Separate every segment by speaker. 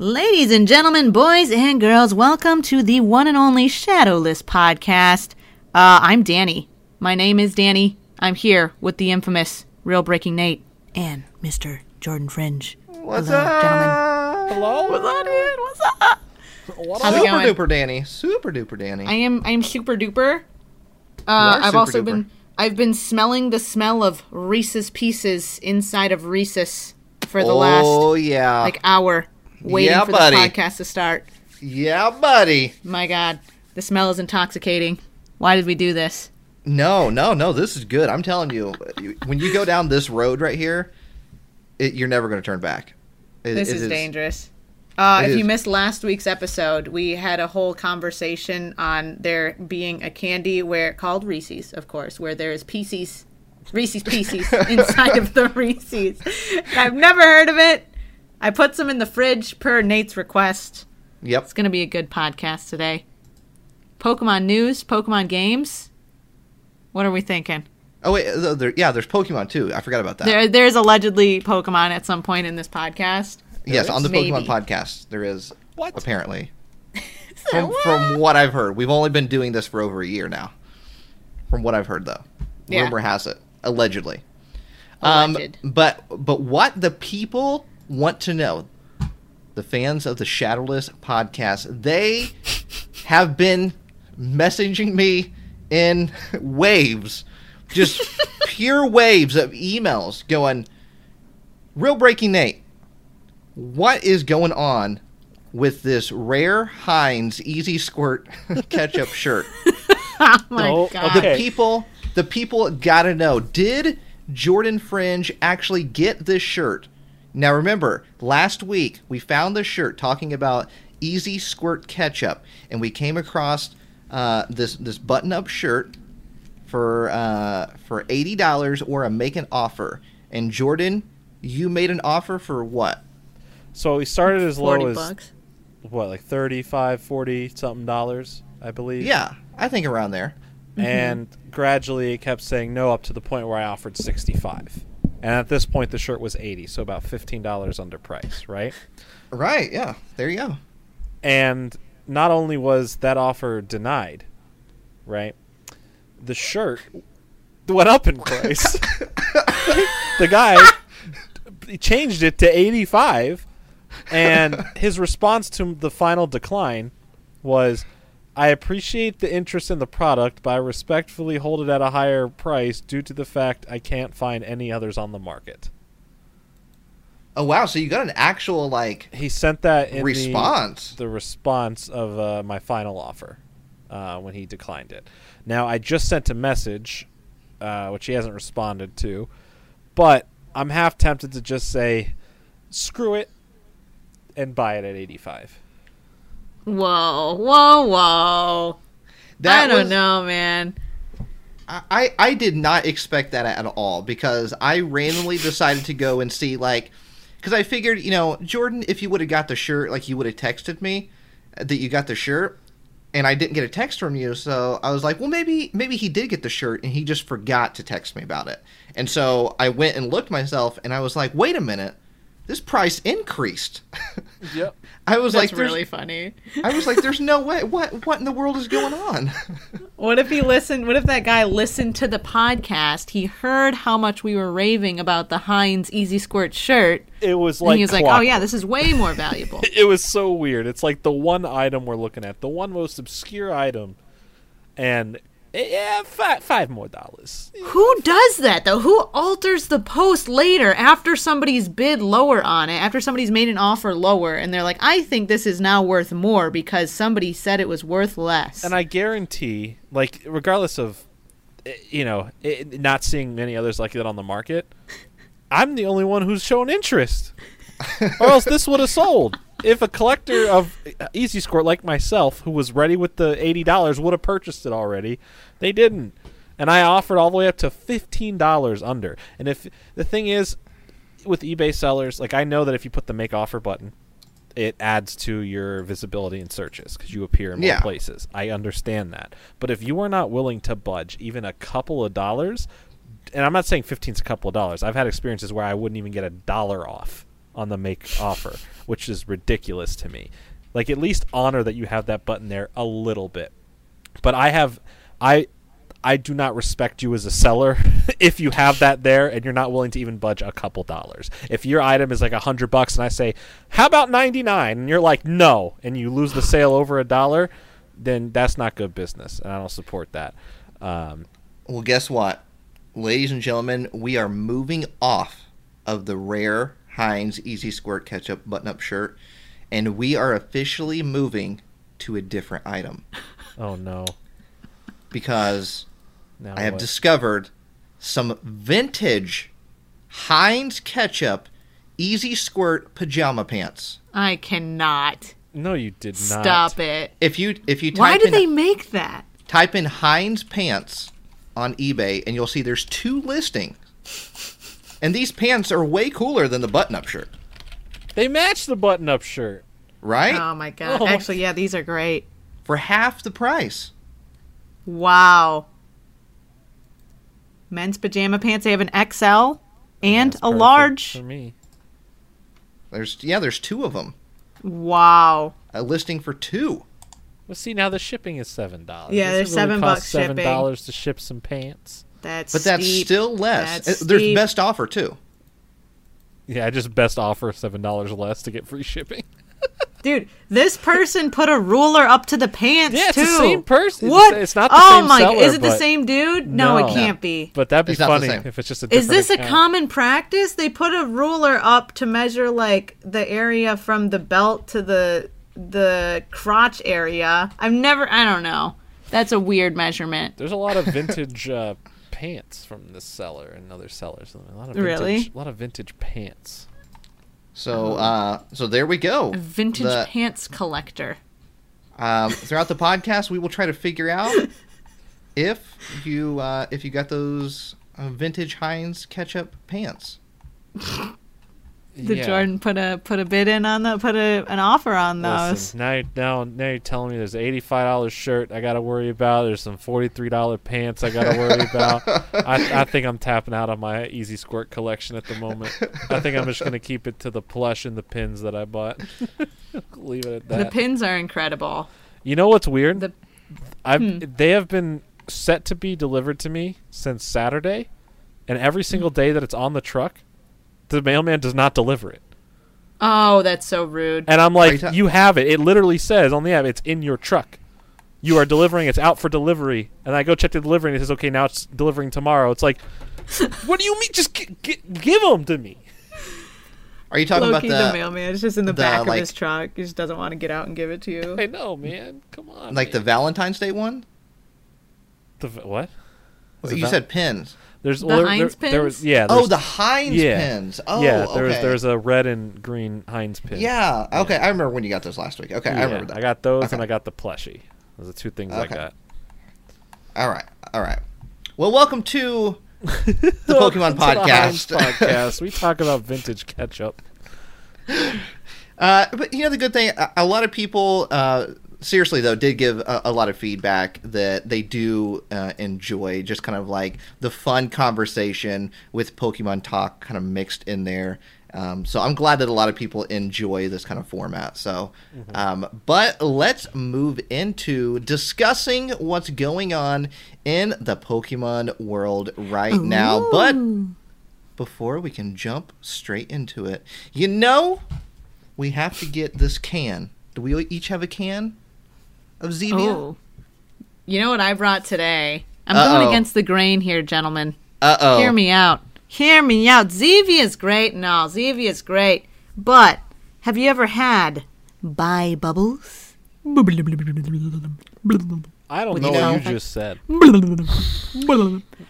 Speaker 1: Ladies and gentlemen, boys and girls, welcome to the one and only Shadowless podcast. Uh, I'm Danny. My name is Danny. I'm here with the infamous Real Breaking Nate and Mr. Jordan Fringe. What's up, gentlemen?
Speaker 2: Hello?
Speaker 1: What's up, dude? What's up?
Speaker 2: What
Speaker 1: How's it
Speaker 2: up?
Speaker 1: going?
Speaker 3: Super duper Danny. Super duper Danny.
Speaker 1: I am I am super duper. Uh,
Speaker 3: are
Speaker 1: I've
Speaker 3: super
Speaker 1: also
Speaker 3: duper.
Speaker 1: been I've been smelling the smell of Reese's Pieces inside of Reese's for the
Speaker 3: oh
Speaker 1: last
Speaker 3: yeah,
Speaker 1: like hour, waiting
Speaker 3: Yeah,
Speaker 1: for
Speaker 3: buddy.
Speaker 1: the podcast to start.
Speaker 3: yeah, buddy.
Speaker 1: My God, the smell is intoxicating. Why did we do this?
Speaker 3: No, no, no. This is good. I'm telling you, when you go down this road right here, it, you're never going to turn back. It-
Speaker 1: This
Speaker 3: it
Speaker 1: is dangerous. Uh,
Speaker 3: It
Speaker 1: if you
Speaker 3: is.
Speaker 1: missed last week's episode, we had a whole conversation on there being a candy where called Reese's, of course, where there is Pieces, Reese's Pieces inside of the Reese's. And I've never heard of it. I put some in the fridge per Nate's request.
Speaker 3: Yep.
Speaker 1: It's going to be a good podcast today. Pokemon news, Pokemon games. What are we thinking?
Speaker 3: Oh wait. uh, There, yeah, there's Pokemon too. I forgot about that.
Speaker 1: There, there's allegedly Pokemon at some point in this podcast.
Speaker 3: yes, on the
Speaker 1: Maybe.
Speaker 3: Pokemon podcast, there is.
Speaker 2: What?
Speaker 3: Apparently, from, from what I've heard, we've only been doing this for over a year now. From what I've heard, though,
Speaker 1: Yeah.
Speaker 3: rumor has it allegedly.
Speaker 1: Alleged.
Speaker 3: Um, but but what the people want to know, the fans of the Shadowless podcast, they have been messaging me in waves, just pure waves of emails going. Real breaking, Nate. What is going on with this rare Heinz Easy Squirt ketchup shirt?
Speaker 1: Oh my
Speaker 2: No,
Speaker 1: God.
Speaker 2: okay.
Speaker 3: people the people gotta know did jordan fringe actually get this shirt now remember last week we found this shirt talking about easy squirt ketchup and we came across uh, this this button up shirt for uh, for eighty dollars or a make an offer and jordan you made an offer for what
Speaker 2: So we started as low
Speaker 1: 40
Speaker 2: as
Speaker 1: bucks.
Speaker 2: what, like 35, 40 something dollars, I believe.
Speaker 3: yeah i think around there
Speaker 2: And gradually it kept saying no up to the point where I offered 65. And at this point the shirt was 80, so about $15 under price, right?
Speaker 3: right yeah there you go
Speaker 2: And not only was that offer denied, right? The shirt went up in price. the guy changed it to 85 and his response to the final decline was I appreciate the interest in the product, but I respectfully hold it at a higher price due to the fact I can't find any others on the market.
Speaker 3: oh wow so you got an actual like
Speaker 2: He sent that in the-
Speaker 3: response
Speaker 2: the response of uh, my final offer uh, when he declined it. Now I just sent a message, uh, which he hasn't responded to, but I'm half tempted to just say, "Screw it," and buy it at 85.
Speaker 1: Whoa, whoa, whoa. I don't
Speaker 3: was-
Speaker 1: know, man.
Speaker 3: I, I did not expect that at all because I randomly decided to go and see like because I figured you know Jordan if you would have got the shirt like you would have texted me uh, that you got the shirt and I didn't get a text from you so I was like well maybe maybe he did get the shirt and he just forgot to text me about it and so I went and looked myself and I was like wait a minute this price increased
Speaker 2: Yep.
Speaker 3: I was
Speaker 1: That's
Speaker 3: like there's-
Speaker 1: really funny.
Speaker 3: I was like there's no way what what in the world is going on
Speaker 1: What if he listened? What if that guy listened to the podcast? He heard how much we were raving about the Heinz Easy Squirt shirt,
Speaker 2: It was
Speaker 1: and
Speaker 2: like
Speaker 1: he was like, "Oh
Speaker 2: clockwork.
Speaker 1: yeah, this is way more valuable."
Speaker 2: It was so weird. It's like the one item we're looking at, the one most obscure item, and eh, yeah, five, five more dollars.
Speaker 1: Who does that though? Who alters the post later after somebody's bid lower on it, after somebody's made an offer lower, and they're like, "I think this is now worth more because somebody said it was worth less."
Speaker 2: and I guarantee, like, regardless of, eh, you know, it, not seeing many others like that on the market, I'm the only one who's shown interest. or else this would have sold. If a collector of uh, Easy Score like myself, who was ready with the eighty dollars, would have purchased it already, they didn't. And I offered all the way up to fifteen dollars under. And if the thing is, with eBay sellers, like I know that if you put the make offer button, it adds to your visibility in searches because you appear in more
Speaker 3: Yeah.
Speaker 2: places. I understand that, but if you are not willing to budge even a couple of dollars, and I'm not saying fifteen's a couple of dollars, I've had experiences where I wouldn't even get a dollar off on the make offer, which is ridiculous to me. Like at least honor that you have that button there a little bit. But I have I I do not respect you as a seller if you have that there and you're not willing to even budge a couple dollars. If your item is like a hundred bucks and I say, How about ninety nine? and you're like, No, and you lose the sale over a dollar, then that's not good business. And I don't support that. Um,
Speaker 3: Well, guess what? Ladies and gentlemen, we are moving off of the rare Heinz Easy Squirt Ketchup button up shirt, and we are officially moving to a different item
Speaker 2: oh no.
Speaker 3: because
Speaker 2: Now
Speaker 3: I have
Speaker 2: what?
Speaker 3: discovered some vintage Heinz Ketchup Easy Squirt pajama pants.
Speaker 1: I cannot
Speaker 2: No you did not
Speaker 1: stop it.
Speaker 3: If you if you type
Speaker 1: Why
Speaker 3: in
Speaker 1: did they make that?
Speaker 3: type in Heinz pants on eBay and you'll see there's two listings. And these pants are way cooler than the button-up shirt,
Speaker 2: They match the button up shirt.
Speaker 3: right?
Speaker 1: Oh my god.
Speaker 2: Oh.
Speaker 1: Actually, yeah, these are great.
Speaker 3: For half the price.
Speaker 1: Wow. Men's pajama pants. They have an XL and
Speaker 2: That's
Speaker 1: a
Speaker 2: perfect
Speaker 1: large.
Speaker 2: for me.
Speaker 3: There's yeah, there's two of them.
Speaker 1: Wow.
Speaker 3: A listing for two.
Speaker 2: Well, see now the shipping is seven dollars.
Speaker 1: Yeah, there's $7
Speaker 2: Seven
Speaker 1: shipping.
Speaker 2: dollars to ship some pants.
Speaker 1: That's
Speaker 3: But that's
Speaker 1: steep.
Speaker 3: still less.
Speaker 1: That's
Speaker 3: Uh, there's
Speaker 1: steep.
Speaker 3: best offer too.
Speaker 2: Yeah, I just best offer seven dollars less to get free shipping.
Speaker 1: Dude, this person put a ruler up to the pants
Speaker 2: Yeah, it's
Speaker 1: too.
Speaker 2: the same person.
Speaker 1: What?
Speaker 2: It's not the
Speaker 1: oh
Speaker 2: same
Speaker 1: my!
Speaker 2: seller,
Speaker 1: is it the
Speaker 2: but-
Speaker 1: same dude? No,
Speaker 2: No.
Speaker 1: it can't be.
Speaker 2: But that'd be
Speaker 3: It's not the
Speaker 2: funny
Speaker 3: same.
Speaker 2: if it's just a.
Speaker 1: Is
Speaker 2: different
Speaker 1: this a
Speaker 2: account.
Speaker 1: common practice? They put a ruler up to measure like the area from the belt to the the crotch area. I've never. I don't know. That's a weird measurement.
Speaker 2: There's a lot of vintage uh, pants from this seller and other sellers. A lot of vintage,
Speaker 1: Really?
Speaker 2: a lot of vintage pants.
Speaker 3: So
Speaker 1: Uh-huh.
Speaker 3: uh so there we go.
Speaker 1: Vintage
Speaker 3: The-
Speaker 1: pants collector.
Speaker 3: Um, throughout the podcast, we will try to figure out if you uh, if you got those uh, vintage Heinz ketchup pants.
Speaker 1: Did Jordan put a put a bid in on that? Put a, an offer on those?
Speaker 2: Listen, now, you- now, now you're telling me there's an eighty-five dollar shirt I got to worry about. There's some forty-three dollar pants I got to worry about. I, I think I'm tapping out on my Easy Squirt collection at the moment. I think I'm just gonna keep it to the plush and the pins that I bought. Leave it at that.
Speaker 1: the pins are incredible.
Speaker 2: you know what's weird?
Speaker 1: The-
Speaker 2: I've they have been set to be delivered to me since Saturday, and every single day that it's on the truck, the mailman does not deliver it.
Speaker 1: Oh, that's so rude.
Speaker 2: And I'm like,
Speaker 3: you
Speaker 2: you,
Speaker 3: ta-
Speaker 2: have it. It literally says on the app, it's in your truck. You are delivering. It's out for delivery. And I go check the delivery, and it says, okay, now it's delivering tomorrow. It's like, what do you mean? Just g- g- give them to me.
Speaker 3: Are you talking
Speaker 1: Loki, the,
Speaker 3: about the,
Speaker 1: mailman, is just in the,
Speaker 3: the,
Speaker 1: back
Speaker 3: like-
Speaker 1: of his truck. He just doesn't want to get out and give it to you.
Speaker 2: I know, man. Come on.
Speaker 3: like the
Speaker 2: man.
Speaker 3: Valentine's Day one?
Speaker 2: the v- what? Was it
Speaker 3: You
Speaker 2: Val-
Speaker 3: said pins.
Speaker 2: There's the
Speaker 1: Heinz
Speaker 2: there, there was
Speaker 1: pins?
Speaker 2: yeah.
Speaker 3: Oh,
Speaker 2: there's-
Speaker 3: the Heinz
Speaker 2: yeah.
Speaker 3: pins. Oh,
Speaker 2: yeah. There was
Speaker 3: okay.
Speaker 2: there was a red and green Heinz pin.
Speaker 3: yeah. Okay, I remember when you got those last week. Okay, I
Speaker 2: Yeah,
Speaker 3: remember that.
Speaker 2: I got those and
Speaker 3: Okay.
Speaker 2: I got the plushie. Those are the two things
Speaker 3: Okay.
Speaker 2: I got.
Speaker 3: All right. All right. Well, welcome to the Pokemon
Speaker 2: To the Heinz
Speaker 3: podcast.
Speaker 2: podcast. We talk about vintage ketchup.
Speaker 3: Uh, but you know the good thing, a, a lot of people, uh, seriously though, did give a, a lot of feedback that they do uh, enjoy just kind of like the fun conversation with Pokemon talk kind of mixed in there. Um, so I'm glad that a lot of people enjoy this kind of format. So, um, but let's move into discussing what's going on in the Pokemon world right now. But before we can jump straight into it, you know we have to get this can. Do we each have a can of Zevia?
Speaker 1: Oh. You know what I brought today? I'm
Speaker 3: Uh-oh.
Speaker 1: going against the grain here, gentlemen.
Speaker 3: Uh oh.
Speaker 1: Hear me out. Hear me out. Zevia's great and all. Zevia's great. But have you ever had by bubbles?
Speaker 2: I don't
Speaker 3: Well, you
Speaker 2: know what
Speaker 3: know-
Speaker 2: you just said.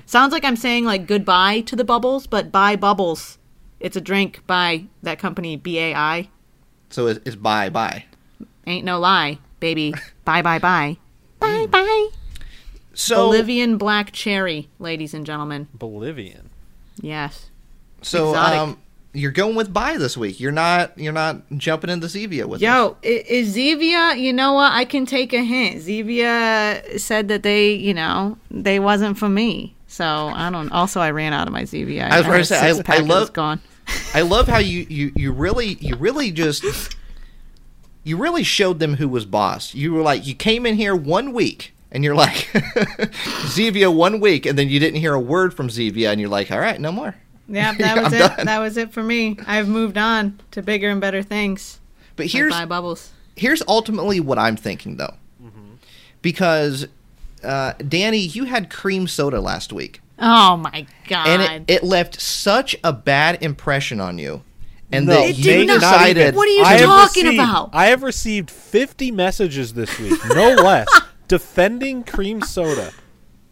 Speaker 1: Sounds like I'm saying like goodbye to the bubbles, but by bubbles. It's a drink by that company BAI.
Speaker 3: So it's, it's bye bye.
Speaker 1: Ain't no lie, baby. bye bye bye. Bye bye.
Speaker 3: So
Speaker 1: Bolivian black cherry, ladies and gentlemen.
Speaker 2: Bolivian.
Speaker 1: Yes.
Speaker 3: so
Speaker 1: exotic.
Speaker 3: um, you're going with bye this week. You're not you're not jumping into Zevia with us.
Speaker 1: Yo, i- is Zevia, you know what? I can take a hint. Zevia said that they, you know, they wasn't for me. So I don't. Also, I ran out of my Zevia.
Speaker 3: I was gonna say, I- I
Speaker 1: Six pack, it
Speaker 3: love-
Speaker 1: was gone.
Speaker 3: I love how you, you you really you really just you really showed them who was boss. You were like you came in here one week and you're like Zevia one week and then you didn't hear a word from Zevia and you're like, all right, no more.
Speaker 1: Yeah, that was
Speaker 3: I'm
Speaker 1: it.
Speaker 3: done.
Speaker 1: That was it for me. I've moved on to bigger and better things.
Speaker 3: But
Speaker 1: Like
Speaker 3: here's
Speaker 1: buy bubbles.
Speaker 3: here's ultimately what I'm thinking though,
Speaker 1: Mm-hmm.
Speaker 3: because uh, Danny, you had cream soda last week,
Speaker 1: Oh my god!
Speaker 3: and it, it left such a bad impression on you, and
Speaker 2: No,
Speaker 3: that
Speaker 2: It
Speaker 3: you
Speaker 2: did not.
Speaker 3: decided.
Speaker 1: What are you
Speaker 2: I have
Speaker 1: talking
Speaker 2: received-
Speaker 1: about?
Speaker 2: I have received 50 messages this week, no less, defending cream soda,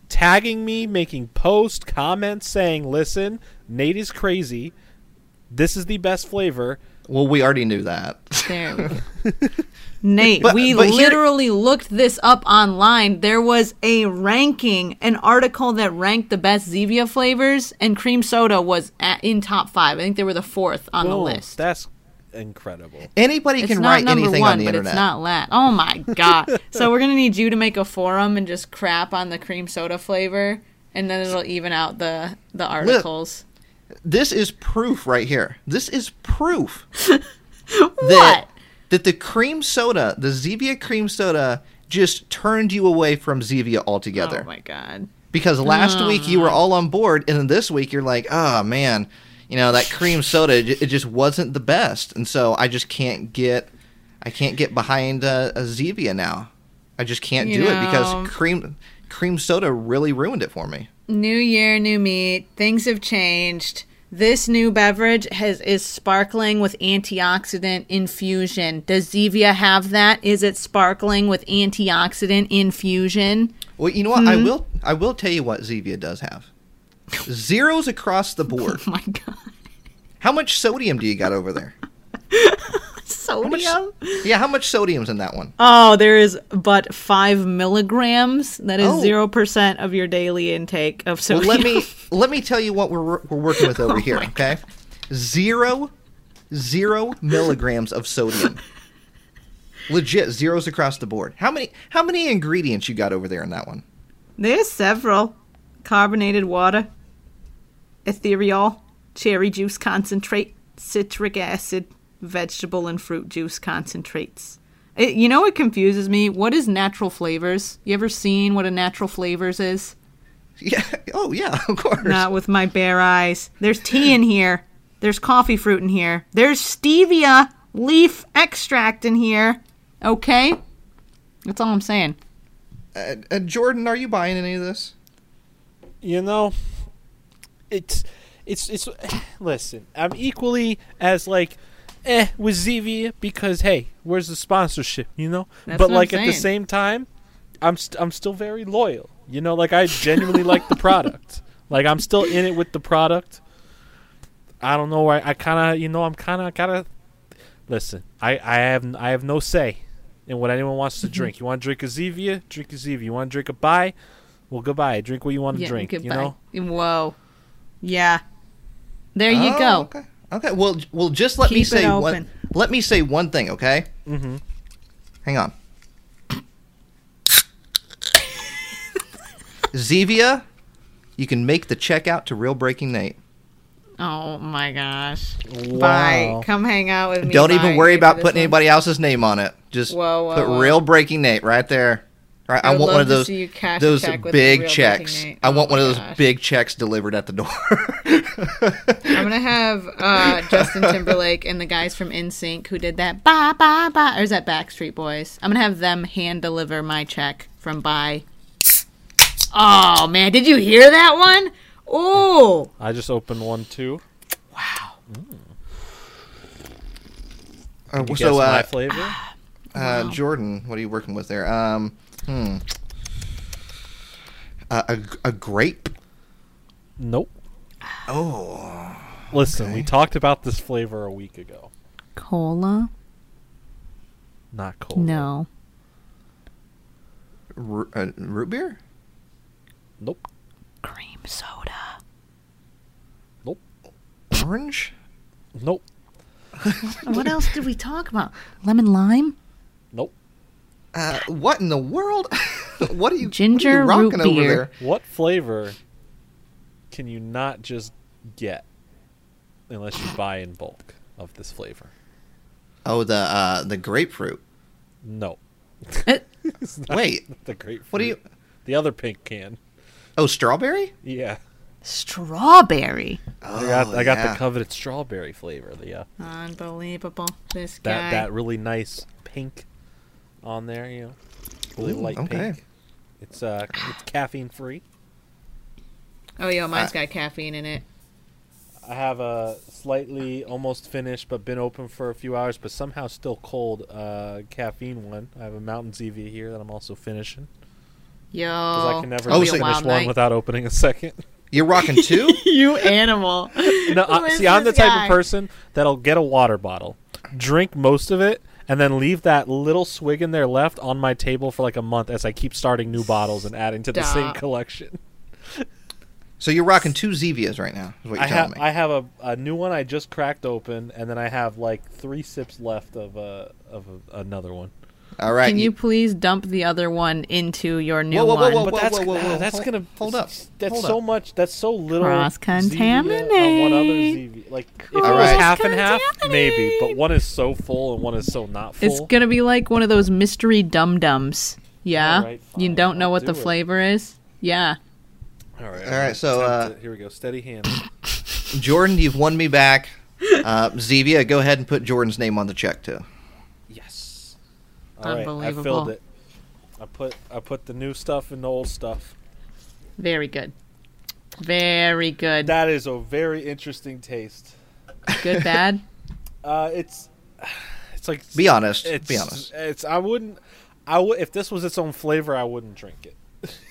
Speaker 2: tagging me, making posts, comments saying, "Listen, Nate is crazy. This is the best flavor."
Speaker 3: Well, we already knew that.
Speaker 1: There we go. Nate,
Speaker 3: But-
Speaker 1: we
Speaker 3: but here-
Speaker 1: literally looked this up online. There was a ranking, an article that ranked the best Zevia flavors, and cream soda was at, in top five. I think they were the fourth on the
Speaker 2: Boom.
Speaker 1: list.
Speaker 2: That's incredible.
Speaker 3: Anybody
Speaker 1: it's
Speaker 3: can
Speaker 1: not
Speaker 3: write
Speaker 1: number
Speaker 3: anything
Speaker 1: one,
Speaker 3: on the
Speaker 1: but
Speaker 3: internet.
Speaker 1: it's not lat. Oh my god! so we're gonna need you to make a forum and just crap on the cream soda flavor, and then it'll even out the the articles.
Speaker 3: This is proof right here. This is proof
Speaker 1: what?
Speaker 3: that that the cream soda, the Zevia cream soda, just turned you away from Zevia altogether.
Speaker 1: Oh my god!
Speaker 3: Because last
Speaker 1: Oh,
Speaker 3: week you were all on board, and then this week you're like, oh man, you know that cream soda, it ju- it just wasn't the best, and so I just can't get, I can't get behind uh, a Zevia now. I just can't
Speaker 1: You
Speaker 3: do it
Speaker 1: know.
Speaker 3: because cream cream soda really ruined it for me.
Speaker 1: New year, new meat. Things have changed. This new beverage has is sparkling with antioxidant infusion. Does Zevia have that? Is it sparkling with antioxidant infusion?
Speaker 3: Well, you know what?
Speaker 1: Hmm.
Speaker 3: I will I will tell you what Zevia does have. Zeros across the board.
Speaker 1: Oh my god!
Speaker 3: How much sodium do you got over there?
Speaker 1: Sodium.
Speaker 3: Yeah, how much sodium's in that one?
Speaker 1: Oh, there is but five milligrams. That
Speaker 3: Oh.
Speaker 1: is zero percent of your daily intake of
Speaker 3: Well,
Speaker 1: sodium.
Speaker 3: let me let me tell you what we're we're working with over here, okay? Zero, zero milligrams of sodium. Legit zeros across the board. How many how many ingredients you got over there in that one?
Speaker 1: There's several: carbonated water, ethereal, cherry juice concentrate, citric acid, vegetable and fruit juice concentrates. It, you know what confuses me? What is natural flavors? You ever seen what a natural flavors is?
Speaker 3: Yeah. Oh yeah, of course.
Speaker 1: Not with my bare eyes. There's tea in here. There's coffee fruit in here. There's stevia leaf extract in here. Okay? That's all I'm saying.
Speaker 3: Uh, uh, Jordan, are you buying any of this?
Speaker 2: you know it's it's it's listen i'm equally as like eh with zevia because hey where's the sponsorship you know
Speaker 1: That's
Speaker 2: but
Speaker 1: what I'm
Speaker 2: like at the
Speaker 1: saying.
Speaker 2: same time i'm st- i'm still very loyal you know like i genuinely like the product like i'm still in it with the product i don't know why i kind of you know i'm kind of gotta listen i i have n- i have no say in what anyone wants to drink you want to drink a zevia drink a zevia you want to drink a bye well goodbye drink what you want to drink you know
Speaker 1: Whoa. Yeah. There you
Speaker 3: Oh,
Speaker 1: go.
Speaker 3: Okay. Okay. Well, j- well, just let me
Speaker 1: Keep it
Speaker 3: say one.
Speaker 1: open.
Speaker 3: Let me say one thing, okay? Mm-hmm. Hang on. Zevia, you can make the check out to Real Breaking Nate.
Speaker 1: Oh my gosh.
Speaker 2: Wow.
Speaker 1: Bye. Come hang out with me.
Speaker 3: Don't
Speaker 1: Bye.
Speaker 3: even worry
Speaker 1: After
Speaker 3: about
Speaker 1: this
Speaker 3: putting
Speaker 1: one.
Speaker 3: anybody else's name on it. Just
Speaker 1: Whoa, whoa,
Speaker 3: put
Speaker 1: whoa.
Speaker 3: Real Breaking Nate right there. Right, I,
Speaker 1: I would
Speaker 3: want
Speaker 1: love
Speaker 3: one of
Speaker 1: to
Speaker 3: those
Speaker 1: see you cash a
Speaker 3: those
Speaker 1: check with Real
Speaker 3: big
Speaker 1: Breaking
Speaker 3: checks.
Speaker 1: Nate.
Speaker 3: I
Speaker 1: Oh
Speaker 3: want one of
Speaker 1: my
Speaker 3: those
Speaker 1: gosh.
Speaker 3: big checks delivered at the door.
Speaker 1: I'm gonna have uh, Justin Timberlake and the guys from NSYNC who did that bye bye bye or is that Backstreet Boys? I'm gonna have them hand deliver my check from bye. Oh man, did you hear that one? Oh
Speaker 2: I just opened one too.
Speaker 3: Uh,
Speaker 2: You guess
Speaker 3: so,
Speaker 2: my
Speaker 3: uh,
Speaker 2: flavor?
Speaker 3: Uh, Jordan, what are you working with there? Um, hmm. Uh, a, a grape.
Speaker 2: Nope.
Speaker 3: Oh,
Speaker 2: Listen, we talked about this flavor a week ago.
Speaker 1: cola?
Speaker 2: Not cold.
Speaker 1: No.
Speaker 3: ru- uh, root beer.
Speaker 2: Nope.
Speaker 1: Cream soda.
Speaker 2: Nope.
Speaker 3: Orange.
Speaker 2: Nope.
Speaker 1: What else did we talk about? Lemon lime?
Speaker 2: Nope.
Speaker 3: Uh, what in the world? what are you?
Speaker 1: Ginger
Speaker 3: what are you
Speaker 1: root
Speaker 3: rocking
Speaker 1: beer.
Speaker 3: Over there?
Speaker 2: What flavor can you not just get? unless you buy in bulk of this flavor.
Speaker 3: Oh, the uh, the grapefruit.
Speaker 2: No.
Speaker 1: Uh,
Speaker 2: It's not
Speaker 3: Wait,
Speaker 2: the grapefruit.
Speaker 3: what do you?
Speaker 2: The other pink can.
Speaker 3: Oh, strawberry.
Speaker 2: Yeah.
Speaker 4: Strawberry.
Speaker 3: Oh,
Speaker 2: I got I got
Speaker 3: yeah.
Speaker 2: the coveted strawberry flavor. The uh,
Speaker 4: Unbelievable. This
Speaker 2: that
Speaker 4: guy.
Speaker 2: that really nice pink on there. You know, really
Speaker 3: Ooh,
Speaker 2: light
Speaker 3: okay.
Speaker 2: pink. It's uh, it's caffeine free.
Speaker 4: oh, yo, mine's
Speaker 3: I-
Speaker 4: got caffeine in it.
Speaker 2: I have a slightly almost finished, but been open for a few hours, but somehow still cold uh, caffeine one. I have a Mountain Zevia here that I'm also finishing
Speaker 4: Yo.
Speaker 2: because I can never
Speaker 3: Oh,
Speaker 4: it'll be
Speaker 2: finish
Speaker 4: a
Speaker 3: so-
Speaker 2: one
Speaker 4: wild night.
Speaker 2: without opening a second.
Speaker 3: You're rocking two.
Speaker 4: you animal.
Speaker 2: No, I,
Speaker 4: Where's
Speaker 2: see, I'm the
Speaker 4: this
Speaker 2: type
Speaker 4: guy?
Speaker 2: of person that'll get a water bottle, drink most of it, and then leave that little swig in there left on my table for like a month as I keep starting new bottles and adding to the same
Speaker 4: Stop.
Speaker 2: collection.
Speaker 3: so you're rocking two Zevias right now. Is what you're
Speaker 2: I
Speaker 3: telling
Speaker 2: have
Speaker 3: me.
Speaker 2: I have a, a new one I just cracked open, and then I have like three sips left of uh, of a, another one.
Speaker 3: All right.
Speaker 4: Can you please dump the other one into your new
Speaker 3: Whoa, whoa, whoa,
Speaker 4: one?
Speaker 3: whoa,
Speaker 2: But that's
Speaker 3: whoa, whoa.
Speaker 2: that's
Speaker 3: Hold-
Speaker 2: gonna
Speaker 3: hold up.
Speaker 2: That's
Speaker 3: Hold
Speaker 2: so
Speaker 3: up.
Speaker 2: much. That's so little
Speaker 4: Cross-contaminate.
Speaker 2: Zevia on one other Zevia. Like if it was
Speaker 3: Alright.
Speaker 2: half and half, maybe.
Speaker 4: Cross-contaminate.
Speaker 2: But one is so full and one is so not full.
Speaker 4: It's gonna be like one of those mystery dum dums. Yeah,
Speaker 2: Alright,
Speaker 4: you
Speaker 2: fine,
Speaker 4: don't know
Speaker 2: I'll
Speaker 4: what the
Speaker 2: do it.
Speaker 4: flavor is. Yeah,
Speaker 2: All right.
Speaker 3: All right, so, uh,
Speaker 2: here we go. Steady hand.
Speaker 3: Jordan, you've won me back. Uh, Zevia, go ahead and put Jordan's name on the check too.
Speaker 2: yes. All right. I filled
Speaker 4: Unbelievable.
Speaker 2: it. I put I put the new stuff in the old stuff.
Speaker 4: very good, very good.
Speaker 2: That is a very interesting taste.
Speaker 4: good bad.
Speaker 2: Uh, it's it's like
Speaker 3: Be honest.
Speaker 2: It's,
Speaker 3: Be honest.
Speaker 2: It's I wouldn't. I would if this was its own flavor. I wouldn't drink it.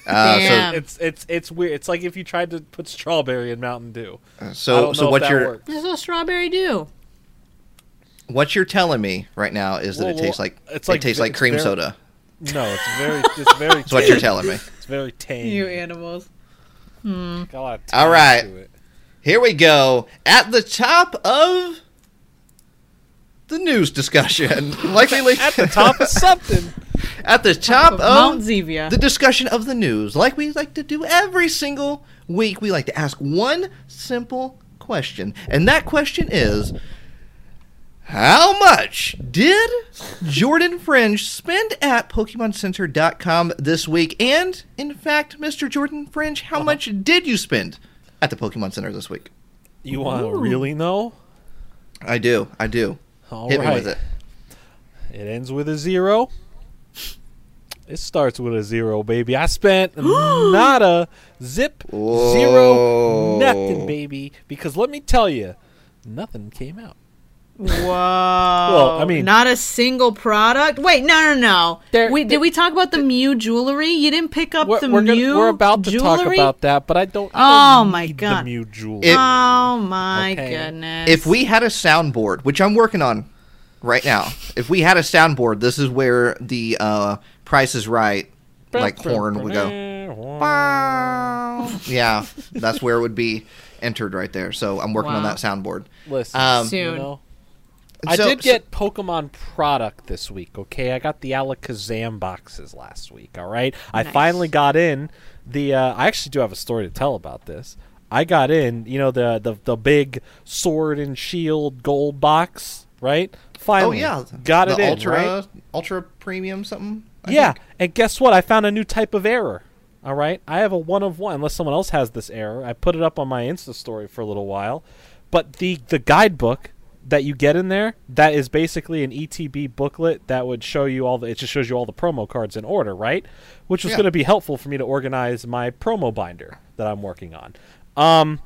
Speaker 3: Uh,
Speaker 4: Damn.
Speaker 2: It's it's it's weird. It's like if you tried to put strawberry in Mountain Dew.
Speaker 3: so
Speaker 2: I
Speaker 3: so
Speaker 2: don't know
Speaker 3: so
Speaker 2: if
Speaker 3: what
Speaker 2: that
Speaker 3: you're
Speaker 2: works.
Speaker 4: This is what strawberry do.
Speaker 3: what you're telling me right now is that
Speaker 2: Well,
Speaker 3: it tastes
Speaker 2: well,
Speaker 3: like
Speaker 2: it's
Speaker 3: it
Speaker 2: like-
Speaker 3: tastes like
Speaker 2: it's
Speaker 3: cream
Speaker 2: very-
Speaker 3: soda.
Speaker 2: No, it's very it's very.
Speaker 3: That's what you're telling me.
Speaker 2: It's very tame.
Speaker 4: animals. Hmm.
Speaker 2: Got a lot of
Speaker 3: All
Speaker 2: tang
Speaker 3: right.
Speaker 2: to it.
Speaker 3: Here we go. At the top of the news discussion. Likely
Speaker 2: At the top of something.
Speaker 3: at the top
Speaker 4: Of Mount
Speaker 3: of
Speaker 4: Zevia.
Speaker 3: the discussion of the news, like we like to do every single week, we like to ask one simple question. And that question is how much did Jordan Fringe spend at PokemonCenter.com this week? And in fact, Mr. Jordan Fringe, how much did you spend at the Pokemon Center this week?
Speaker 2: You want to really know?
Speaker 3: I do. I do.
Speaker 2: All
Speaker 3: Hit me
Speaker 2: right.
Speaker 3: with it.
Speaker 2: It ends with a zero. It starts with a zero, baby. I spent nada, zip, zero, nothing,
Speaker 3: Whoa.
Speaker 2: baby. Because let me tell you, nothing came out.
Speaker 4: Whoa.
Speaker 2: I mean-
Speaker 4: not a single product. Wait, no, no, no.
Speaker 2: There-
Speaker 4: we, did
Speaker 2: there-
Speaker 4: we talk about the Mew jewelry? You didn't pick up
Speaker 2: We're,
Speaker 4: the
Speaker 2: we're, gonna-
Speaker 4: Mew.
Speaker 2: we're about to talk
Speaker 4: jewelry?
Speaker 2: about that, but I don't. I
Speaker 4: Oh
Speaker 2: don't
Speaker 4: my
Speaker 2: need
Speaker 4: God.
Speaker 2: The Mew jewelry.
Speaker 3: It-
Speaker 4: Oh my
Speaker 2: Okay.
Speaker 4: goodness!
Speaker 3: if we had a soundboard, which I'm working on right now, if we had a soundboard, this is where the uh, Price is Right like horn would go. Yeah, that's where it would be entered right there. So I'm working on
Speaker 4: Wow.
Speaker 3: that soundboard.
Speaker 2: Listen,
Speaker 3: Um,
Speaker 4: Soon.
Speaker 2: you know, I
Speaker 3: So-
Speaker 2: did
Speaker 3: so-
Speaker 2: get Pokemon product this week, okay? I got the Alakazam boxes last week, all right? I
Speaker 4: Nice.
Speaker 2: finally got in the uh, I actually do have a story to tell about this. I got in, you know, the the, the big sword and shield gold box, right?
Speaker 3: oh
Speaker 2: Finally.
Speaker 3: yeah,
Speaker 2: Got
Speaker 3: the
Speaker 2: it in,
Speaker 3: ultra
Speaker 2: right?
Speaker 3: ultra premium something. I
Speaker 2: yeah,
Speaker 3: think.
Speaker 2: and guess what? I found a new type of error. All right, I have a one of one. Unless someone else has this error, I put it up on my Insta story for a little while. But the the guidebook that you get in there that is basically an ETB booklet that would show you all the it just shows you all the promo cards in order, right? Which was
Speaker 3: Yeah.
Speaker 2: going to be helpful for me to organize my promo binder that I'm working on. Um,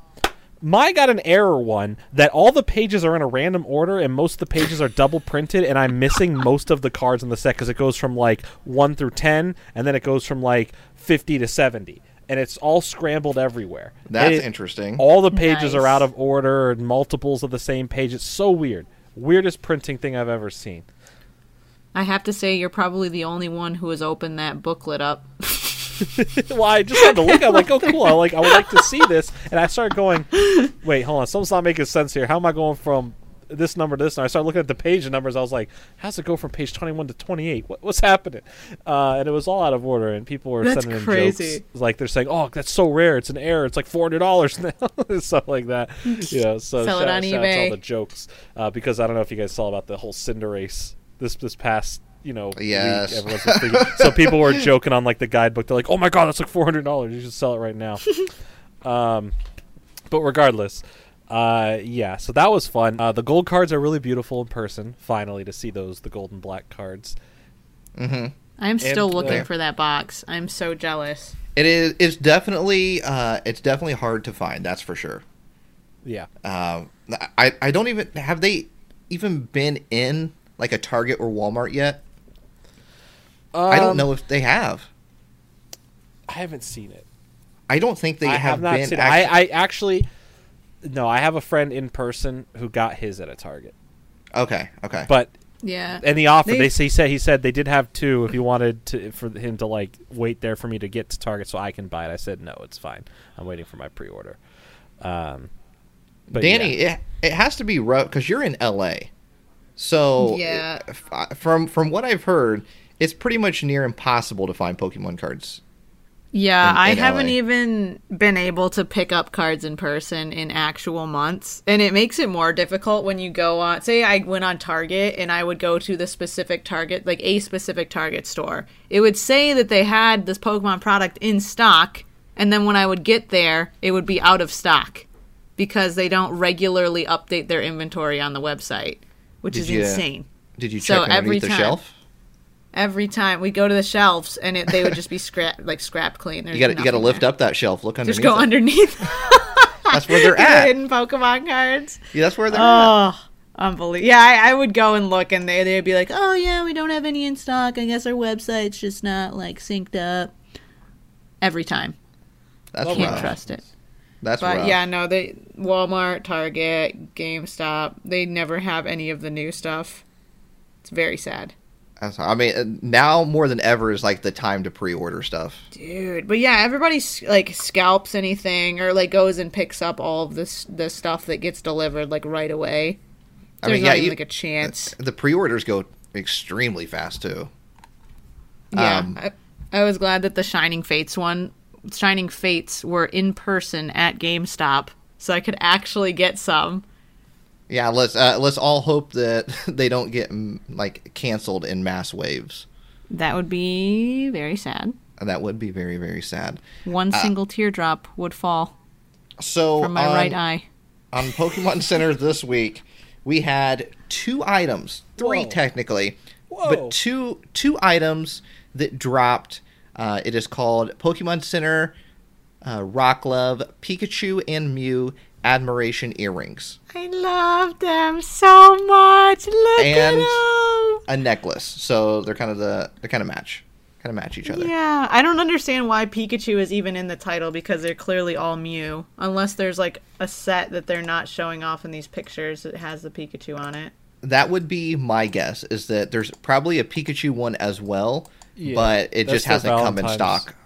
Speaker 2: my got an error one that all the pages are in a random order and most of the pages are double printed and I'm missing most of the cards in the set because it goes from like one through ten and then it goes from like fifty to seventy and it's all scrambled everywhere.
Speaker 3: that's
Speaker 2: It-
Speaker 3: interesting.
Speaker 2: all the pages are
Speaker 4: Nice.
Speaker 2: out of order and multiples of the same page. It's so weird. Weirdest printing thing I've ever seen.
Speaker 4: I have to say, you're probably the only one who has opened that booklet up.
Speaker 2: well, I just had to look. I'm like, oh, cool. I like, I would like to see this. And I started going, wait, hold on. Something's not making sense here. How am I going from this number to this number. I started looking at the page of numbers. I was like, how's it go from page 21 to 28? What, what's happening? Uh, and it was all out of order, and people were
Speaker 1: That's
Speaker 2: sending in
Speaker 1: crazy.
Speaker 2: jokes. Like, they're saying, oh, that's so rare. It's an error. It's like $400 now. Stuff like that. You know, so
Speaker 1: Sell it
Speaker 2: shout,
Speaker 1: on
Speaker 2: shout out to all
Speaker 1: eBay.
Speaker 2: the jokes. Uh, because I don't know if you guys saw about the whole Cinder race this, this past. You know, week.
Speaker 3: Yes.
Speaker 2: Everyone's been thinking- so people were joking on like the guidebook. They're like, "Oh my god, that's like four hundred dollars. You should sell it right now." Um, but regardless, uh, yeah, so that was fun. Uh, the gold cards are really beautiful in person. Finally, to see those, the gold and black cards.
Speaker 1: I'm still looking
Speaker 2: uh,
Speaker 1: for that box. I'm so jealous.
Speaker 3: It is. It's definitely. Uh, it's definitely hard to find. That's for sure.
Speaker 2: Yeah,
Speaker 3: Um, I I don't even have they even been in like a Target or Walmart yet. I don't
Speaker 2: Um,
Speaker 3: know if they have.
Speaker 2: I haven't seen it.
Speaker 3: I don't think they
Speaker 2: I
Speaker 3: have,
Speaker 2: have not
Speaker 3: been.
Speaker 2: seen
Speaker 3: actu-
Speaker 2: it. I, I actually, no, I have a friend in person who got his at a Target,
Speaker 3: okay. Okay.
Speaker 2: but
Speaker 1: Yeah.
Speaker 2: and the offer
Speaker 1: They-
Speaker 2: they, he said he said they did have two if you wanted to for him to like wait there for me to get to Target so I can buy it. I said no, it's fine. I'm waiting for my pre-order. Um, but
Speaker 3: Danny,
Speaker 2: yeah.
Speaker 3: it, it has to be rough because you're in LA. So
Speaker 1: Yeah.
Speaker 3: f- I- from from what I've heard, it's pretty much near impossible to find Pokemon cards.
Speaker 1: Yeah,
Speaker 3: in-
Speaker 1: I
Speaker 3: in
Speaker 1: haven't
Speaker 3: LA.
Speaker 1: even been able to pick up cards in person in actual months. And it makes it more difficult when you go on, say, I went on Target and I would go to the specific Target, like a specific Target store. It would say that they had this Pokemon product in stock. And then when I would get there, it would be out of stock because they don't regularly update their inventory on the website, which
Speaker 3: Did
Speaker 1: is
Speaker 3: you- uh,
Speaker 1: insane.
Speaker 3: Did you check
Speaker 1: So
Speaker 3: underneath
Speaker 1: every
Speaker 3: the
Speaker 1: time-
Speaker 3: shelf?
Speaker 1: Every time we go to the shelves and it, they would just be scrap like scrap clean. There's
Speaker 3: You got you got to
Speaker 1: nothing
Speaker 3: lift
Speaker 1: there.
Speaker 3: up that shelf. Look underneath.
Speaker 1: Just go
Speaker 3: it.
Speaker 1: underneath
Speaker 3: That's where they're
Speaker 1: your
Speaker 3: at.
Speaker 1: hidden Pokemon cards.
Speaker 3: Yeah, that's where they're at.
Speaker 1: Oh, unbelievable! Yeah, I, I would go and look, and they they'd be like, "Oh yeah, we don't have any in stock. I guess our website's just not like synced up." Every time,
Speaker 3: That's
Speaker 2: Can't
Speaker 1: can't
Speaker 3: rough.
Speaker 1: trust it.
Speaker 3: That's
Speaker 1: But
Speaker 3: rough.
Speaker 1: yeah, no, they Walmart, Target, GameStop, they never have any of the new stuff. It's very sad.
Speaker 3: That's- I mean, uh, now more than ever is like the time to pre-order stuff.
Speaker 1: Dude, but yeah, everybody s- like scalps anything or like goes and picks up all of this the stuff that gets delivered like right away.
Speaker 3: I
Speaker 1: There's
Speaker 3: mean,
Speaker 1: not
Speaker 3: yeah,
Speaker 1: even
Speaker 3: you-
Speaker 1: like a chance.
Speaker 3: Uh, The pre-orders go extremely fast too.
Speaker 1: Yeah,
Speaker 3: Um,
Speaker 1: I, I was glad that the Shining Fates one, Shining Fates, were in person at GameStop, so I could actually get some.
Speaker 3: Yeah, let's uh, let's all hope that they don't get mm, like canceled in mass waves.
Speaker 1: That would be very sad.
Speaker 3: That would be very very sad.
Speaker 1: One
Speaker 3: Uh,
Speaker 1: single teardrop would fall
Speaker 3: So um,
Speaker 1: from my
Speaker 3: on,
Speaker 1: right eye.
Speaker 3: on Pokemon Center this week, we had two items, three
Speaker 2: Whoa.
Speaker 3: technically,
Speaker 2: Whoa.
Speaker 3: but two two items that dropped. Uh, it is called Pokemon Center uh, Rock Love Pikachu and Mew Admiration Earrings.
Speaker 1: I love them so much. Look at
Speaker 3: And-
Speaker 1: them.
Speaker 3: a necklace. So they're kind of the they kind of match, kind of match each other.
Speaker 1: Yeah, I don't understand why Pikachu is even in the title because they're clearly all Mew, unless there's like a set that they're not showing off in these pictures that has the Pikachu on it.
Speaker 3: That would be my guess is that there's probably a Pikachu one as well,
Speaker 2: Yeah,
Speaker 3: but it
Speaker 2: that's
Speaker 3: just
Speaker 2: their
Speaker 3: hasn't come in
Speaker 2: Valentine's.
Speaker 3: stock.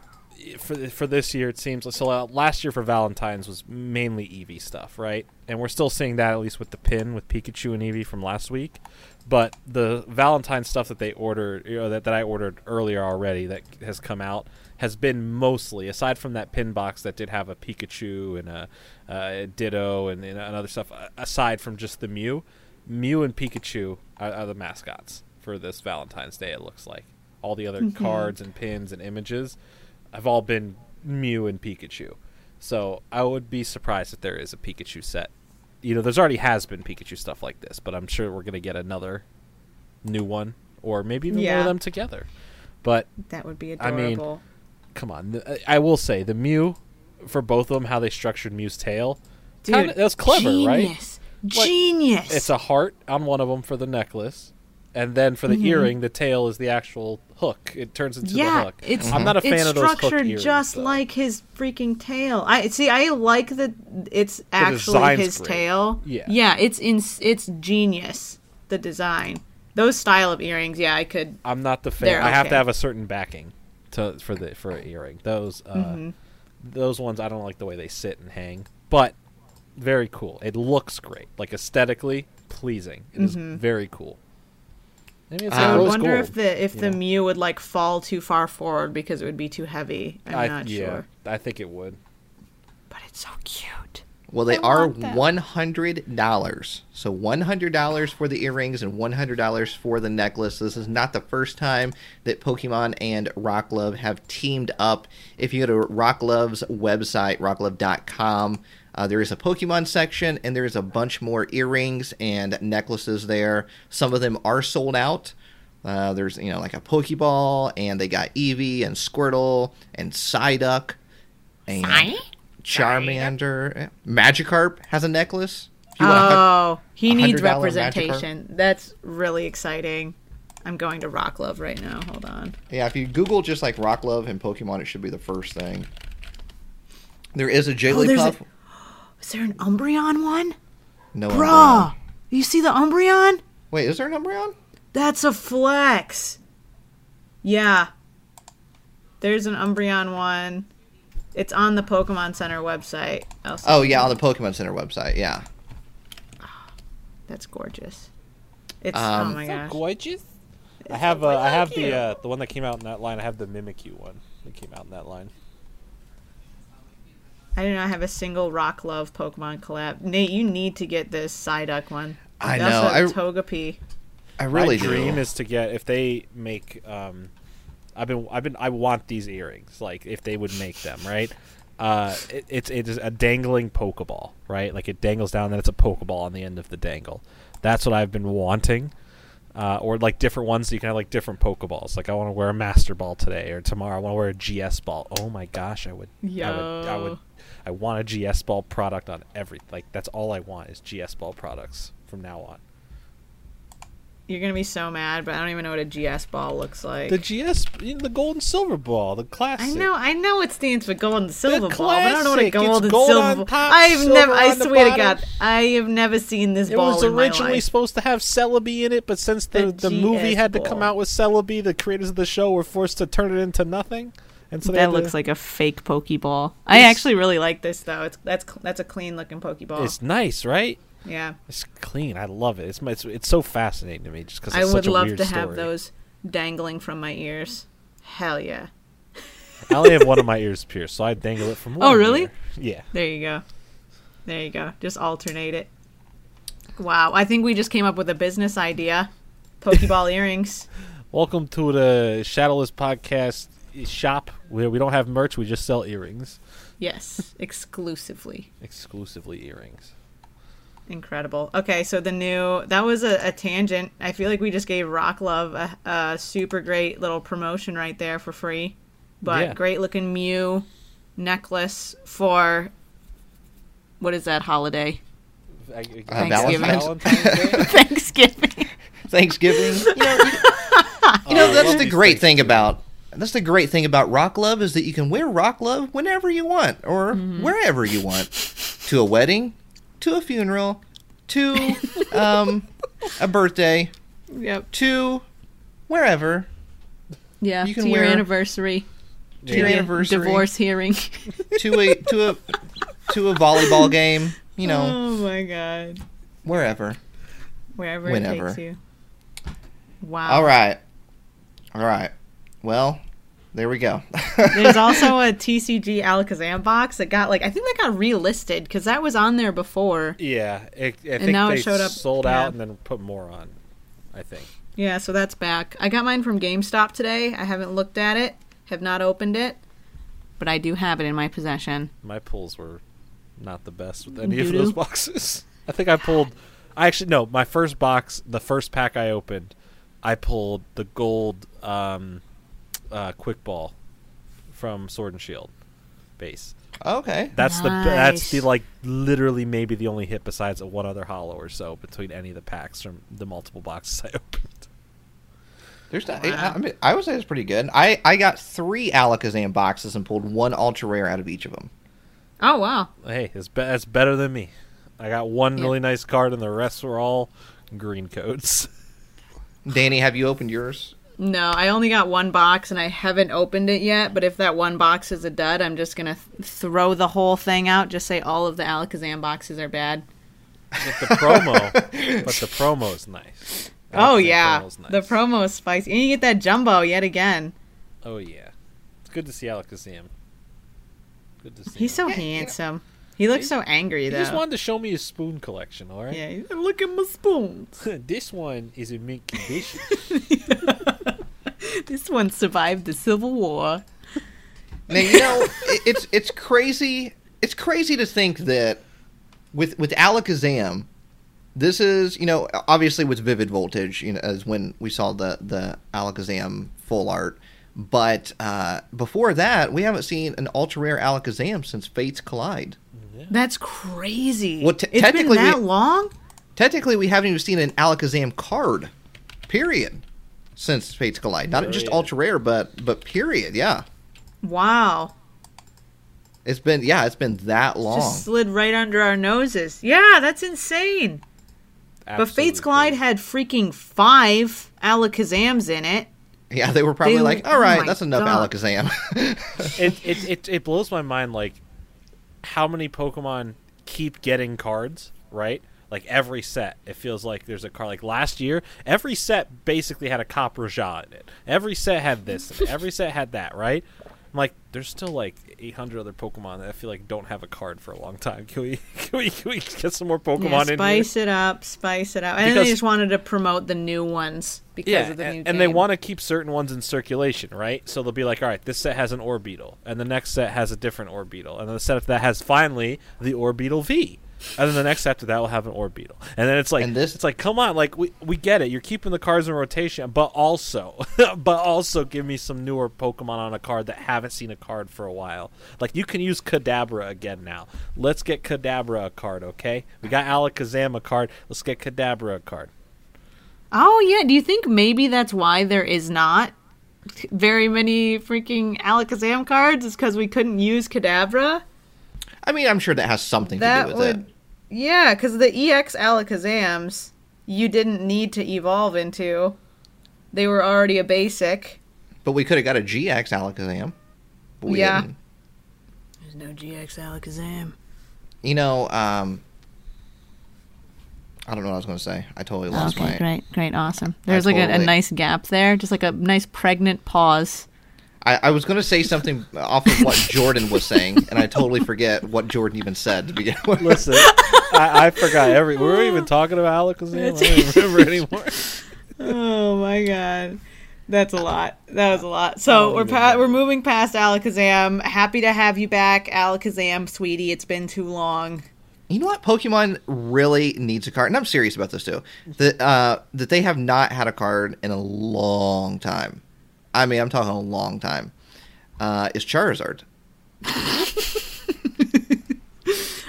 Speaker 2: for for this year it seems so uh, last year for Valentine's was mainly Eevee stuff, right? And we're still seeing that at least with the pin with Pikachu and Eevee from last week. But the Valentine stuff that they ordered, you know, that, that I ordered earlier already that has come out has been mostly aside from that pin box that did have a Pikachu and a, uh Ditto and, and other stuff a- aside from just the Mew, Mew and Pikachu are, are the mascots for this Valentine's Day it looks like. All the other cards and pins and images have all been Mew and Pikachu. So I would be surprised if there is a Pikachu set. You know, there's already has been Pikachu stuff like this, but I'm sure we're gonna get another new one, or maybe even one
Speaker 1: Yeah.
Speaker 2: of them together. But
Speaker 1: That would be
Speaker 2: I mean,
Speaker 1: adorable.
Speaker 2: come on, th- I I will say the Mew for both of them, how they structured Mew's tail,
Speaker 1: Dude,
Speaker 2: kinda- that's clever, right?
Speaker 1: genius. Genius.
Speaker 2: It's a heart on one of them for the necklace, and then for the earring, the tail is the actual hook. It turns into
Speaker 1: Mm-hmm. yeah,
Speaker 2: the hook.
Speaker 1: it's
Speaker 2: I'm not a fan
Speaker 1: it's
Speaker 2: of those hook
Speaker 1: structured
Speaker 2: earrings,
Speaker 1: just
Speaker 2: though.
Speaker 1: like his freaking tail. I see. I like that it's actually
Speaker 2: design's
Speaker 1: his
Speaker 2: great.
Speaker 1: tail.
Speaker 2: Yeah.
Speaker 1: yeah. It's in, it's genius. The design, those style of earrings. Yeah, I could.
Speaker 2: I'm not the fan.
Speaker 1: They're
Speaker 2: I have to
Speaker 1: okay.
Speaker 2: have a certain backing to for the for an earring. Those uh,
Speaker 1: Mm-hmm.
Speaker 2: those ones I don't like the way they sit and hang, but very cool. It looks great, like aesthetically. pleasing. It is very cool. Maybe it's
Speaker 3: I
Speaker 2: like
Speaker 1: Mm-hmm. I would
Speaker 2: rose
Speaker 1: wonder
Speaker 2: gold.
Speaker 1: if the if the
Speaker 2: yeah.
Speaker 1: Mew would like fall too far forward because it would be too heavy. I'm
Speaker 2: I,
Speaker 1: not
Speaker 2: yeah,
Speaker 1: sure,
Speaker 2: I think it would.
Speaker 1: but it's so cute.
Speaker 3: Well, they
Speaker 1: I
Speaker 3: are
Speaker 1: want that.
Speaker 3: one hundred dollars. So one hundred dollars for the earrings and one hundred dollars for the necklace. This is not the first time that Pokemon and Rock Love have teamed up. If you go to Rock Love's website, rocklove.com, uh, there is a Pokemon section and there is a bunch more earrings and necklaces there. Some of them are sold out. Uh, there's you know like a Pokeball and they got Eevee and Squirtle and Psyduck and. Charmander, Magikarp has a necklace. If you want-
Speaker 1: Oh, he needs
Speaker 3: $100 Magikarp?
Speaker 1: representation. That's really exciting. I'm going to Rock Love right now. Hold on.
Speaker 3: yeah, if you Google just like Rock Love and Pokemon, it should be the first thing. There is a
Speaker 1: Oh, there's a-
Speaker 3: Jigglypuff.
Speaker 1: Is there an Umbreon one?
Speaker 3: no, Umbreon.
Speaker 1: Bruh! You see the Umbreon?
Speaker 3: Wait, is there an Umbreon?
Speaker 1: That's a flex. Yeah. There's an Umbreon one. It's on the Pokemon Center website. I'll send
Speaker 3: Oh
Speaker 1: you
Speaker 3: yeah, on
Speaker 1: that.
Speaker 3: the Pokemon Center website. Yeah,
Speaker 1: That's gorgeous. It's
Speaker 3: Um,
Speaker 1: oh my gosh.
Speaker 2: Gorgeous. I have uh, I
Speaker 1: really
Speaker 2: have
Speaker 1: cute.
Speaker 2: the uh, the one that came out in that line. I have the Mimikyu one that came out in that line.
Speaker 1: I do not have a single Rock Love Pokemon collab. Nate, you need to get this Psyduck one.
Speaker 3: I
Speaker 1: They
Speaker 3: know,
Speaker 1: Also have
Speaker 3: I-
Speaker 1: Togepi.
Speaker 3: I really
Speaker 2: My dream
Speaker 3: do.
Speaker 2: is to get if they make. Um, I've been I've been I want these earrings. Like if they would make them right. Uh, it, it's it is a dangling Pokeball, right? Like it dangles down, then it's a Pokeball on the end of the dangle. That's what I've been wanting. Uh, or like different ones, so you can have like different Pokeballs. Like I want to wear a Master Ball today, or tomorrow I want to wear a GS Ball. Oh my gosh, I would, I would, I
Speaker 1: Yo.
Speaker 2: would, I want a GS Ball product on every. Like that's all I want is GS Ball products from now on.
Speaker 1: You're gonna be so mad, but I don't even know what a GS ball looks like.
Speaker 2: The GS, you know, the gold and silver ball, the classic.
Speaker 1: I know, I know it stands for gold and silver
Speaker 2: The
Speaker 1: ball, but I don't know what a
Speaker 2: classic. It's
Speaker 1: gold and
Speaker 2: gold
Speaker 1: silver.
Speaker 2: on
Speaker 1: ball-
Speaker 2: top,
Speaker 1: I've
Speaker 2: silver
Speaker 1: never, I
Speaker 2: on the
Speaker 1: swear to
Speaker 2: bottom.
Speaker 1: God, I have never seen this
Speaker 2: It
Speaker 1: ball
Speaker 2: was
Speaker 1: in my
Speaker 2: originally
Speaker 1: life.
Speaker 2: supposed to have Celebi in it, but since the,
Speaker 1: The
Speaker 2: the,
Speaker 1: GS
Speaker 2: movie had
Speaker 1: ball.
Speaker 2: to come out with Celebi, the creators of the show were forced to turn it into nothing. And so they
Speaker 1: that
Speaker 2: had to-
Speaker 1: looks like a fake pokeball. I
Speaker 2: It's-
Speaker 1: actually really like this though. It's that's cl- that's a clean looking pokeball.
Speaker 2: It's nice, right?
Speaker 1: yeah,
Speaker 2: It's clean. I love it. It's my- it's, it's so fascinating to me just because
Speaker 1: I
Speaker 2: it's
Speaker 1: would
Speaker 2: such a
Speaker 1: love
Speaker 2: weird
Speaker 1: to have
Speaker 2: story.
Speaker 1: those dangling from my ears. Hell yeah!
Speaker 2: I only have one of my ears pierced, so I dangle it from. one
Speaker 1: Oh, really?
Speaker 2: ear. Yeah.
Speaker 1: There you go. There you go. Just alternate it. Wow, I think we just came up with a business idea. Pokeball earrings.
Speaker 2: Welcome to the Shadowless Podcast shop where we don't have merch; we just sell earrings,
Speaker 1: Yes, exclusively.
Speaker 2: exclusively earrings.
Speaker 1: Incredible. Okay, so the new that was a, a tangent. I feel like we just gave Rock Love a, a super great little promotion right there for free. But
Speaker 2: Yeah.
Speaker 1: great looking Mew necklace for what is that holiday?
Speaker 2: I- I-
Speaker 3: Uh,
Speaker 1: Thanksgiving.
Speaker 2: Valentine's Day?
Speaker 1: Thanksgiving.
Speaker 3: Thanksgiving. You know, you- you know,
Speaker 2: Oh, I
Speaker 3: that's
Speaker 2: love
Speaker 3: the
Speaker 2: these
Speaker 3: great
Speaker 2: things,
Speaker 3: thing
Speaker 2: too.
Speaker 3: about that's the great thing about Rock Love is that you can wear Rock Love whenever you want or wherever you want, to a wedding, to a funeral, to um, a birthday,
Speaker 1: Yep.
Speaker 3: to wherever.
Speaker 1: Yeah.
Speaker 3: You can
Speaker 1: to your
Speaker 3: wear-
Speaker 1: anniversary.
Speaker 3: To your
Speaker 1: your
Speaker 3: anniversary,
Speaker 1: Divorce hearing.
Speaker 3: to a to a to a volleyball game, you know,
Speaker 1: Oh my god.
Speaker 3: wherever.
Speaker 1: Wherever
Speaker 3: Whenever.
Speaker 1: it takes you. Wow.
Speaker 3: All right, all right. Well, there we go.
Speaker 1: There's also a TCG Alakazam box that got like I think that got relisted because that was on there before.
Speaker 2: Yeah, it, I think
Speaker 1: now it
Speaker 2: they
Speaker 1: showed up-
Speaker 2: sold
Speaker 1: yeah.
Speaker 2: out and then put more on. I think.
Speaker 1: Yeah, so that's back. I got mine from GameStop today. I haven't looked at it, have not opened it, but I do have it in my possession.
Speaker 2: my pulls were not the best with any of
Speaker 1: Doo-doo.
Speaker 2: those boxes. I think I pulled. I actually no. My first box, the first pack I opened, I pulled the gold um, uh, quick ball from Sword and Shield base.
Speaker 3: okay.
Speaker 2: That's the that's the
Speaker 1: Nice.
Speaker 2: like literally maybe the only hit besides a one other hollow or so between any of the packs from the multiple boxes I opened.
Speaker 3: There's not,
Speaker 1: Wow.
Speaker 3: I, I mean, I would say it's pretty good. I, I got three Alakazam boxes and pulled one ultra rare out of each of them.
Speaker 1: Oh wow.
Speaker 2: Hey, it's be- that's better than me. I got one
Speaker 1: Yeah.
Speaker 2: really nice card and the rest were all green codes.
Speaker 3: Danny, have you opened yours?
Speaker 1: No, I only got one box and I haven't opened it yet, but if that one box is a dud, I'm just going to th- throw the whole thing out, just say all of the Alakazam boxes are bad.
Speaker 2: But the promo, but the promo's nice. I like
Speaker 4: Oh
Speaker 2: that
Speaker 4: yeah,
Speaker 2: promo's
Speaker 4: the
Speaker 2: nice.
Speaker 4: promo is spicy, and you get that jumbo yet again.
Speaker 2: Oh yeah, it's good to see Alakazam. Good to see.
Speaker 4: He's
Speaker 2: him.
Speaker 4: so handsome. He looks so angry
Speaker 2: He
Speaker 4: though.
Speaker 2: just wanted to show me his spoon collection. All right.
Speaker 4: yeah, he's like, look at my spoons.
Speaker 2: this one is in mint condition.
Speaker 4: This one survived the Civil War.
Speaker 3: Now you know it, it's it's crazy. It's crazy to think that with with Alakazam, this is you know obviously with Vivid Voltage, you know, as when we saw the the Alakazam full art. But uh, before that, we haven't seen an ultra rare Alakazam since Fates Collide.
Speaker 4: That's crazy.
Speaker 3: Well, te-
Speaker 4: it's
Speaker 3: technically
Speaker 4: been that
Speaker 3: we-
Speaker 4: long.
Speaker 3: Technically, we haven't even seen an Alakazam card, period, since Fates Collide. Not just
Speaker 2: Period.
Speaker 3: ultra rare, but but period. Yeah,
Speaker 4: Wow,
Speaker 3: it's been yeah, it's been that long.
Speaker 4: just slid right under our noses. Yeah, that's insane. but Fates
Speaker 2: Absolutely.
Speaker 4: Glide had freaking five Alakazams in it.
Speaker 3: Yeah, they were probably
Speaker 4: They-
Speaker 3: like, "All
Speaker 4: oh
Speaker 3: right,
Speaker 4: my
Speaker 3: that's enough,
Speaker 4: God."
Speaker 3: Alakazam."
Speaker 2: It, it it it blows my mind like how many Pokemon keep getting cards, right? Like every set, it feels like there's a card. Like last year, every set basically had a Cop Raja in it. Every set had this. And every set had that. Right? I'm like, there's still like 800 other Pokemon that I feel like don't have a card for a long time. Can we can we, can we get some more Pokemon
Speaker 4: yeah,
Speaker 2: in here?
Speaker 4: spice it up, spice it up. And
Speaker 2: Because-
Speaker 4: they just wanted to promote the new ones because
Speaker 2: Yeah,
Speaker 4: of the new
Speaker 2: and, and they
Speaker 4: game.
Speaker 2: want to keep certain ones in circulation, right? So they'll be like, all right, this set has an Orbeetle, and the next set has a different Orbeetle, and then the set after that has finally the Orbeetle V, and then the next after that will have an Orbeetle, and then it's like,
Speaker 3: And this-
Speaker 2: it's like, come on, like we we get it, you're keeping the cards in rotation, but also, but also give me some newer Pokemon on a card that haven't seen a card for a while. Like you can use Kadabra again now. Let's get Kadabra a card, okay? We got Alakazam a card. Let's get Kadabra a card.
Speaker 4: Oh yeah, do you think maybe that's why there is not very many freaking Alakazam cards? Is because we couldn't use Kadabra?
Speaker 3: I mean, I'm sure that has something to do
Speaker 4: That
Speaker 3: with
Speaker 4: would,
Speaker 3: it.
Speaker 4: yeah, because the EX Alakazams you didn't need to evolve into; they were already a basic.
Speaker 3: But we could have got a GX Alakazam. But we
Speaker 4: Yeah.
Speaker 3: didn't.
Speaker 4: There's no GX Alakazam.
Speaker 3: You know, um, I don't know what I was going to say. I totally lost
Speaker 4: okay,
Speaker 3: my.
Speaker 4: great, great, awesome. There's like a, a
Speaker 3: totally-
Speaker 4: nice gap there, just like a nice pregnant pause.
Speaker 3: I, I was going to say something off of what Jordan was saying, and I totally forget what Jordan even said to begin with.
Speaker 2: Listen, I, I forgot every. We were we even talking about Alakazam. I don't remember anymore.
Speaker 4: oh my god. That's a lot. That was a lot. So we're pa- we're moving past Alakazam. Happy to have you back, Alakazam, sweetie. It's been too long.
Speaker 3: You know what? Pokemon really needs a card, and I'm serious about this too. That uh, that they have not had a card in a long time. I mean, I'm talking a long time. Uh, is Charizard?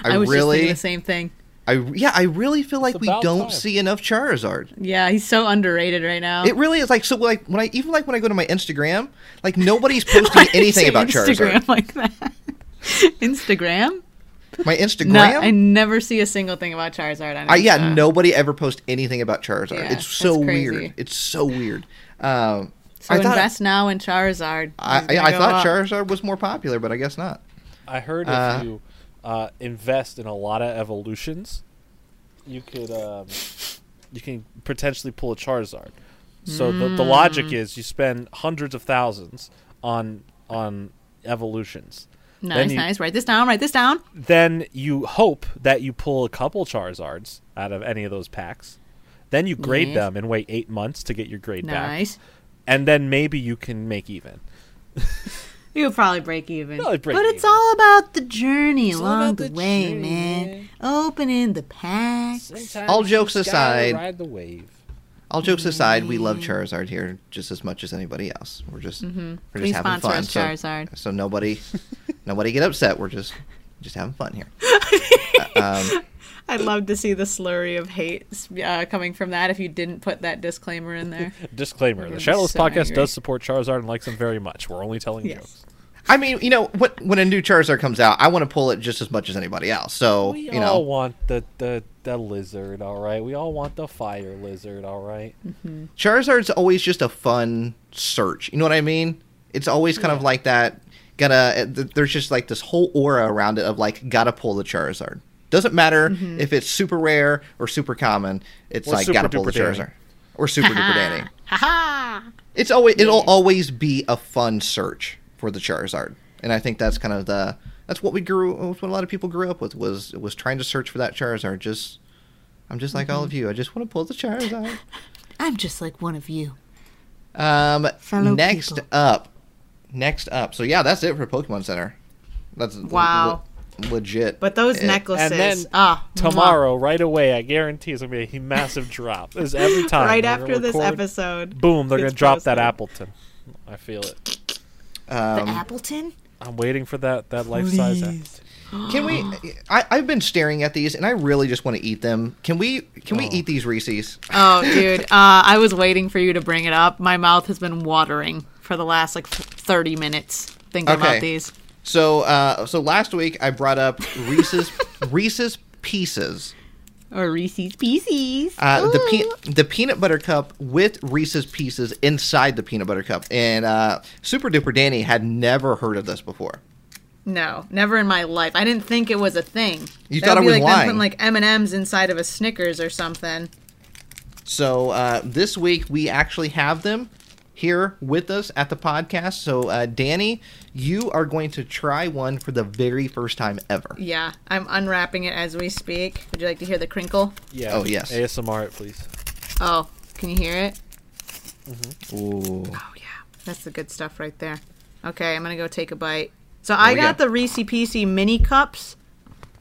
Speaker 3: I, really,
Speaker 4: was just thinking the same thing.
Speaker 3: I yeah, I really feel like we
Speaker 2: about
Speaker 3: don't
Speaker 2: time.
Speaker 3: see enough Charizard.
Speaker 4: Yeah, he's so underrated right now.
Speaker 3: It really is like so. Like when I even like when I go to my Instagram, like nobody's posting anything about
Speaker 4: Instagram
Speaker 3: Charizard.
Speaker 4: like that. Instagram?
Speaker 3: My Instagram,
Speaker 4: No, I never see a single thing about Charizard on
Speaker 3: I, yeah,
Speaker 4: Insta.
Speaker 3: nobody ever posts anything about Charizard.
Speaker 4: Yeah,
Speaker 3: it's so
Speaker 4: that's
Speaker 3: weird.
Speaker 4: crazy.
Speaker 3: It's so weird. Um,
Speaker 4: So
Speaker 3: I thought,
Speaker 4: invest now in Charizard. He's
Speaker 3: I,
Speaker 4: gonna
Speaker 3: I, I
Speaker 4: go
Speaker 3: thought
Speaker 4: up.
Speaker 3: Charizard was more popular, but I guess not.
Speaker 2: I heard if
Speaker 4: Uh-huh.
Speaker 3: Uh,
Speaker 2: you uh, invest in a lot of evolutions, you could um, you can potentially pull a Charizard. So the, the
Speaker 4: Hmm.
Speaker 2: logic is you spend hundreds of thousands on on evolutions.
Speaker 4: Nice,
Speaker 2: you-
Speaker 4: nice. Write this down. Write this down.
Speaker 2: Then you hope that you pull a couple Charizards out of any of those packs. Then you grade
Speaker 4: Yes.
Speaker 2: them and wait eight months to get your grade back.
Speaker 4: Nice.
Speaker 2: and then maybe you can make even.
Speaker 4: You'll probably break even.
Speaker 2: Probably break
Speaker 4: but it's
Speaker 2: even.
Speaker 4: all about the journey
Speaker 2: all
Speaker 4: along
Speaker 2: about
Speaker 4: the,
Speaker 2: the
Speaker 4: way,
Speaker 2: journey,
Speaker 4: man. Opening the packs.
Speaker 3: All you jokes just gotta aside-
Speaker 2: ride the wave.
Speaker 3: All jokes aside, we
Speaker 4: Mm.
Speaker 3: love Charizard here just as much as anybody else. We're just we're just
Speaker 4: Please
Speaker 3: having
Speaker 4: Mm-hmm. sponsor
Speaker 3: fun.
Speaker 4: us,
Speaker 3: so,
Speaker 4: Charizard.
Speaker 3: so nobody nobody get upset. We're just just having fun here. um,
Speaker 4: I'd love to see the slurry of hate uh, coming from that if you didn't put that disclaimer in there.
Speaker 2: Disclaimer:
Speaker 4: gonna
Speaker 2: The
Speaker 4: be
Speaker 2: Shadowless
Speaker 4: so
Speaker 2: Podcast
Speaker 4: angry.
Speaker 2: does support Charizard and likes him very much. We're only telling
Speaker 4: Yes.
Speaker 2: jokes.
Speaker 3: I mean, you know, when, when a new Charizard comes out, I want to pull it just as much as anybody else. So
Speaker 2: We
Speaker 3: you
Speaker 2: all
Speaker 3: know,
Speaker 2: want the, the the lizard, all right. We all want the fire lizard, all right.
Speaker 3: Charizard's always just a fun search. You know what I mean? It's always kind of eh, like that. Gotta. th- There's just like this whole aura around it of like gotta pull the Charizard. Doesn't matter if it's super rare or super common. It's
Speaker 2: Mm-hmm. Or
Speaker 3: like
Speaker 2: super
Speaker 3: gotta pull
Speaker 2: duper
Speaker 3: the
Speaker 2: Danny.
Speaker 3: Scherzer or super duper Danny.
Speaker 4: Ha ha!
Speaker 3: It's always it'll always be a fun search for the Charizard, and I think that's kind of the that's what we grew. That's what a lot of people grew up with was was trying to search for that Charizard. Just I'm just like all
Speaker 2: Mm-hmm.
Speaker 3: of you. I just want to pull the Charizard.
Speaker 4: I'm just like one of you.
Speaker 3: Um,
Speaker 4: Fellow
Speaker 3: next
Speaker 4: people.
Speaker 3: up, next up. So yeah, that's it for Pokemon Center. That's le-
Speaker 4: Wow.
Speaker 3: le- legit.
Speaker 4: But those
Speaker 3: Eh,
Speaker 4: necklaces.
Speaker 2: and then
Speaker 4: ah, mwah.
Speaker 2: tomorrow, right away, I guarantee it's gonna be a massive drop. This is every time.
Speaker 4: Right
Speaker 2: We're gonna
Speaker 4: after this
Speaker 2: record,
Speaker 4: episode.
Speaker 2: boom, they're
Speaker 4: it's
Speaker 2: gonna drop that
Speaker 4: posted.
Speaker 2: Appleton. I feel it.
Speaker 4: The
Speaker 3: um,
Speaker 4: Appleton?
Speaker 2: I'm waiting for that that life size Appleton.
Speaker 3: Can we? I, I've been staring at these, and I really just want to eat them. Can we? Can we
Speaker 2: Oh.
Speaker 3: eat these Reese's?
Speaker 4: Oh, dude. Uh, I was waiting for you to bring it up. My mouth has been watering for the last like f- 30 minutes thinking
Speaker 3: Okay.
Speaker 4: about these.
Speaker 3: So, uh, so last week I brought up Reese's Reese's Pieces.
Speaker 4: Or Reese's Pieces.
Speaker 3: Uh, the
Speaker 4: Ooh.
Speaker 3: pe- the peanut butter cup with Reese's Pieces inside the peanut butter cup, and uh, Super Duper Danny had never heard of this before.
Speaker 4: No, never in my life. I didn't think it was a thing.
Speaker 3: You
Speaker 4: That
Speaker 3: thought I
Speaker 4: would be
Speaker 3: was
Speaker 4: like them
Speaker 3: lying.
Speaker 4: putting like M and M's inside of a Snickers or something.
Speaker 3: So uh, this week we actually have them here with us at the podcast. So uh, Danny, you are going to try one for the very first time ever.
Speaker 4: Yeah, I'm unwrapping it as we speak. Would you like to hear the crinkle?
Speaker 2: Yeah.
Speaker 3: Oh, yes.
Speaker 2: ASMR it, please.
Speaker 4: Oh, can you hear it?
Speaker 3: Ooh.
Speaker 4: Oh yeah, that's the good stuff right there. Okay, I'm gonna go take a bite. So I
Speaker 3: we
Speaker 4: got
Speaker 3: go.
Speaker 4: the Reese PC mini cups,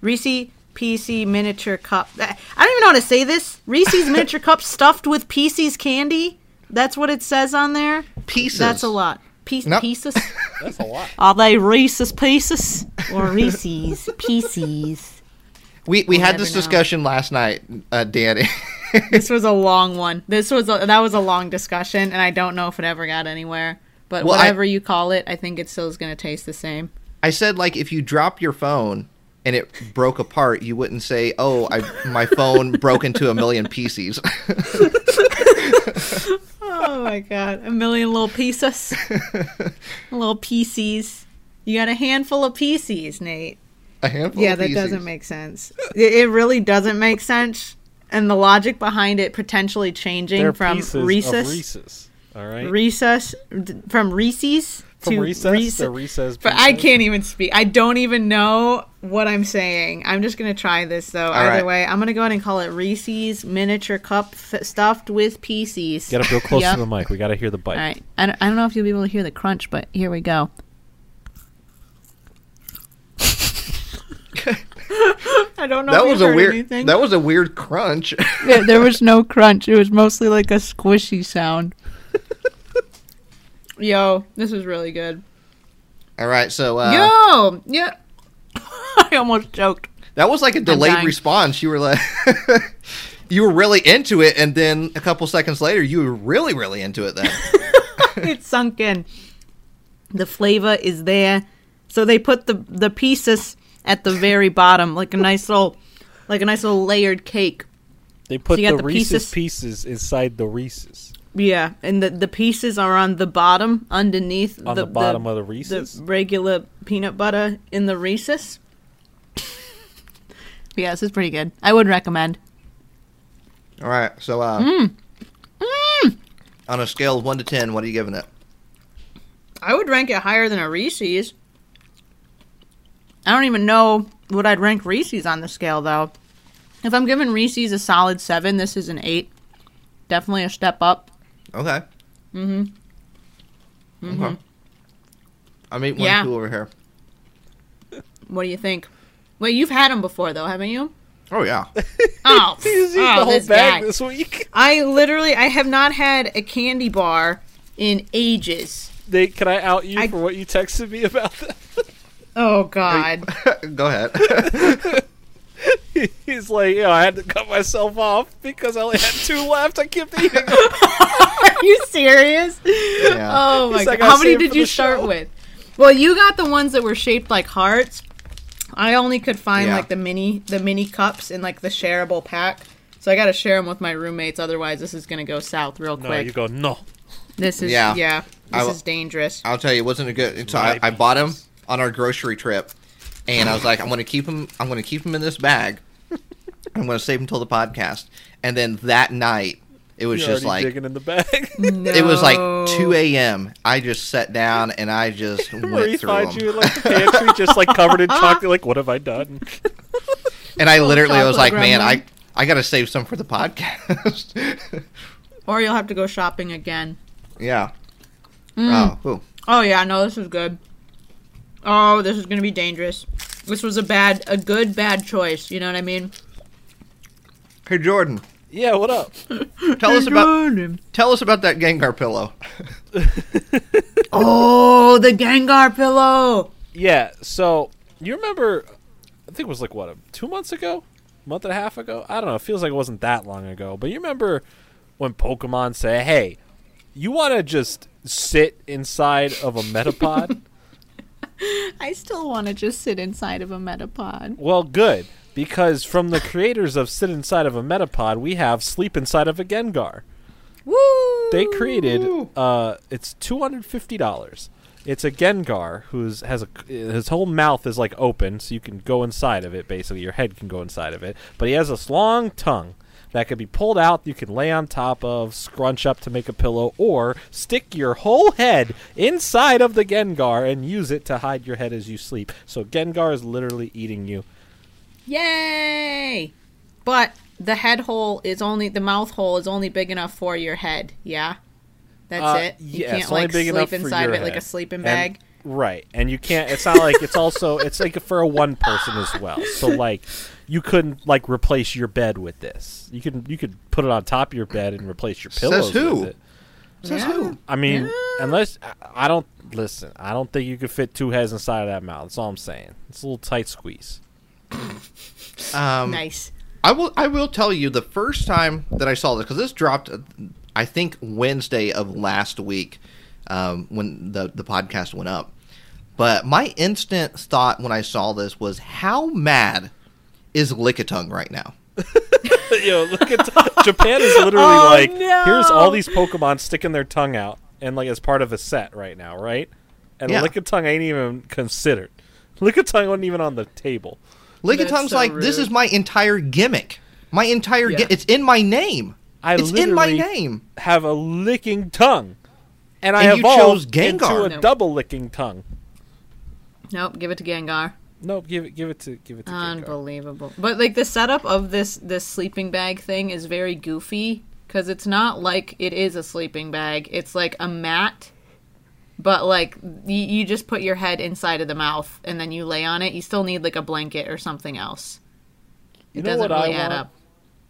Speaker 4: Reese PC miniature cup. I don't even know how to say this. Reese's miniature cup stuffed with PC's candy. That's what it says on there.
Speaker 3: Pieces.
Speaker 4: That's a lot. Piece,
Speaker 3: Nope.
Speaker 4: Pieces.
Speaker 2: That's a lot.
Speaker 4: Are they Reese's Pieces or Reese's Pieces?
Speaker 3: We we had
Speaker 4: never
Speaker 3: this
Speaker 4: know.
Speaker 3: discussion last night, uh, Danny.
Speaker 4: This was a long one. This was a, that was a long discussion, and I don't know if it ever got anywhere. But
Speaker 3: Well, I-
Speaker 4: whatever you call it, I think it still is going to taste the same.
Speaker 3: I said like if you drop your phone and it broke apart, you wouldn't say, "Oh, I my phone broke into a million pieces."
Speaker 4: Oh my god, a million little pieces, little pieces. You got a handful of pieces, Nate.
Speaker 3: a handful.
Speaker 4: Yeah,
Speaker 3: of
Speaker 4: that
Speaker 3: pieces.
Speaker 4: doesn't make sense. It, it really doesn't make sense, and the logic behind it potentially changing
Speaker 2: They're
Speaker 4: from
Speaker 2: pieces of
Speaker 4: Reese's.
Speaker 2: Reese's. All right.
Speaker 4: recess d- from Reese's
Speaker 2: From
Speaker 4: to
Speaker 2: recess
Speaker 4: Reese-
Speaker 2: to recess.
Speaker 4: But I
Speaker 2: pieces.
Speaker 4: can't even speak. I don't even know what I'm saying. I'm just gonna try this though. Either
Speaker 3: right.
Speaker 4: way, I'm gonna go ahead and call it Reese's miniature cup f- stuffed with PCs.
Speaker 2: Get up real close
Speaker 4: Yep.
Speaker 2: to the mic. We gotta hear the bite.
Speaker 4: All right. I don't, I don't know if you'll be able to hear the crunch, but here we go. I don't know.
Speaker 3: That
Speaker 4: if
Speaker 3: was
Speaker 4: you
Speaker 3: a
Speaker 4: heard
Speaker 3: weird.
Speaker 4: Anything.
Speaker 3: That was a weird crunch.
Speaker 4: Yeah, there was no crunch. It was mostly like a squishy sound. Yo, this is really good.
Speaker 3: All right, so uh,
Speaker 4: Yo, yeah. I almost choked.
Speaker 3: That was like a delayed
Speaker 4: dying.
Speaker 3: response. You were like, you were really into it, and then a couple seconds later, you were really, really into it. Then
Speaker 4: It sunk in. The flavor is there. So they put the the pieces at the very bottom, like a nice little, like a nice little layered cake.
Speaker 2: They put
Speaker 4: So you got
Speaker 2: the,
Speaker 4: the
Speaker 2: Reese's
Speaker 4: pieces-
Speaker 2: pieces inside the Reese's
Speaker 4: Yeah, and the the pieces are on the bottom, underneath
Speaker 2: on the, bottom of the Reese's.
Speaker 4: the regular peanut butter in the Reese's. yeah, this is pretty good. I would recommend.
Speaker 3: all right, so uh, on a scale of one to ten, what are you giving it?
Speaker 4: I would rank it higher than a Reese's. I don't even know what I'd rank Reese's on the scale though. If I'm giving Reese's a solid seven, this is an eight. Definitely a step up.
Speaker 3: Okay. Mm-hmm. Okay. I'm eating one
Speaker 4: Yeah.
Speaker 3: two over here.
Speaker 4: What do you think? Well, you've had them before though, haven't you?
Speaker 3: Oh yeah.
Speaker 4: Oh,
Speaker 2: He's eating
Speaker 4: oh,
Speaker 2: the whole
Speaker 4: this
Speaker 2: bag
Speaker 4: guy.
Speaker 2: this week.
Speaker 4: I literally I have not had a candy bar in ages.
Speaker 2: They, can I out you
Speaker 4: I-
Speaker 2: for what you texted me about that?
Speaker 4: Oh god.
Speaker 3: Go ahead.
Speaker 2: He's like, yo, I had to cut myself off because I only had two left. I kept eating.
Speaker 4: Are you serious?
Speaker 3: Yeah.
Speaker 4: Oh my
Speaker 2: He's like,
Speaker 4: god.
Speaker 2: "I'll
Speaker 4: How many
Speaker 2: save
Speaker 4: did
Speaker 2: for
Speaker 4: you
Speaker 2: the
Speaker 4: start
Speaker 2: show."
Speaker 4: with? Well, you got the ones that were shaped like hearts. I only could find
Speaker 3: Yeah.
Speaker 4: like the mini the mini cups in like the shareable pack. So I got to share them with my roommates otherwise this is going to go south real
Speaker 2: No,
Speaker 4: quick.
Speaker 2: you go, no.
Speaker 4: This is
Speaker 3: Yeah.
Speaker 4: yeah.
Speaker 3: I
Speaker 4: this
Speaker 3: w-
Speaker 4: is dangerous.
Speaker 3: I'll tell you, it wasn't a good. So
Speaker 2: My
Speaker 3: I, I bought them on our grocery trip, and I was like, I'm gonna keep him. I'm gonna keep him in this bag. I'm gonna save him till the podcast. And then that night, it was
Speaker 2: You're
Speaker 3: just
Speaker 2: already
Speaker 3: like
Speaker 2: digging in the bag.
Speaker 3: it was like
Speaker 4: No.
Speaker 3: 2 a.m. I just sat down and I just
Speaker 2: Marie
Speaker 3: went through
Speaker 2: finds
Speaker 3: them.
Speaker 2: you in like the pantry, just like covered in chocolate. Like, what have I done?
Speaker 3: and I literally was like,
Speaker 4: chocolate
Speaker 3: man, I
Speaker 4: gremlin.
Speaker 3: I gotta save some for the podcast.
Speaker 4: Or you'll have to go shopping again.
Speaker 3: yeah. Oh, ooh.
Speaker 4: Oh yeah, no, this is good. Oh, this is gonna be dangerous. This was a bad, a good bad choice. You know what I mean?
Speaker 3: hey Jordan,
Speaker 2: Yeah, what up?
Speaker 3: tell us about tell us about that Gengar pillow.
Speaker 4: Oh, the Gengar pillow.
Speaker 2: Yeah, so you remember? I think it was like what a- two months ago, month and a half ago. I don't know. It feels like it wasn't that long ago. But you remember when Pokemon say, "Hey, you want to just sit inside of a Metapod?"
Speaker 4: I still want to just sit inside of a Metapod.
Speaker 2: well, good because from the creators of "Sit Inside of a Metapod," we have "Sleep Inside of a Gengar."
Speaker 4: Woo!
Speaker 2: they created uh it's $250 it's a gengar who's has a his whole mouth is like open so you can go inside of it basically your head can go inside of it but he has this long tongue that could be pulled out you can lay on top of scrunch up to make a pillow or stick your whole head inside of the gengar and use it to hide your head as you sleep so gengar is literally eating you
Speaker 4: Yay! But the head hole is only the mouth hole is only big enough for your head. Yeah, that's
Speaker 2: Uh,
Speaker 4: it. You
Speaker 2: yeah,
Speaker 4: can't
Speaker 2: it's only
Speaker 4: like
Speaker 2: big enough
Speaker 4: sleep
Speaker 2: for
Speaker 4: inside
Speaker 2: your
Speaker 4: of it like a
Speaker 2: head.
Speaker 4: sleeping
Speaker 2: And-
Speaker 4: bag.
Speaker 2: right. And you can't it's not like it's also it's like for a one person as well. So like you couldn't like replace your bed with this. You could you could put it on top of your bed and replace your pillows
Speaker 3: who?
Speaker 2: with it.
Speaker 3: Says
Speaker 4: Yeah.
Speaker 3: who?
Speaker 2: I mean, unless I- I don't listen, I don't think you could fit two heads inside of that mouth. That's all I'm saying. It's a little tight squeeze.
Speaker 3: Um,
Speaker 4: nice.
Speaker 3: I will. I will tell you the first time that I saw this because this dropped, uh, I think Wednesday of last week, um, when the the podcast went up. But my instant thought when I saw this was, how mad is Lickitung right now?
Speaker 2: Yo, look at Japan is literally
Speaker 4: Oh,
Speaker 2: like here's all
Speaker 4: no.
Speaker 2: these Pokemon sticking their tongue out and like as part of a set right now, right? And
Speaker 3: Yeah.
Speaker 2: Lickitung ain't even considered. Lickitung wasn't even on the table.
Speaker 3: Lickitung's
Speaker 4: so
Speaker 3: like, this
Speaker 4: rude.
Speaker 3: is my entire gimmick. My entire
Speaker 4: Yeah.
Speaker 3: gi- it's in my name.
Speaker 2: I
Speaker 3: it's in my
Speaker 2: literally-
Speaker 3: name.
Speaker 2: Have a licking tongue. And, I
Speaker 3: And you chose
Speaker 2: evolved into
Speaker 3: Gengar.
Speaker 2: a
Speaker 4: Nope.
Speaker 2: double licking tongue.
Speaker 4: Nope, give it to Gengar.
Speaker 2: Nope, give it give it to give it to Gengar.
Speaker 4: Unbelievable. But like the setup of this this sleeping bag thing is very goofy because it's not like it is a sleeping bag. It's like a mat, but like you, you just put your head inside of the mouth and then you lay on it. You still need like a blanket or something else. It
Speaker 2: You know
Speaker 4: doesn't
Speaker 2: what
Speaker 4: really
Speaker 2: I
Speaker 4: add
Speaker 2: want?
Speaker 4: up.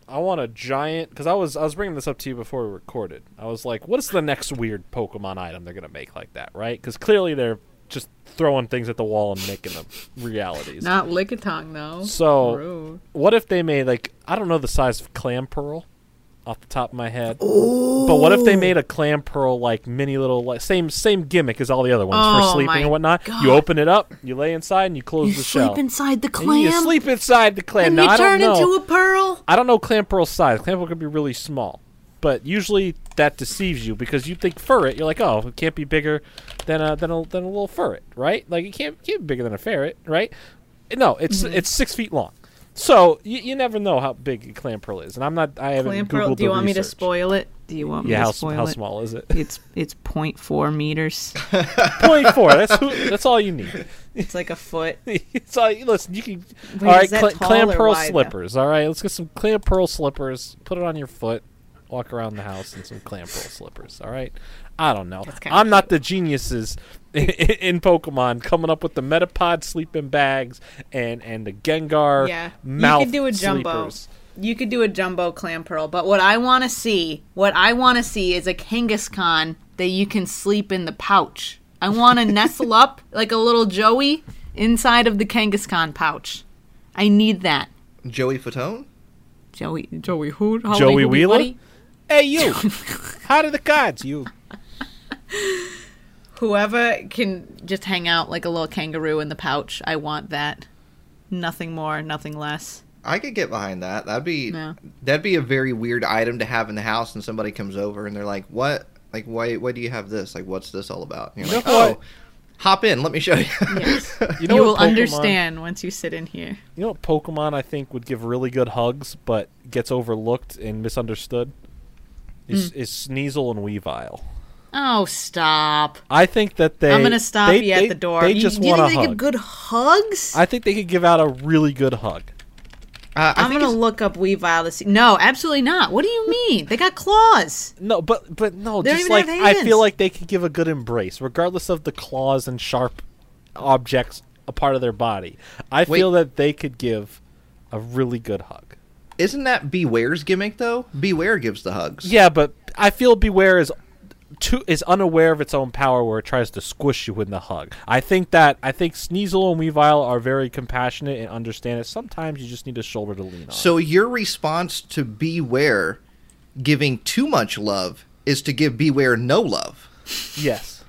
Speaker 2: I want a giant because I was I was bringing this up to you before we recorded. I was like, "What's the next weird Pokemon item they're gonna make like that?" Right? Because clearly they're just throwing things at the wall and making them realities.
Speaker 4: Not Lickitung though.
Speaker 2: So-
Speaker 4: Rude.
Speaker 2: What if they made like I don't know the size of clam pearl off the top of my head. But what if they made a clam pearl like mini little like same same gimmick as all the other ones
Speaker 4: Oh
Speaker 2: for sleeping
Speaker 4: my
Speaker 2: and whatnot?
Speaker 4: God.
Speaker 2: You open it up, you lay inside, and you close
Speaker 4: You
Speaker 2: the
Speaker 4: sleep
Speaker 2: shell.
Speaker 4: inside the
Speaker 2: And
Speaker 4: clam.
Speaker 2: you sleep inside the clam.
Speaker 4: and
Speaker 2: Now,
Speaker 4: you
Speaker 2: I
Speaker 4: turn
Speaker 2: don't know.
Speaker 4: into a pearl.
Speaker 2: I don't know clam pearl size. Clam pearl can be really small, but usually that deceives you because you think ferret. You're like, oh, it can't be bigger than a than a, than a little ferret, right? Like it can't can't be bigger than a ferret, right? No, it's
Speaker 4: Mm-hmm.
Speaker 2: it's six feet long. So you, you never know how big a clam pearl is, and I'm not. I haven't
Speaker 4: Clam
Speaker 2: googled
Speaker 4: pearl.
Speaker 2: the
Speaker 4: Do you want me to
Speaker 2: research.
Speaker 4: spoil it? Do you want me
Speaker 2: Yeah,
Speaker 4: to
Speaker 2: how, s-
Speaker 4: spoil
Speaker 2: how
Speaker 4: it?
Speaker 2: small is it?
Speaker 4: It's it's 0.4 meters.
Speaker 2: Point four. That's who, that's all you need.
Speaker 4: It's like a foot.
Speaker 2: it's all listen. You can
Speaker 4: Wait,
Speaker 2: all right.
Speaker 4: is that
Speaker 2: Cl-
Speaker 4: tall
Speaker 2: clam
Speaker 4: or
Speaker 2: pearl
Speaker 4: wide, though?
Speaker 2: slippers. All right, let's get some clam pearl slippers. Put it on your foot. Walk around the house in some clam pearl slippers. All right. I don't know.
Speaker 4: kinda
Speaker 2: I'm not the geniuses in, in Pokemon coming up with the Metapod sleeping bags and and the Gengar
Speaker 4: Yeah,
Speaker 2: mouth
Speaker 4: you could do a jumbo.
Speaker 2: sleepers.
Speaker 4: You could do a jumbo clam pearl, but what I want to see, what I want to see is a Kangaskhan that you can sleep in the pouch. I want to nestle up like a little Joey inside of the Kangaskhan pouch. I need that.
Speaker 3: Joey Fatone.
Speaker 4: Joey, Joey who?
Speaker 2: Joey Wheeler? Hey you! How do the gods you?
Speaker 4: Whoever can just hang out like a little kangaroo in the pouch. I want that. Nothing more, nothing less.
Speaker 3: I could get behind that. That'd be
Speaker 4: No.
Speaker 3: that'd be a very weird item to have in the house, and somebody comes over and they're like, "What? Like, why? Why do you have this? Like, what's this all about?" And you're like,
Speaker 2: know what?
Speaker 3: "Oh, Hop in. Let me show you. Uh,
Speaker 4: Yes.
Speaker 2: You know
Speaker 4: you
Speaker 2: what
Speaker 4: will
Speaker 2: Pokemon-
Speaker 4: understand once you sit in here.
Speaker 2: You know what Pokemon I think would give really good hugs, but gets overlooked and misunderstood? Is,
Speaker 4: Hmm.
Speaker 2: is Sneasel and Weavile.
Speaker 4: Oh, stop.
Speaker 2: I think that they.
Speaker 4: I'm going to stop
Speaker 2: they-
Speaker 4: you at
Speaker 2: they-
Speaker 4: the door.
Speaker 2: They
Speaker 4: You-
Speaker 2: just
Speaker 4: do you
Speaker 2: want
Speaker 4: think
Speaker 2: a
Speaker 4: they
Speaker 2: hug.
Speaker 4: give good hugs?
Speaker 2: I think they could give out a really good hug.
Speaker 3: Uh, I
Speaker 4: I am
Speaker 3: think
Speaker 4: going to
Speaker 3: it's-
Speaker 4: look up Weavile to see. No, absolutely not. What do you mean? They got claws.
Speaker 2: No, but but no,
Speaker 4: They don't
Speaker 2: just
Speaker 4: even
Speaker 2: like
Speaker 4: have
Speaker 2: I
Speaker 4: hands.
Speaker 2: feel like they could give a good embrace, regardless of the claws and sharp objects a part of their body. I
Speaker 3: Wait.
Speaker 2: feel that they could give a really good hug.
Speaker 3: Isn't that Beware's gimmick though? Beware gives the hugs.
Speaker 2: Yeah, but I feel Beware is too is unaware of its own power where it tries to squish you in the hug. I think that I think Sneasel and Weavile are very compassionate and understand it. Sometimes you just need a shoulder to lean on.
Speaker 3: So your response to Beware giving too much love is to give Beware no love.
Speaker 2: yes.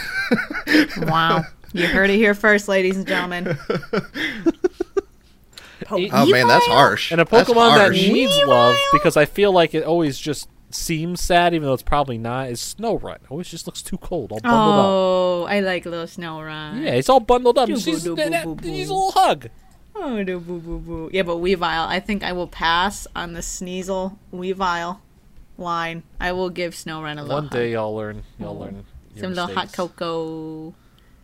Speaker 4: Wow. You heard it here first, ladies and gentlemen.
Speaker 3: Oh man, that's harsh.
Speaker 2: And a
Speaker 3: That's
Speaker 2: Pokemon that
Speaker 3: harsh.
Speaker 2: needs love because I feel like it always just seems sad, even though it's probably not. Is Snowrun always just looks too cold, all bundled up.
Speaker 4: Oh, I like little snow run.
Speaker 2: Yeah, he's all bundled up.
Speaker 4: Boo,
Speaker 2: He's, he's,
Speaker 4: boo, boo, boo, boo.
Speaker 2: he's a little hug.
Speaker 4: Oh, do boo boo boo. Yeah, but Weavile. I think I will pass on the Sneasel Weavile line. I will give Snow Run a little
Speaker 2: One
Speaker 4: hug.
Speaker 2: day y'all learn. Y'all learn. your
Speaker 4: some little hot
Speaker 2: mistakes.
Speaker 4: cocoa,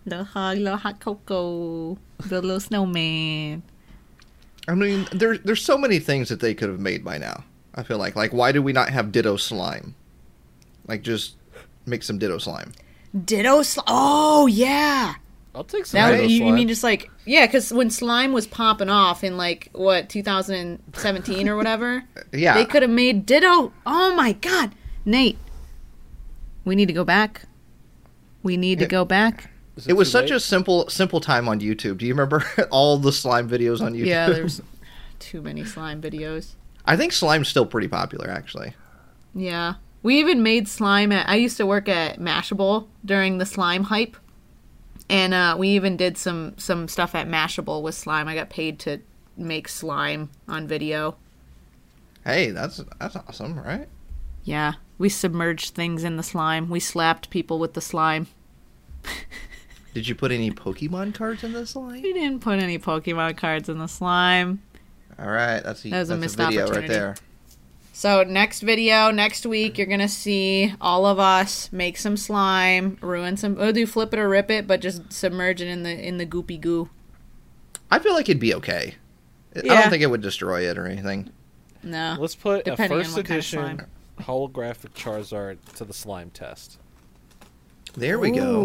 Speaker 4: little hug, little hot cocoa, the little snowman.
Speaker 3: I mean, there's there's so many things that they could have made by now. I feel like like why do we not have Ditto slime? Like just make some Ditto slime.
Speaker 4: Ditto. Sli- oh yeah.
Speaker 2: I'll take some.
Speaker 4: That
Speaker 2: Ditto
Speaker 4: would, you, you
Speaker 2: slime.
Speaker 4: mean just like yeah? Because when slime was popping off in like what 2017 or whatever,
Speaker 3: Yeah.
Speaker 4: they could have made Ditto. Oh my God, Nate, we need to go back. We need to
Speaker 3: Yeah.
Speaker 4: go back.
Speaker 2: Is
Speaker 3: it was
Speaker 2: too
Speaker 3: such
Speaker 2: late?
Speaker 3: a simple simple time on YouTube. Do you remember all the slime videos on YouTube?
Speaker 4: Yeah, there's too many slime videos.
Speaker 3: I think slime's still pretty popular actually.
Speaker 4: Yeah. We even made slime at I used to work at Mashable during the slime hype. And uh, we even did some some stuff at Mashable with slime. I got paid to make slime on video.
Speaker 3: Hey, that's that's awesome, right?
Speaker 4: Yeah. We submerged things in the slime. We slapped people with the slime.
Speaker 3: Did you put any Pokemon cards in this slime?
Speaker 4: We didn't put any Pokemon cards in the slime.
Speaker 3: All right, that's a,
Speaker 4: That was a
Speaker 3: that's
Speaker 4: missed
Speaker 3: video right
Speaker 4: opportunity.
Speaker 3: there.
Speaker 4: So next video, next week, you're gonna see all of us make some slime, ruin some. We'll do flip it or rip it, but just submerge it in the in the goopy goo.
Speaker 3: I feel like it'd be okay. I
Speaker 4: Yeah.
Speaker 3: don't think it would destroy it or anything.
Speaker 4: No.
Speaker 2: Let's put a
Speaker 4: Depending on
Speaker 2: first
Speaker 4: what kind of
Speaker 2: edition
Speaker 4: slime.
Speaker 2: holographic Charizard to the slime test.
Speaker 3: There we go.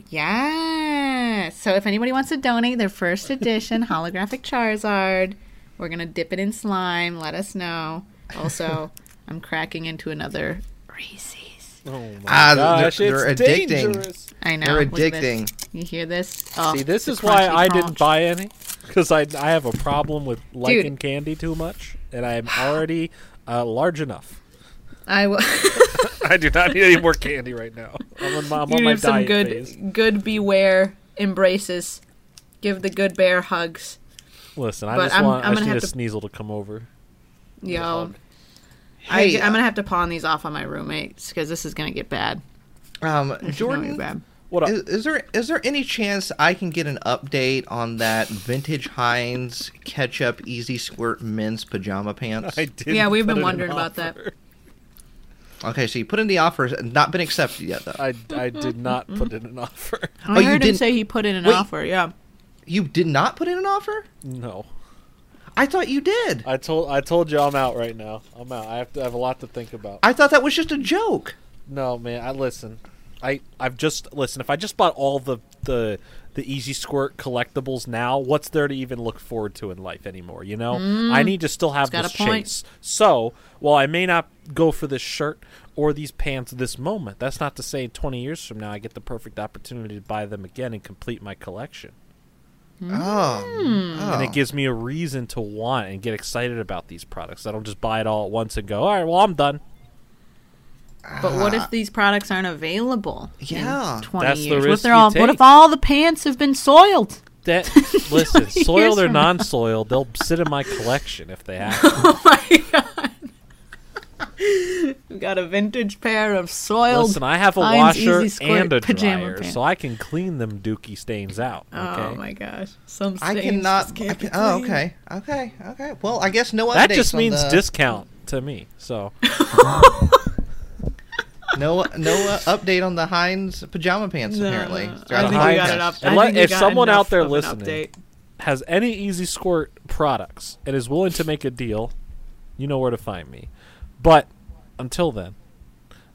Speaker 4: Ooh, yes. So if anybody wants to donate their first edition holographic Charizard, we're gonna dip it in slime. Let us know. Also, I'm cracking into another Reese's.
Speaker 2: Oh my
Speaker 3: Ah, they're-
Speaker 2: gosh,
Speaker 3: they're
Speaker 2: it's
Speaker 3: addicting.
Speaker 2: dangerous.
Speaker 4: I know.
Speaker 3: They're
Speaker 4: look at this.
Speaker 3: addicting.
Speaker 4: You hear this? Oh,
Speaker 2: See, this
Speaker 4: the
Speaker 2: is why
Speaker 4: crunchy
Speaker 2: I
Speaker 4: crunch.
Speaker 2: didn't buy any because I I have a problem with liking candy too much, and I'm already uh, large enough.
Speaker 4: I will.
Speaker 2: I do not need any more candy right now. I'm on my, I'm
Speaker 4: you
Speaker 2: on my
Speaker 4: have some
Speaker 2: diet
Speaker 4: good,
Speaker 2: phase.
Speaker 4: good beware embraces. Give the good bear hugs.
Speaker 2: Listen, I
Speaker 4: but
Speaker 2: just
Speaker 4: I'm-
Speaker 2: want
Speaker 4: I'm
Speaker 2: i just
Speaker 4: gonna
Speaker 2: need a
Speaker 4: have to-
Speaker 2: Sneasel to come over.
Speaker 4: Yo, I,
Speaker 3: Hey, uh,
Speaker 4: I'm gonna have to pawn these off on my roommates because this is gonna get bad.
Speaker 3: um,
Speaker 4: This is gonna get
Speaker 3: Jordan,
Speaker 4: bad.
Speaker 2: What up?
Speaker 3: is, is there is there any chance I can get an update on that vintage Heinz ketchup easy squirt men's pajama pants?
Speaker 2: I didn't
Speaker 4: Yeah, we've
Speaker 2: put
Speaker 4: been
Speaker 2: in an
Speaker 4: wondering about that.
Speaker 2: offer.
Speaker 3: Okay, so you put in the offer, it's not been accepted yet though.
Speaker 2: I, I did not
Speaker 4: Mm-hmm.
Speaker 2: put in an offer.
Speaker 4: I
Speaker 3: Oh, you
Speaker 4: heard him
Speaker 3: didn't-
Speaker 4: say he put in an
Speaker 3: Wait.
Speaker 4: offer. Yeah.
Speaker 3: You did not put in an offer?
Speaker 2: No,
Speaker 3: I thought you did.
Speaker 2: I told I told you I'm out right now. I'm out. I have to I have a lot to think about.
Speaker 3: I thought that was just a joke.
Speaker 2: No, man. I listen. I I've just listen. If I just bought all the the the Easy Squirt collectibles now, what's there to even look forward to in life anymore? You know, I need to still have
Speaker 4: Mm. got
Speaker 2: this
Speaker 4: a point.
Speaker 2: chase. So while I may not go for this shirt or these pants this moment, that's not to say twenty years from now I get the perfect opportunity to buy them again and complete my collection.
Speaker 4: Hmm.
Speaker 3: Oh,
Speaker 2: And it gives me a reason to want and get excited about these products. I don't just buy it all at once and go, all right, well I'm done.
Speaker 4: But
Speaker 3: uh,
Speaker 4: what if these products aren't available? in
Speaker 3: Ah. Yeah.
Speaker 4: 20
Speaker 2: That's the
Speaker 4: years. what if
Speaker 2: risk
Speaker 4: they're
Speaker 2: you
Speaker 4: all what
Speaker 2: take.
Speaker 4: if all the pants have been soiled?
Speaker 2: That listen,
Speaker 4: years
Speaker 2: soiled or
Speaker 4: from now.
Speaker 2: non-soiled, they'll sit in my collection if they have. to.
Speaker 4: Oh my god. Oh We've got a vintage pair of soiled.
Speaker 2: Listen, I have a
Speaker 4: Heinz Easy
Speaker 2: washer
Speaker 4: Squirt
Speaker 2: and a
Speaker 4: pajama
Speaker 2: dryer,
Speaker 4: pants.
Speaker 2: so I can clean them dookie stains out. Okay?
Speaker 4: Oh my gosh! Some
Speaker 3: I
Speaker 4: stains
Speaker 3: cannot.
Speaker 4: just
Speaker 3: I
Speaker 4: can't be
Speaker 3: can- oh,
Speaker 4: cleaned.
Speaker 3: okay, okay, okay. Well, I guess no updates.
Speaker 2: that just
Speaker 3: on
Speaker 2: means
Speaker 3: the-
Speaker 2: discount to me. So
Speaker 3: no no uh, update on the Heinz pajama pants.
Speaker 4: No,
Speaker 3: apparently,
Speaker 4: I
Speaker 3: throughout
Speaker 4: think
Speaker 3: the
Speaker 4: we got
Speaker 3: podcast.
Speaker 4: an
Speaker 2: Unless-
Speaker 4: update. I think we
Speaker 2: if
Speaker 4: got
Speaker 2: someone
Speaker 4: enough
Speaker 2: out there
Speaker 4: of an
Speaker 2: listening-
Speaker 4: update.
Speaker 2: has any Easy Squirt products and is willing to make a deal, you know where to find me. But until then,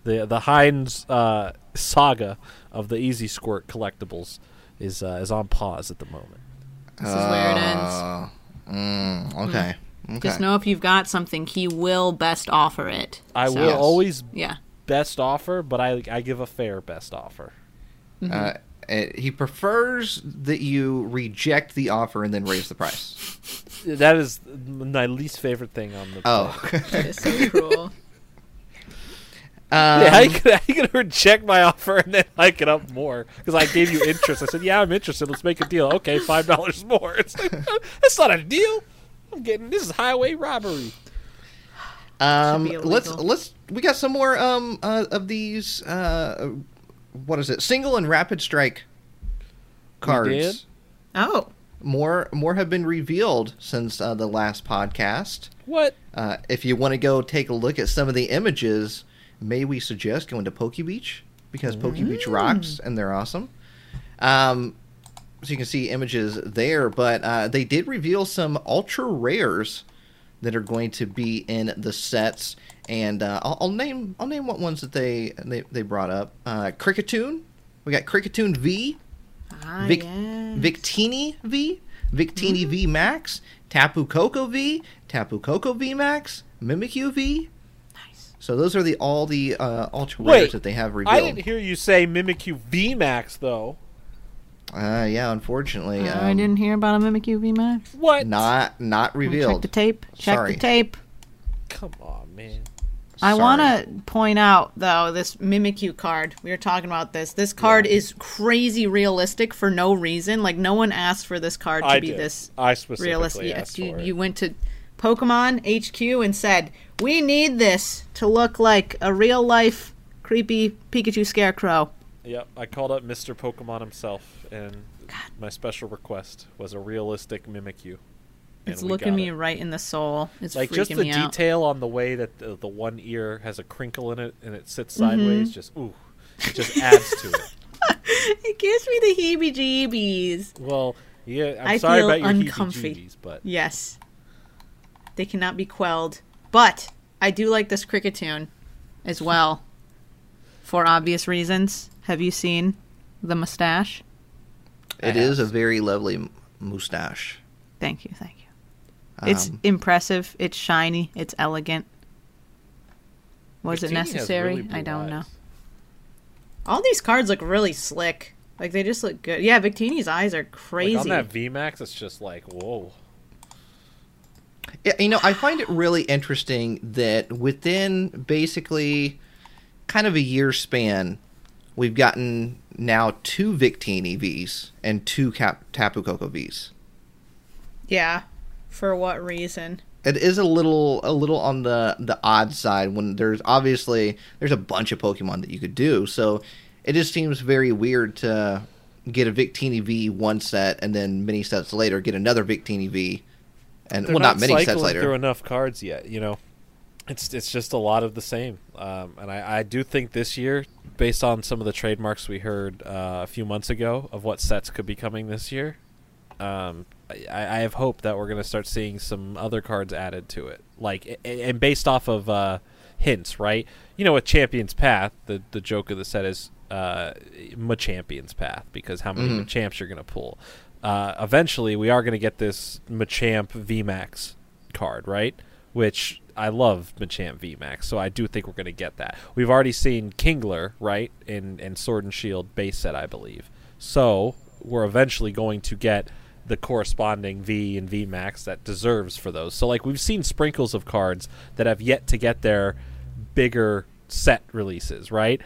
Speaker 2: the the Heinz uh, saga of the Easy Squirt collectibles is uh, is on pause at the moment.
Speaker 4: this is where it ends.
Speaker 3: Uh,
Speaker 4: Hmm.
Speaker 3: mm, okay. Okay.
Speaker 4: Just know if you've got something, he will best offer it.
Speaker 2: I
Speaker 4: So,
Speaker 2: will
Speaker 3: Yes.
Speaker 2: always
Speaker 4: Yeah.
Speaker 2: best offer, but I I give a fair best offer.
Speaker 3: Uh,
Speaker 2: Mm-hmm.
Speaker 3: it, he prefers that you reject the offer and then raise the price.
Speaker 2: That is my least favorite thing on the.
Speaker 3: Oh.
Speaker 4: That is so cruel.
Speaker 3: Um,
Speaker 2: Yeah, how you gonna, how you gonna reject my offer and then hike it up more? Because I gave you interest. I said, "Yeah, I'm interested. Let's make a deal." Okay, five dollars more. It's like, that's not a deal. I'm getting this is highway robbery.
Speaker 3: Um,
Speaker 4: Should be
Speaker 3: let's
Speaker 4: illegal.
Speaker 3: let's we got some more um uh, of these uh what is it single and rapid strike
Speaker 2: did?
Speaker 3: cards.
Speaker 4: Oh.
Speaker 3: More more have been revealed since uh, the last podcast.
Speaker 2: What?
Speaker 3: Uh, if you want to go take a look at some of the images, may we suggest going to Poke Beach because Poke Beach rocks and they're awesome. Um, so you can see images there, but uh, they did reveal some ultra rares that are going to be in the sets, and uh, I'll, I'll name I'll name what ones that they they, they brought up. Uh, Cricketoon, we got Cricketoon V.
Speaker 4: Ah,
Speaker 3: Vic-
Speaker 4: yes.
Speaker 3: Victini V, Victini V
Speaker 4: Mm-hmm.
Speaker 3: Max, Tapu Koko V, Tapu Koko V Max, Mimikyu V.
Speaker 4: Nice.
Speaker 3: So those are the all the uh, ultra
Speaker 2: Wait,
Speaker 3: rares that they have
Speaker 2: I
Speaker 3: revealed.
Speaker 2: didn't hear you say Mimikyu VMAX though.
Speaker 3: Uh, yeah, unfortunately,
Speaker 4: Oh,
Speaker 3: um,
Speaker 4: I didn't hear about a Mimikyu V Max.
Speaker 2: What?
Speaker 3: not not
Speaker 4: Check
Speaker 3: revealed.
Speaker 4: the tape. Check
Speaker 3: Sorry.
Speaker 4: the tape.
Speaker 2: Come on, man.
Speaker 4: I
Speaker 3: Sorry.
Speaker 4: want to point out though this Mimikyu card. We were talking about this. This card is crazy realistic for no reason. Like no one asked for this card to
Speaker 2: I
Speaker 4: be
Speaker 2: did.
Speaker 4: this
Speaker 2: I specifically
Speaker 4: realistic.
Speaker 2: asked
Speaker 4: Yes, you,
Speaker 2: for it.
Speaker 4: you went to Pokemon HQ and said, "We need this to look like a real life creepy Pikachu scarecrow."
Speaker 2: Yep, I called up Mr. Pokemon himself, and my special request was a realistic Mimikyu. and
Speaker 4: It's
Speaker 2: we
Speaker 4: looking
Speaker 2: got
Speaker 4: me
Speaker 2: it.
Speaker 4: right in the soul. It's
Speaker 2: like
Speaker 4: freaking
Speaker 2: just the
Speaker 4: me out.
Speaker 2: detail on the way that the, the one ear has a crinkle in it and it sits
Speaker 4: Mm-hmm.
Speaker 2: sideways just ooh it just adds to it
Speaker 4: It gives me the heebie-jeebies.
Speaker 2: well yeah i'm
Speaker 4: I
Speaker 2: sorry
Speaker 4: feel
Speaker 2: about your
Speaker 4: uncomfy.
Speaker 2: heebie-jeebies but
Speaker 4: Yes, they cannot be quelled. But I do like this Cricketune as well, for obvious reasons. Have you seen the mustache?
Speaker 3: It is a very lovely m- mustache.
Speaker 4: Thank you, thank you. It's
Speaker 3: Um,
Speaker 4: impressive. It's shiny. It's elegant. Was it
Speaker 2: Victini has
Speaker 4: necessary?
Speaker 2: really blue
Speaker 4: I don't know.
Speaker 2: eyes.
Speaker 4: All these cards look really slick. Like they just look good. Yeah, Victini's eyes are
Speaker 2: like,
Speaker 4: crazy.
Speaker 2: on that vmax it's just like whoa
Speaker 3: Yeah, you know, I find it really interesting that within basically kind of a year span, we've gotten now two Victini Vs and two Cap- Tapu Koko Vs.
Speaker 4: yeah. For what reason?
Speaker 3: It is a little a little on the the odd side when there's obviously there's a bunch of Pokemon that you could do. So it just seems very weird to get a Victini V one set and then many sets later get another Victini V and
Speaker 2: They're
Speaker 3: well not, many
Speaker 2: cycling
Speaker 3: sets later.
Speaker 2: through enough cards yet you know it's it's just a lot of the same um, and I, I do think this year based on some of the trademarks we heard uh, a few months ago of what sets could be coming this year um, I, I have hope that we're going to start seeing some other cards added to it like a- a- and based off of uh, hints right you know with champions path the, the joke of the set is uh, machampion's path because how many machamps you're going to pull uh, eventually we are going to get this machamp vmax card right which I love Machamp VMAX, so I do think we're going to get that. We've already seen Kingler, right, in, in Sword and Shield base set, I believe. So we're eventually going to get the corresponding V and VMAX that deserves for those. So, like, we've seen sprinkles of cards that have yet to get their bigger set releases, right?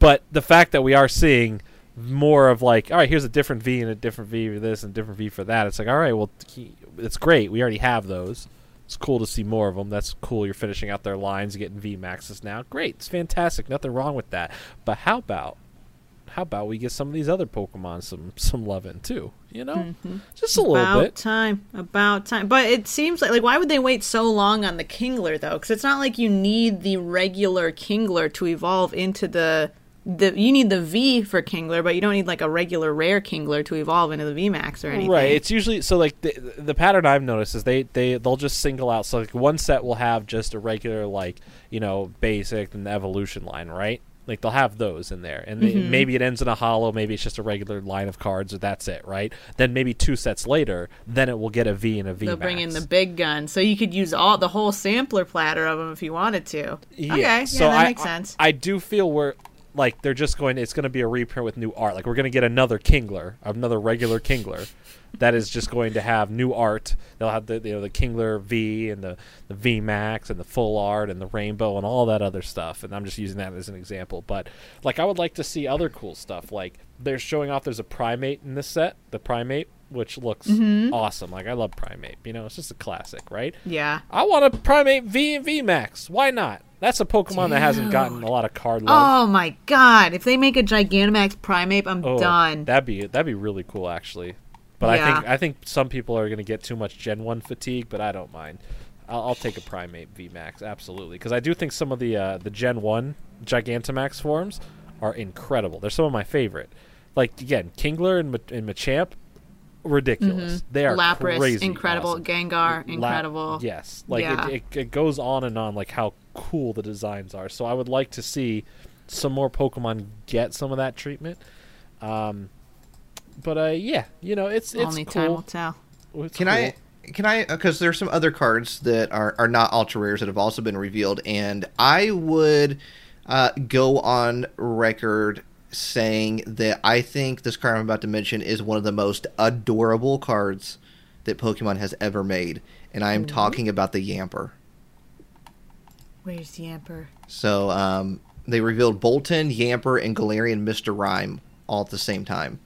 Speaker 2: But the fact that we are seeing more of like, all right, here's a different V and a different V for this and a different V for that. It's like, all right, well, it's great. We already have those. It's cool to see more of them. That's cool. You're finishing out their lines, getting V maxes now. Great. It's fantastic. Nothing wrong with that. But how about how about we get some of these other Pokemon some some loving too? You know, just a little
Speaker 4: about
Speaker 2: bit.
Speaker 4: time about time but it seems like like why would they wait so long on the kingler though because it's not like you need the regular kingler to evolve into the the you need the v for kingler but you don't need like a regular rare kingler to evolve into the vmax or anything
Speaker 2: Right. It's usually so like the the pattern I've noticed is they they they'll just single out so like one set will have just a regular like you know basic and evolution line right like they'll have those in there and
Speaker 4: Mm-hmm.
Speaker 2: they, maybe it ends in a hollow maybe it's just a regular line of cards or that's it right then maybe two sets later then it will get a V and a V.
Speaker 4: they'll bring in the big gun so you could use all the whole sampler platter of them if you wanted to okay yeah
Speaker 2: so
Speaker 4: that
Speaker 2: I,
Speaker 4: makes
Speaker 2: I-
Speaker 4: sense
Speaker 2: I, do feel we're like they're just going. It's going to be a reprint with new art. Like we're going to get another Kingler, another regular Kingler, that is just going to have new art. They'll have the you know the Kingler V and the the V Max and the full art and the rainbow and all that other stuff. And I'm just using that as an example. But like I would like to see other cool stuff. Like they're showing off. There's a primate in this set. The primate. Which looks awesome. Like I love Primate. You know, it's just a classic, right?
Speaker 4: Mm-hmm. yeah
Speaker 2: I want a primate V and V Max. Why not? That's a Pokemon that hasn't gotten a lot of card love.
Speaker 4: oh my god if they make a gigantamax primate i'm
Speaker 2: Oh,
Speaker 4: done
Speaker 2: That'd be that'd be really cool actually. But I think
Speaker 4: Yeah.
Speaker 2: I think some people are going to get too much Gen One fatigue, but I don't mind. I'll, I'll take a Primate V Max absolutely because I do think some of the uh, the Gen One Gigantamax forms are incredible. They're some of my favorite. Like again, Kingler and, Mach- and Machamp, ridiculous. They are
Speaker 4: Mm-hmm. lapras
Speaker 2: crazy
Speaker 4: incredible
Speaker 2: awesome.
Speaker 4: gengar
Speaker 2: La-
Speaker 4: incredible
Speaker 2: yes, like
Speaker 4: Yeah.
Speaker 2: it, it, it goes on and on, like how cool the designs are. So I would like to see some more Pokemon get some of that treatment. Um, but uh, yeah, you know, it's it's
Speaker 4: Only time will
Speaker 2: cool.
Speaker 4: tell.
Speaker 2: It's
Speaker 3: Can
Speaker 2: cool.
Speaker 3: I? Can I? Because there's some other cards that are are not ultra rares that have also been revealed, and I would uh, go on record saying that I think this card I'm about to mention is one of the most adorable cards that Pokemon has ever made, and I am talking about the Yamper.
Speaker 4: Where's the emperor?
Speaker 3: So um, they revealed Bolton, Yamper, and Galarian Mr. Rhyme all at the same time.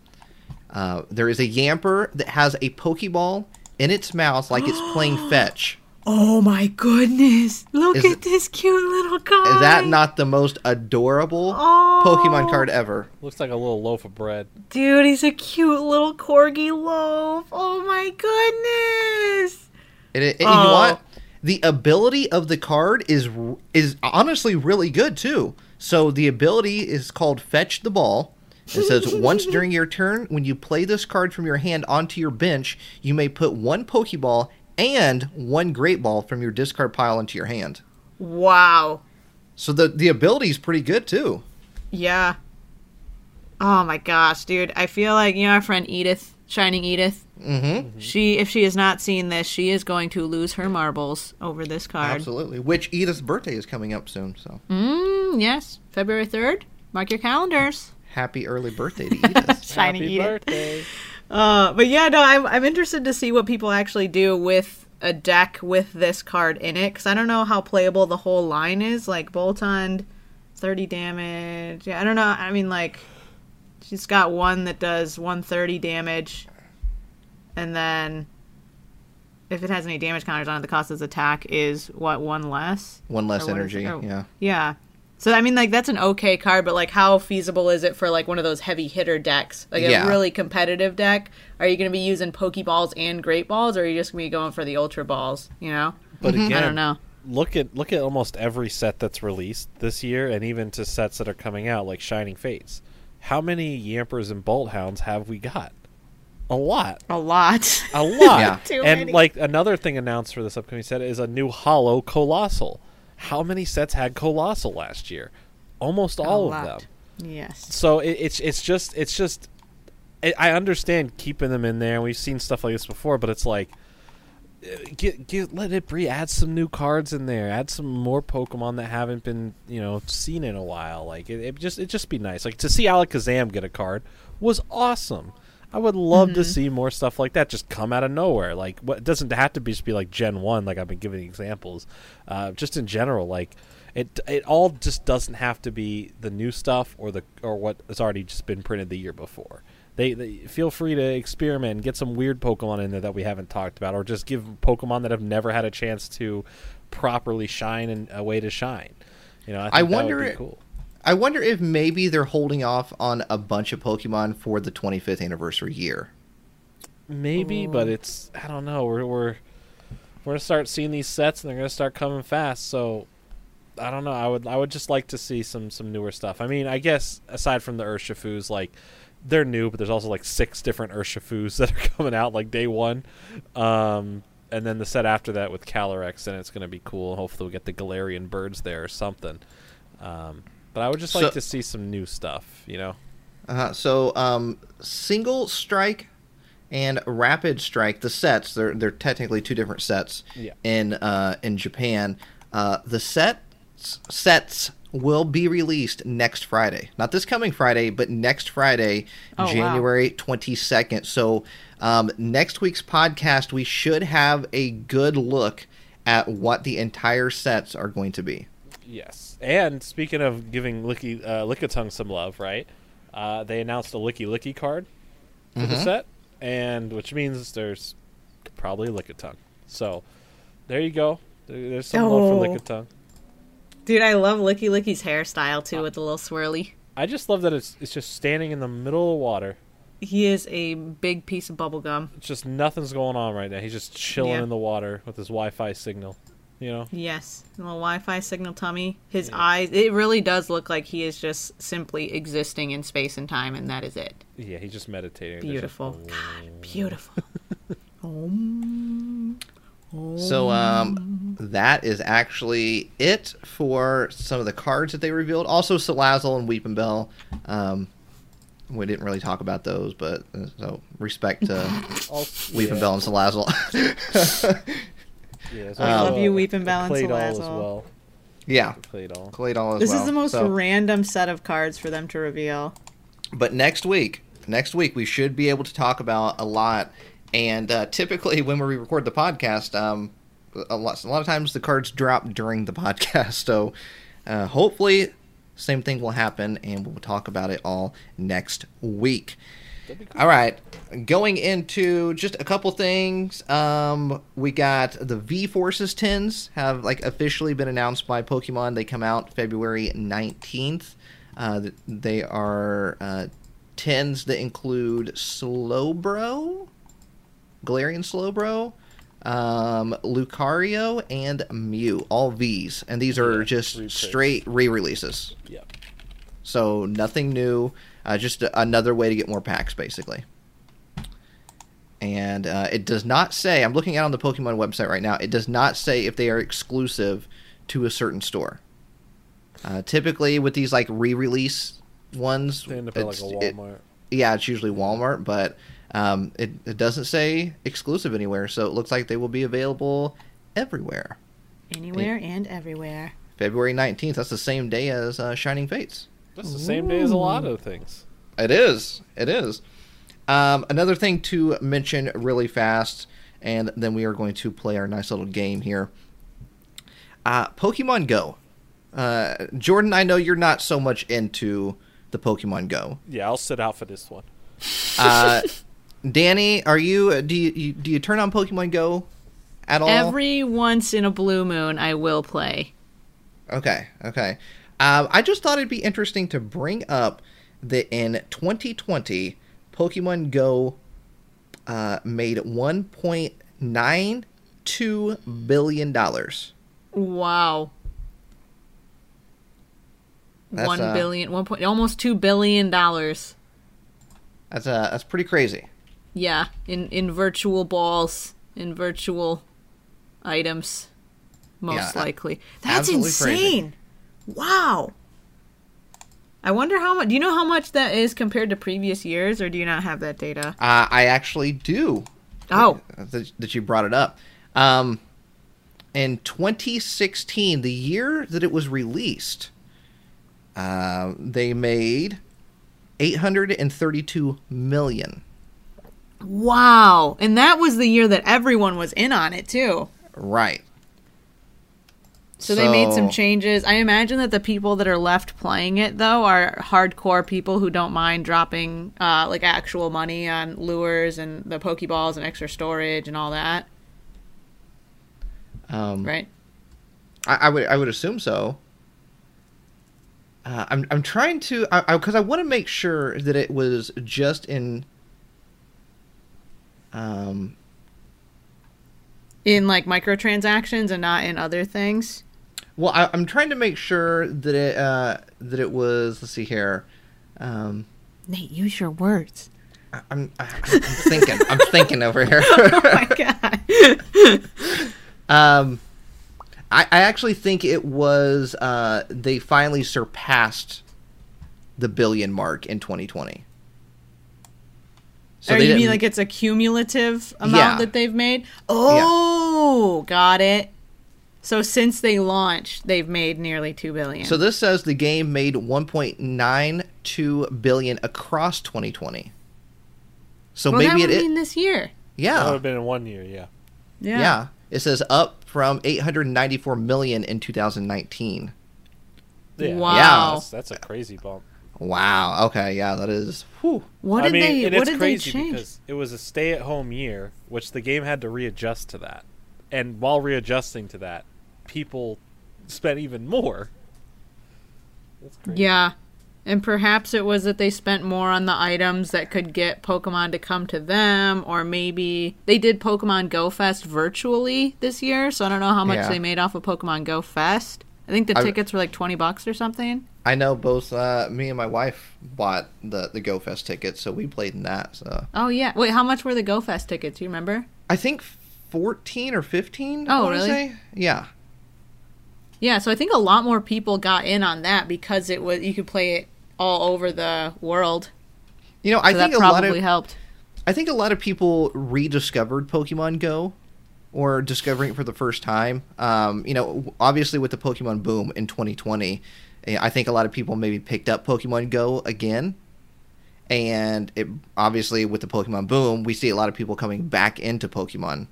Speaker 3: Uh, there is a Yamper that has a Pokeball in its mouth like it's playing fetch.
Speaker 4: Oh my goodness! Look
Speaker 3: Is
Speaker 4: at
Speaker 3: it-
Speaker 4: this cute little guy.
Speaker 3: Is that not the most adorable
Speaker 4: Oh.
Speaker 3: Pokemon card ever?
Speaker 2: Looks like a little loaf of bread.
Speaker 4: Dude, he's a cute little corgi loaf. Oh my goodness!
Speaker 3: And, it, and you
Speaker 4: Oh.
Speaker 3: want the ability of the card is is honestly really good too. So the ability is called fetch the ball. It says once during your turn, when you play this card from your hand onto your bench, you may put one Pokeball and one Great Ball from your discard pile into your hand.
Speaker 4: Wow.
Speaker 3: So the the ability is pretty good too.
Speaker 4: Yeah. Oh my gosh, dude! I feel like you know our friend Edith, Shining Edith. Mm-hmm. She, if she has not seen this, she is going to lose her marbles over this card.
Speaker 3: Absolutely. Which Edith's birthday is coming up soon, so
Speaker 4: Mm, yes, February third. Mark your calendars.
Speaker 3: happy early birthday to Edith.
Speaker 4: Shining
Speaker 2: Happy birthday!
Speaker 4: Uh, but yeah, no, I'm I'm interested to see what people actually do with a deck with this card in it because I don't know how playable the whole line is. Like Boltund, thirty damage. Yeah, I don't know. I mean, like she's got one that does one thirty damage, and then if it has any damage counters on it, the cost of its attack is what one less.
Speaker 3: one less
Speaker 4: Or what is it?
Speaker 3: energy.
Speaker 4: Oh.
Speaker 3: Yeah.
Speaker 4: Yeah. So I mean, like that's an okay card, but like, how feasible is it for like one of those heavy hitter decks, like
Speaker 3: Yeah.
Speaker 4: a really competitive deck? Are you going to be using Pokeballs and Great Balls, or are you just going to be going for the Ultra Balls? You know,
Speaker 2: But again,
Speaker 4: I don't know.
Speaker 2: look at look at almost every set that's released this year, and even to sets that are coming out, like Shining Fates. How many Yampers and Bolt Hounds have we got? A lot.
Speaker 4: A lot.
Speaker 2: a lot.
Speaker 3: Yeah.
Speaker 4: Too
Speaker 2: and
Speaker 4: many.
Speaker 2: like another thing announced for this upcoming set is a new Hollow Colossal. How many sets had Colossal last year? Almost all of them.
Speaker 4: Yes.
Speaker 2: So it, it's it's just it's just i I understand keeping them in there. and We've seen stuff like this before, but it's like uh, get get let it breathe. Add some new cards in there. Add some more Pokemon that haven't been you know seen in a while. Like it, it just it just be nice. Like to see Alakazam get a card was awesome. I would love to see more stuff like that just come out of nowhere. Like what it doesn't have to be just be like Gen One. Like I've been giving examples, uh, just in general. Like It it all just doesn't have to be the new stuff or the or what has already just been printed the year before. They, they feel free to experiment and get some weird Pokemon in there that we haven't talked about, or just give Pokemon that have never had a chance to properly shine and a way to shine. You know, I, think
Speaker 3: I
Speaker 2: that would
Speaker 3: wonder
Speaker 2: be
Speaker 3: it-
Speaker 2: cool.
Speaker 3: I wonder if maybe they're holding off on a bunch of Pokemon for the 25th anniversary year.
Speaker 2: Maybe, but it's I don't know. We're we're we're gonna start seeing these sets, and they're gonna start coming fast. So I don't know. I would I would just like to see some some newer stuff. I mean, I guess aside from the Urshifus, like they're new, but there's also like six different Urshifus that are coming out like day one, um, and then the set after that with Calyrex, and it's gonna be cool. Hopefully, we get the Galarian birds there or something. Um, but I would just like
Speaker 3: So-
Speaker 2: to see some new stuff. You know.
Speaker 3: Uh, so um, single strike and rapid strike, the sets they're they're technically two different sets
Speaker 2: Yeah.
Speaker 3: in uh, in Japan. Uh, the sets sets will be released next Friday, not this coming Friday, but next Friday,
Speaker 4: Oh, wow.
Speaker 3: January twenty second. So um, next week's podcast, we should have a good look at what the entire sets are going to be.
Speaker 2: Yes. And speaking of giving Licky uh, Lickitung some love, right? Uh, they announced a Licky Licky card for the set, and which means there's probably Lickitung. So there you go. There- There's some
Speaker 4: Oh.
Speaker 2: love for Lickitung.
Speaker 4: Dude, I love Licky Licky's hairstyle too with the little swirly.
Speaker 2: I just love that it's it's just standing in the middle of water.
Speaker 4: He is a big piece of bubblegum.
Speaker 2: It's just nothing's going on right now. He's just chilling
Speaker 4: Yeah.
Speaker 2: in the water with his Wi-Fi signal. You know,
Speaker 4: Yes. A little Wi Fi signal tummy. His eyes it really does look like he is just simply existing in space and time and that is it.
Speaker 2: yeah, he's just meditating. There's just-
Speaker 4: Beautiful. God, beautiful.
Speaker 3: So um, that is actually it for some of the cards that they revealed. Also, Salazzle and Weeping Bell. Um, we didn't really talk about those, but uh, so respect to
Speaker 2: also-
Speaker 3: Weeping
Speaker 2: yeah,
Speaker 3: Bell and Salazzle.
Speaker 2: yeah, uh, there's
Speaker 3: I love
Speaker 2: also
Speaker 4: you,
Speaker 2: a-
Speaker 4: Weeping
Speaker 2: a
Speaker 4: Bell and
Speaker 2: Claydol as
Speaker 4: Salazzle.
Speaker 2: well.
Speaker 3: yeah,
Speaker 2: Claydol.
Speaker 3: Claydol as
Speaker 4: This
Speaker 3: well.
Speaker 4: is the most
Speaker 3: So-
Speaker 4: random set of cards for them to reveal.
Speaker 3: But next week, next week we should be able to talk about a lot. And uh, typically, when we record the podcast, um, a lot a lot of times the cards drop during the podcast. So uh, hopefully, same thing will happen, and we'll talk about it all next week. All right, going into just a couple things. Um, we got the V Forces tins have like officially been announced by Pokemon. They come out February nineteenth. Uh, th- they are uh, tins that include Slowbro, Galarian Slowbro, um, Lucario, and Mew. All V's, and these are
Speaker 2: Yeah,
Speaker 3: just
Speaker 2: reprints.
Speaker 3: straight re-releases.
Speaker 2: Yeah.
Speaker 3: So nothing new, uh, just a- another way to get more packs, basically. And uh, it does not say. I'm looking at it on the Pokemon website right now. It does not say if they are exclusive to a certain store. Uh, typically, with these like re-release ones,
Speaker 2: They end up at like a
Speaker 3: it's- it-
Speaker 2: Walmart.
Speaker 3: yeah, it's usually Walmart, but um, it, it doesn't say exclusive anywhere. So it looks like they will be available everywhere.
Speaker 4: Anywhere and everywhere.
Speaker 3: February 19th. That's the same day as uh, Shining Fates.
Speaker 2: That's the same day as a lot of things.
Speaker 3: It is. It is. Um, another thing to mention really fast, and then we are going to play our nice little game here. Uh, Pokemon Go. Uh, Jordan, I know you're not so much into the Pokemon Go.
Speaker 2: Yeah, I'll sit out for this one.
Speaker 3: Uh, Danny, are you? Do you, you do you turn on Pokemon Go at all?
Speaker 4: Every once in a blue moon, I will play.
Speaker 3: Okay, okay. Um, I just thought it'd be interesting to bring up that in 2020, Pokemon Go uh, made 1.92 billion dollars.
Speaker 4: Wow.
Speaker 3: That's,
Speaker 4: One
Speaker 3: uh,
Speaker 4: billion, one point, almost two billion dollars.
Speaker 3: That's uh, that's pretty crazy.
Speaker 4: Yeah, in in virtual balls, in virtual items, most
Speaker 3: Yeah, a-
Speaker 4: likely. That's
Speaker 3: absolutely crazy.
Speaker 4: insane. Wow. I wonder how much. Do you know how much that is compared to previous years, or do you not have that data?
Speaker 3: Uh, I actually do uh,
Speaker 4: Oh,
Speaker 3: that, that you brought it up. Um, in 2016, the year that it was released, uh, they made 832 million.
Speaker 4: wow! And that was the year that everyone was in on it too.
Speaker 3: Right.
Speaker 4: So, they made some
Speaker 3: So-
Speaker 4: changes. I imagine that the people that are left playing it though are hardcore people who don't mind dropping uh, like actual money on lures and the pokeballs and extra storage and all that,
Speaker 3: Um,
Speaker 4: right?
Speaker 3: I, I would I would assume so. Uh, I'm I'm trying to I because I, want to make sure that it was just in. Um.
Speaker 4: In like microtransactions and not in other things.
Speaker 3: Well, I, I'm trying to make sure that it uh, that it was. Let's see here. Um,
Speaker 4: Nate, use your words.
Speaker 3: I, I'm I, I'm thinking. I'm thinking over here.
Speaker 4: oh my god.
Speaker 3: Um, I, I actually think it was uh, they finally surpassed the billion mark in 2020.
Speaker 4: or
Speaker 3: they
Speaker 4: Oh, you mean
Speaker 3: didn't-
Speaker 4: like it's a cumulative amount
Speaker 3: Yeah.
Speaker 4: that they've made? Oh, got it. So since they launched, they've made nearly two billion.
Speaker 3: So this says the game made 1.92 billion across 2020. So
Speaker 4: well,
Speaker 3: maybe
Speaker 4: that
Speaker 3: it, it
Speaker 4: would mean this year.
Speaker 2: That
Speaker 4: Oh.
Speaker 2: would
Speaker 3: yeah,
Speaker 2: have been in one year, Oh, yeah.
Speaker 4: Yeah.
Speaker 3: yeah. It says up from 894 million in 2019.
Speaker 2: Yeah.
Speaker 4: Wow.
Speaker 2: That's, that's a crazy bump.
Speaker 3: Wow. Okay. Yeah, that is. Whew.
Speaker 4: What did
Speaker 2: I mean,
Speaker 4: they?
Speaker 2: and
Speaker 4: what
Speaker 2: it's
Speaker 4: did
Speaker 2: crazy
Speaker 4: they change?
Speaker 2: because it was a stay-at-home year, which the game had to readjust to that, and while readjusting to that, people spent even more. That's crazy.
Speaker 4: Yeah, and perhaps it was that they spent more on the items that could get Pokemon to come to them, or maybe they did Pokemon Go Fest virtually this year. So I don't know how much
Speaker 3: Yeah.
Speaker 4: they made off of Pokemon Go Fest. I think the
Speaker 3: I-
Speaker 4: tickets were like twenty bucks or something.
Speaker 3: I know both uh, me and my wife bought the the Go Fest tickets, so we played in that. So
Speaker 4: Oh yeah. Wait, how much were the Go Fest tickets? You remember?
Speaker 3: I think 14 or 15. I
Speaker 4: Oh,
Speaker 3: wanna
Speaker 4: really?
Speaker 3: Say. Yeah.
Speaker 4: Yeah, so I think a lot more people got in on that because it was you could play it all over the world.
Speaker 3: You know, I
Speaker 4: So that
Speaker 3: think a lot
Speaker 4: probably
Speaker 3: of
Speaker 4: helped.
Speaker 3: I think a lot of people rediscovered Pokemon Go or discovering it for the first time. Um, you know, obviously with the Pokemon boom in 2020, eh, I think a lot of people maybe picked up Pokemon Go again. And it obviously with the Pokemon boom, we see a lot of people coming back into Pokemon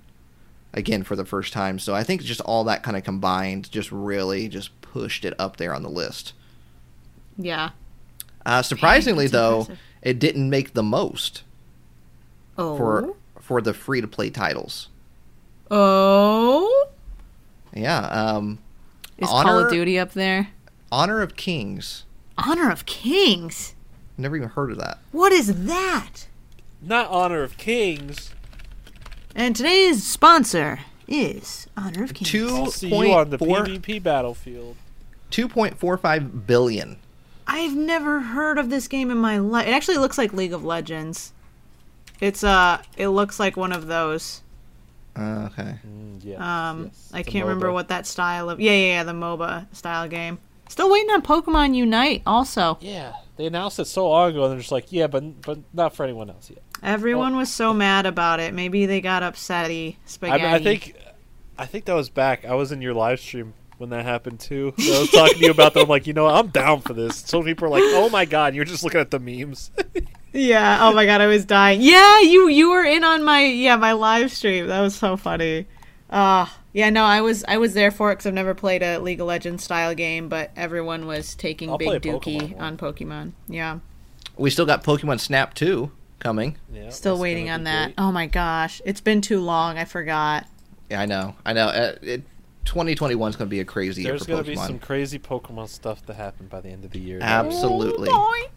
Speaker 3: again for the first time. So I think just all that kind of combined just really just pushed it up there on the list.
Speaker 4: Yeah.
Speaker 3: Uh, surprisingly
Speaker 4: that's
Speaker 3: though,
Speaker 4: impressive.
Speaker 3: it didn't make the most
Speaker 4: Oh.
Speaker 3: for for the free to play titles.
Speaker 4: oh.
Speaker 3: Yeah. Um,
Speaker 4: Is Call
Speaker 3: Honor-
Speaker 4: of Duty up there?
Speaker 3: Honor of Kings.
Speaker 4: Honor of Kings.
Speaker 3: Never even heard of that.
Speaker 4: What is that?
Speaker 2: Not honor of kings.
Speaker 4: And today's sponsor is Honor of Kings.
Speaker 3: Two
Speaker 2: Hmm. I'll see you on the
Speaker 3: point
Speaker 2: PvP battlefield.
Speaker 3: four five billion.
Speaker 4: I've never heard of this game in my life. It actually looks like League of Legends. It's uh it looks like one of those.
Speaker 3: Uh, okay.
Speaker 2: Mm, yeah.
Speaker 4: Um,
Speaker 2: Yes,
Speaker 4: I
Speaker 2: it's a
Speaker 4: can't remember
Speaker 2: MOBA.
Speaker 4: what that style of yeah, yeah, yeah, the MOBA style game. Still waiting on Pokemon Unite. Also,
Speaker 2: Yeah, they announced it so long ago, and they're just like, yeah, but but not for anyone else yet.
Speaker 4: everyone was so mad about it. Maybe they got upsetty
Speaker 2: I,
Speaker 4: spaghetti.
Speaker 2: mean, I think, I think that was back. I was in your live stream when that happened too. I was talking to you about that. I'm like, you know, what? I'm down for this. So many people are like, oh my god, you're just looking at the memes.
Speaker 4: Yeah. Oh my god, I was dying. Yeah, you you were in on my yeah my live stream. That was so funny. Uh yeah. No, I was I was there for it because I've never played a League of Legends style game, but everyone was taking
Speaker 2: I'll
Speaker 4: Big
Speaker 2: play a
Speaker 4: Dookie
Speaker 2: Pokemon one.
Speaker 4: on Pokemon. Yeah.
Speaker 3: We still got Pokemon Snap two coming.
Speaker 2: Yeah,
Speaker 4: Still
Speaker 2: that's
Speaker 4: waiting
Speaker 2: gonna
Speaker 4: on
Speaker 2: be
Speaker 4: that.
Speaker 2: great.
Speaker 4: Oh my gosh, it's been too long. I forgot.
Speaker 3: Yeah, I know. I know. Uh, it, 2021 is going to be a crazy
Speaker 2: There's
Speaker 3: year
Speaker 2: gonna
Speaker 3: for
Speaker 2: be
Speaker 3: Pokemon.
Speaker 2: some crazy Pokemon stuff to happen by the end of the year.
Speaker 3: Absolutely.
Speaker 4: Oh, boy.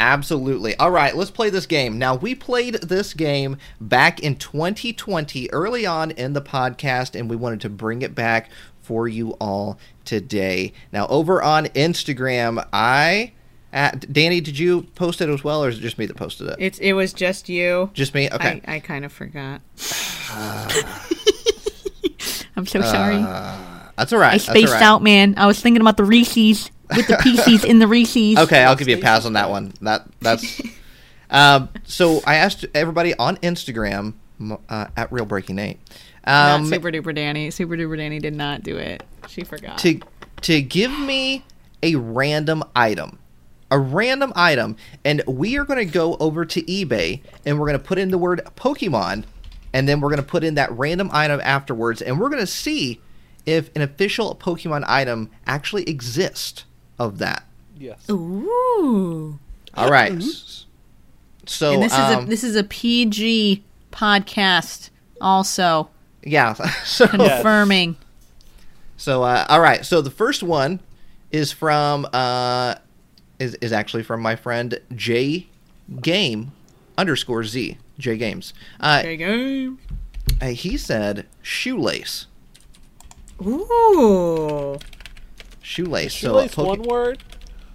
Speaker 3: Absolutely. All right, let's play this game. Now, we played this game back in 2020, early on in the podcast, and we wanted to bring it back for you all today. Now, over on Instagram, I. At, Danny, did you post it as well, or is it just me that posted it?
Speaker 4: It's it was just you.
Speaker 3: Just me? Okay.
Speaker 4: I, I kind of forgot. I'm so sorry.
Speaker 3: Uh, that's all right.
Speaker 4: I
Speaker 3: that's all
Speaker 4: spaced
Speaker 3: right.
Speaker 4: out, man. I was thinking about the Reese's with the PCs in the Reese's.
Speaker 3: Okay, I'll give you a pass on that one. That That's. um, so I asked everybody on Instagram m- uh, at Real Breaking Eight.
Speaker 4: Not
Speaker 3: Um,
Speaker 4: Super Duper Danny. Super Duper Danny did not do it. She forgot.
Speaker 3: to to give me a random item a random item and we are going to go over to ebay and we're going to put in the word pokemon and then we're going to put in that random item afterwards and we're going to see if an official Pokemon item actually exists of that.
Speaker 2: Yes.
Speaker 4: Ooh.
Speaker 3: All right. So
Speaker 4: Mm-hmm. and this is a
Speaker 3: um,
Speaker 4: this is a PG podcast also
Speaker 3: yeah. so
Speaker 2: Yes.
Speaker 4: confirming.
Speaker 3: So uh, all right, so the first one is from uh, is is actually from my friend J Game underscore Z J Games. Uh,
Speaker 4: There you
Speaker 3: uh, he said shoelace,
Speaker 4: go. Ooh.
Speaker 3: shoelace. So
Speaker 2: Shoelace
Speaker 3: Poke-
Speaker 2: one word.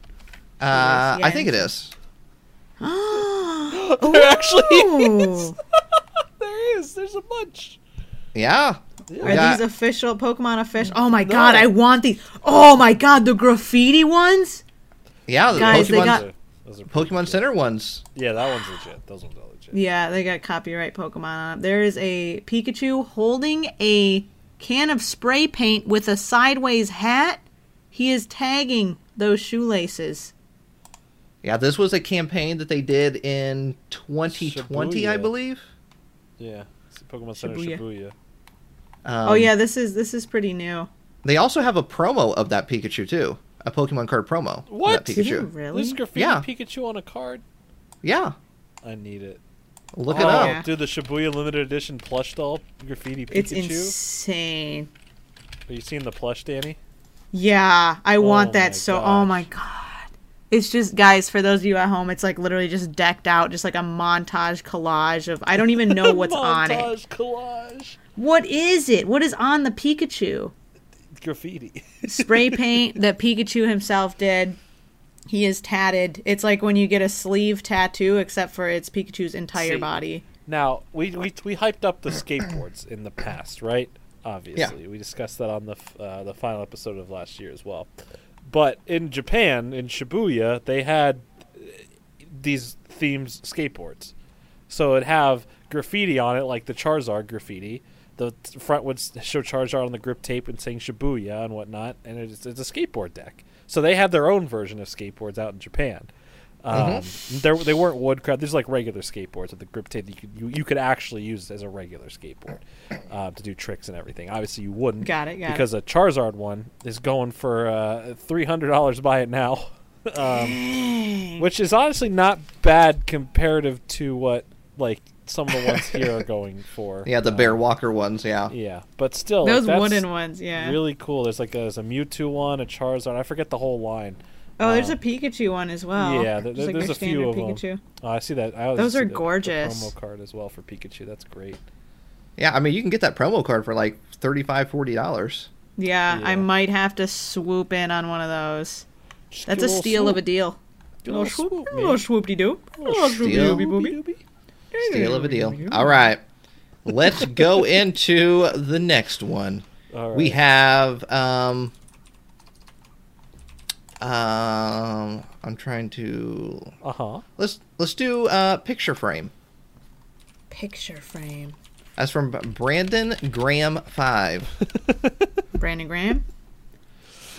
Speaker 3: uh, I
Speaker 4: Yes.
Speaker 3: think it is.
Speaker 2: There actually is.
Speaker 4: Ooh.
Speaker 2: there is. There's a bunch.
Speaker 3: Yeah.
Speaker 2: Yeah.
Speaker 3: We
Speaker 4: Are
Speaker 3: got-
Speaker 4: these official Pokemon official? Oh my god, I want these. Oh my god, the graffiti ones?
Speaker 3: yeah, the
Speaker 4: Guys, they
Speaker 3: Pokemon
Speaker 4: got-
Speaker 2: Those are pretty
Speaker 3: Pokemon
Speaker 2: legit.
Speaker 3: Center ones.
Speaker 2: Yeah, that one's legit. Those ones are legit.
Speaker 4: Yeah, they got copyright Pokemon on it. There is a Pikachu holding a can of spray paint with a sideways hat. He is tagging those shoelaces.
Speaker 3: Yeah, this was a campaign that they did in 2020, I
Speaker 2: Shibuya.
Speaker 3: believe.
Speaker 2: Yeah. It's Pokemon Center
Speaker 4: Shibuya.
Speaker 2: Shibuya.
Speaker 3: Um,
Speaker 4: oh yeah, this is this is pretty new.
Speaker 3: They also have a promo of that Pikachu too, a Pokemon card promo.
Speaker 2: What?
Speaker 3: Of that
Speaker 4: Did you
Speaker 3: Pikachu.
Speaker 4: really?
Speaker 2: There's graffiti
Speaker 3: Yeah.
Speaker 2: Pikachu on a card.
Speaker 3: Yeah.
Speaker 2: I need it.
Speaker 3: Look
Speaker 2: oh,
Speaker 3: it up.
Speaker 4: yeah.
Speaker 2: dude, the Shibuya limited edition plush doll graffiti Pikachu.
Speaker 4: It's insane.
Speaker 2: Are you seeing the plush, Danny?
Speaker 4: Yeah, I want
Speaker 2: Oh my
Speaker 4: that so. Oh
Speaker 2: gosh.
Speaker 4: my god. It's just guys, for those of you at home, it's like literally just decked out just like a montage collage of I don't even know Oh, what's on it.
Speaker 2: Montage, collage,
Speaker 4: What is it? What is on the Pikachu?
Speaker 2: graffiti.
Speaker 4: Spray paint that Pikachu himself did. He is tatted. It's like when you get a sleeve tattoo except for it's Pikachu's entire
Speaker 2: See.
Speaker 4: body.
Speaker 2: Now we, we we hyped up the skateboards in the past, right? Obviously, we discussed that on the f- uh, the final episode of last year as well. But in Japan, in Shibuya, they had uh, these themes skateboards. So it'd have graffiti on it, like the Charizard graffiti. The t- front would s- show Charizard on the grip tape and saying Shibuya and whatnot, and it's, it's a skateboard deck. So they had their own version of skateboards out in Japan. Um,
Speaker 4: Mm-hmm.
Speaker 2: there- they weren't wood craft. There's like regular skateboards with the grip tape. That you could you, you could actually use as a regular skateboard uh, to do tricks and everything. Obviously, you wouldn't.
Speaker 4: Got it, got it.
Speaker 2: because a Charizard one is going for uh, three hundred dollars. Buy it now. um, which is honestly not bad comparative to what like some of the ones here are going for.
Speaker 3: Yeah, the
Speaker 2: Uh,
Speaker 3: Bear Walker ones. Yeah.
Speaker 2: Yeah, but still,
Speaker 4: Those
Speaker 2: like, Oh, that's
Speaker 4: wooden ones, yeah.
Speaker 2: really cool. There's like a, there's a Mewtwo one, a Charizard. I forget the whole line.
Speaker 4: oh, there's a Pikachu one as well.
Speaker 2: yeah, there-
Speaker 4: Just, like,
Speaker 2: there's
Speaker 4: their
Speaker 2: a few of
Speaker 4: standard
Speaker 2: them. Oh, I see that. I always
Speaker 4: Those
Speaker 2: see
Speaker 4: are
Speaker 2: the- the
Speaker 4: gorgeous.
Speaker 2: promo card as well for Pikachu. That's great.
Speaker 3: Yeah, I mean, you can get that promo card for like $35, $40.
Speaker 4: Yeah, I
Speaker 2: Yeah.
Speaker 4: might have to swoop in on one of those.
Speaker 2: Just
Speaker 4: That's
Speaker 2: do
Speaker 4: a
Speaker 2: little
Speaker 4: steal of a
Speaker 2: swoop.
Speaker 4: deal.
Speaker 2: Do a little swoop, man.
Speaker 4: swoopty doo.
Speaker 2: Little
Speaker 3: steal.
Speaker 2: Doobie-doobie.
Speaker 3: Deal of a deal. All right. Let's go into the next one.
Speaker 2: All right.
Speaker 3: We have um um I'm trying to
Speaker 2: Uh huh.
Speaker 3: let's let's do uh picture frame.
Speaker 4: Picture frame.
Speaker 3: That's from Brandon Graham 5.
Speaker 4: Brandon Graham.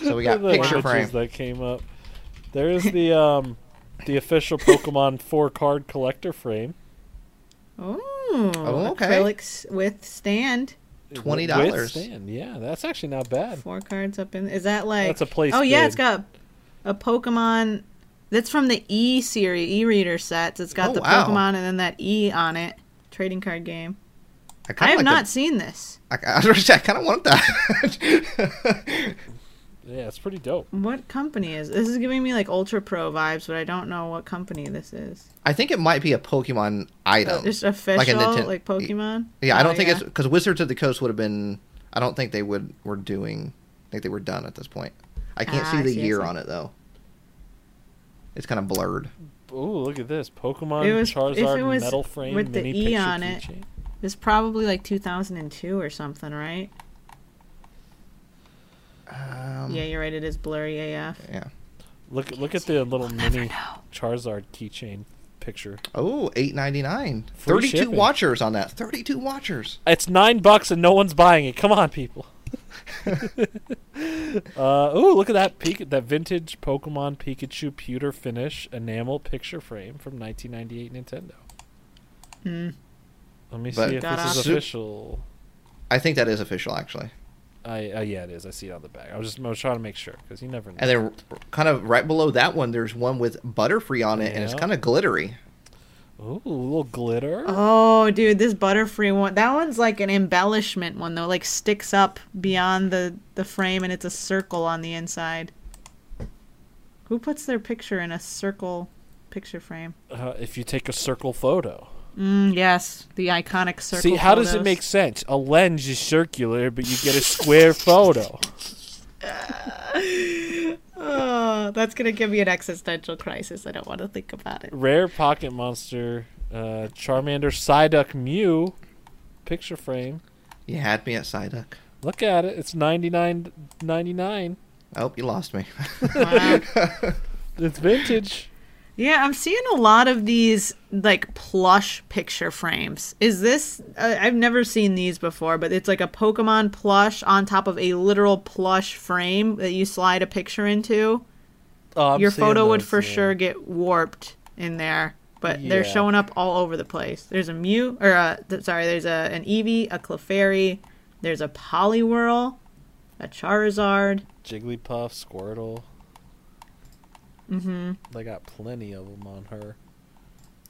Speaker 3: So we got
Speaker 2: the
Speaker 3: picture frame.
Speaker 2: images that came up. There is the um, the official Pokemon four card collector frame.
Speaker 4: Ooh.
Speaker 3: okay.
Speaker 4: Acrylics with stand.
Speaker 3: $20.
Speaker 2: With stand. Yeah, that's actually not bad.
Speaker 4: Four cards up in. Is that like?
Speaker 2: That's a place
Speaker 4: Oh yeah,
Speaker 2: bid.
Speaker 4: it's got a Pokemon. That's from the E series, E reader sets. It's got
Speaker 3: Oh,
Speaker 4: the
Speaker 3: wow.
Speaker 4: Pokemon and then that E on it. Trading card game.
Speaker 3: I,
Speaker 4: I
Speaker 3: kinda
Speaker 4: have
Speaker 3: like
Speaker 4: not
Speaker 3: the-
Speaker 4: seen this.
Speaker 3: I, I kind of want that.
Speaker 2: Yeah, it's pretty dope.
Speaker 4: What company is this? Is giving me like Ultra Pro vibes, but I don't know what company this is.
Speaker 3: I think it might be a Pokemon item.
Speaker 4: Just official, like,
Speaker 3: Ninten-
Speaker 4: Pokemon.
Speaker 3: Yeah, I
Speaker 4: Oh,
Speaker 3: don't think it's because Wizards of the Coast would have been. I don't think they would were doing. I think they were done at this point. I can't
Speaker 4: Ah,
Speaker 3: see
Speaker 4: I
Speaker 3: the
Speaker 4: see, I
Speaker 3: year
Speaker 4: see.
Speaker 3: on it though. It's kind of blurred.
Speaker 2: Ooh, look at this Pokemon
Speaker 4: It was- if
Speaker 2: Charizard
Speaker 4: it was
Speaker 2: metal frame
Speaker 4: with the
Speaker 2: mini
Speaker 4: E
Speaker 2: picture
Speaker 4: on it.
Speaker 2: keychain.
Speaker 4: It's probably like 2002 or something, right?
Speaker 3: Um,
Speaker 4: yeah, you're right. It is blurry AF.
Speaker 3: yeah.
Speaker 2: Look, look at the little mini
Speaker 4: know.
Speaker 2: Charizard keychain picture.
Speaker 3: Oh, eight ninety nine.
Speaker 2: Free
Speaker 3: Thirty two
Speaker 2: shipping.
Speaker 3: watchers on that. Thirty two watchers.
Speaker 2: It's nine bucks and no one's buying it. Come on, people. uh, ooh, look at that Pika- that vintage Pokemon Pikachu pewter finish enamel picture frame from 1998 Nintendo. Let me
Speaker 3: But-
Speaker 2: see if
Speaker 4: Got
Speaker 2: this is
Speaker 4: off.
Speaker 2: official.
Speaker 3: I think that is official actually.
Speaker 2: I uh, yeah, it is. I see it on the back. I was just I was trying to make sure because you never know.
Speaker 3: And then r- kind of right below that one, there's one with Butterfree on it, and it's
Speaker 2: Yeah.
Speaker 3: kind of glittery.
Speaker 2: Ooh, a little glitter.
Speaker 4: Oh, dude, this Butterfree one. That one's like an embellishment one though. Like sticks up beyond the the frame, and it's a circle on the inside. Who puts their picture in a circle picture frame?
Speaker 2: Uh, if you take a circle photo.
Speaker 4: Mm, yes, the iconic circle.
Speaker 2: See, how does it
Speaker 4: photos.
Speaker 2: make sense? A lens is circular, but you get a square photo.
Speaker 4: Oh, that's gonna give me an existential crisis. I don't want to think about it.
Speaker 2: Rare pocket monster, uh, Charmander, Psyduck, Mew, picture frame.
Speaker 3: You had me at Psyduck.
Speaker 2: Look at it. It's ninety nine ninety nine.
Speaker 3: Oh, you lost me.
Speaker 4: Wow.
Speaker 2: It's vintage.
Speaker 4: yeah, I'm seeing a lot of these like plush picture frames. Is this? Uh, I've never seen these before, but it's like a Pokemon plush on top of a literal plush frame that you slide a picture into.
Speaker 2: Oh, I'm
Speaker 4: Your
Speaker 2: seeing
Speaker 4: photo would
Speaker 2: those,
Speaker 4: for
Speaker 2: yeah.
Speaker 4: sure get warped in there, but they're
Speaker 2: Yeah.
Speaker 4: showing up all over the place. There's a Mew, or a, th- sorry, there's a an Eevee, a Clefairy, there's a Poliwhirl, a Charizard.
Speaker 2: Jigglypuff, Squirtle. Mm-hmm. They got plenty of them on her.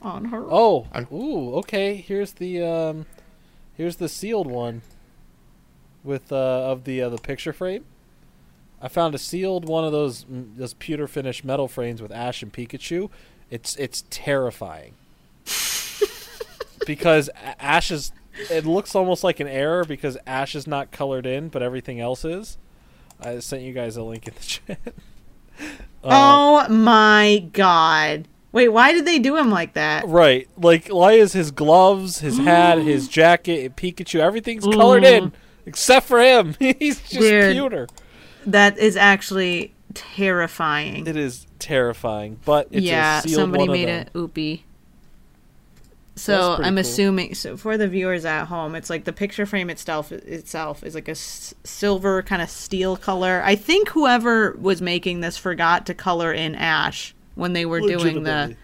Speaker 4: On her.
Speaker 2: Oh,
Speaker 3: I'm-
Speaker 2: ooh, okay. Here's the um, here's the sealed one. With uh, of the uh, the picture frame, I found a sealed one of those mm, those pewter finished metal frames with Ash and Pikachu. It's it's terrifying because A- Ash is. It looks almost like an error because Ash is not colored in, but everything else is. I sent you guys a link in the chat. Uh,
Speaker 4: Oh my god. Wait, why did they do him like that?
Speaker 2: Right. Like Elias, his gloves, his hat,
Speaker 4: Mm.
Speaker 2: his jacket, Pikachu, everything's colored in except for him. He's just
Speaker 4: Mm-hmm. Weird.
Speaker 2: pewter.
Speaker 4: That is actually terrifying.
Speaker 2: It is terrifying, but it's
Speaker 4: yeah,
Speaker 2: a sealed
Speaker 4: somebody
Speaker 2: one of
Speaker 4: made
Speaker 2: them.
Speaker 4: it oopie.
Speaker 2: That's
Speaker 4: So
Speaker 2: pretty
Speaker 4: I'm
Speaker 2: cool.
Speaker 4: assuming so for the viewers at home, it's like the picture frame itself itself is like a s- silver kind of steel color. I think whoever was making this forgot to color in ash when they were doing the
Speaker 2: Legitimately.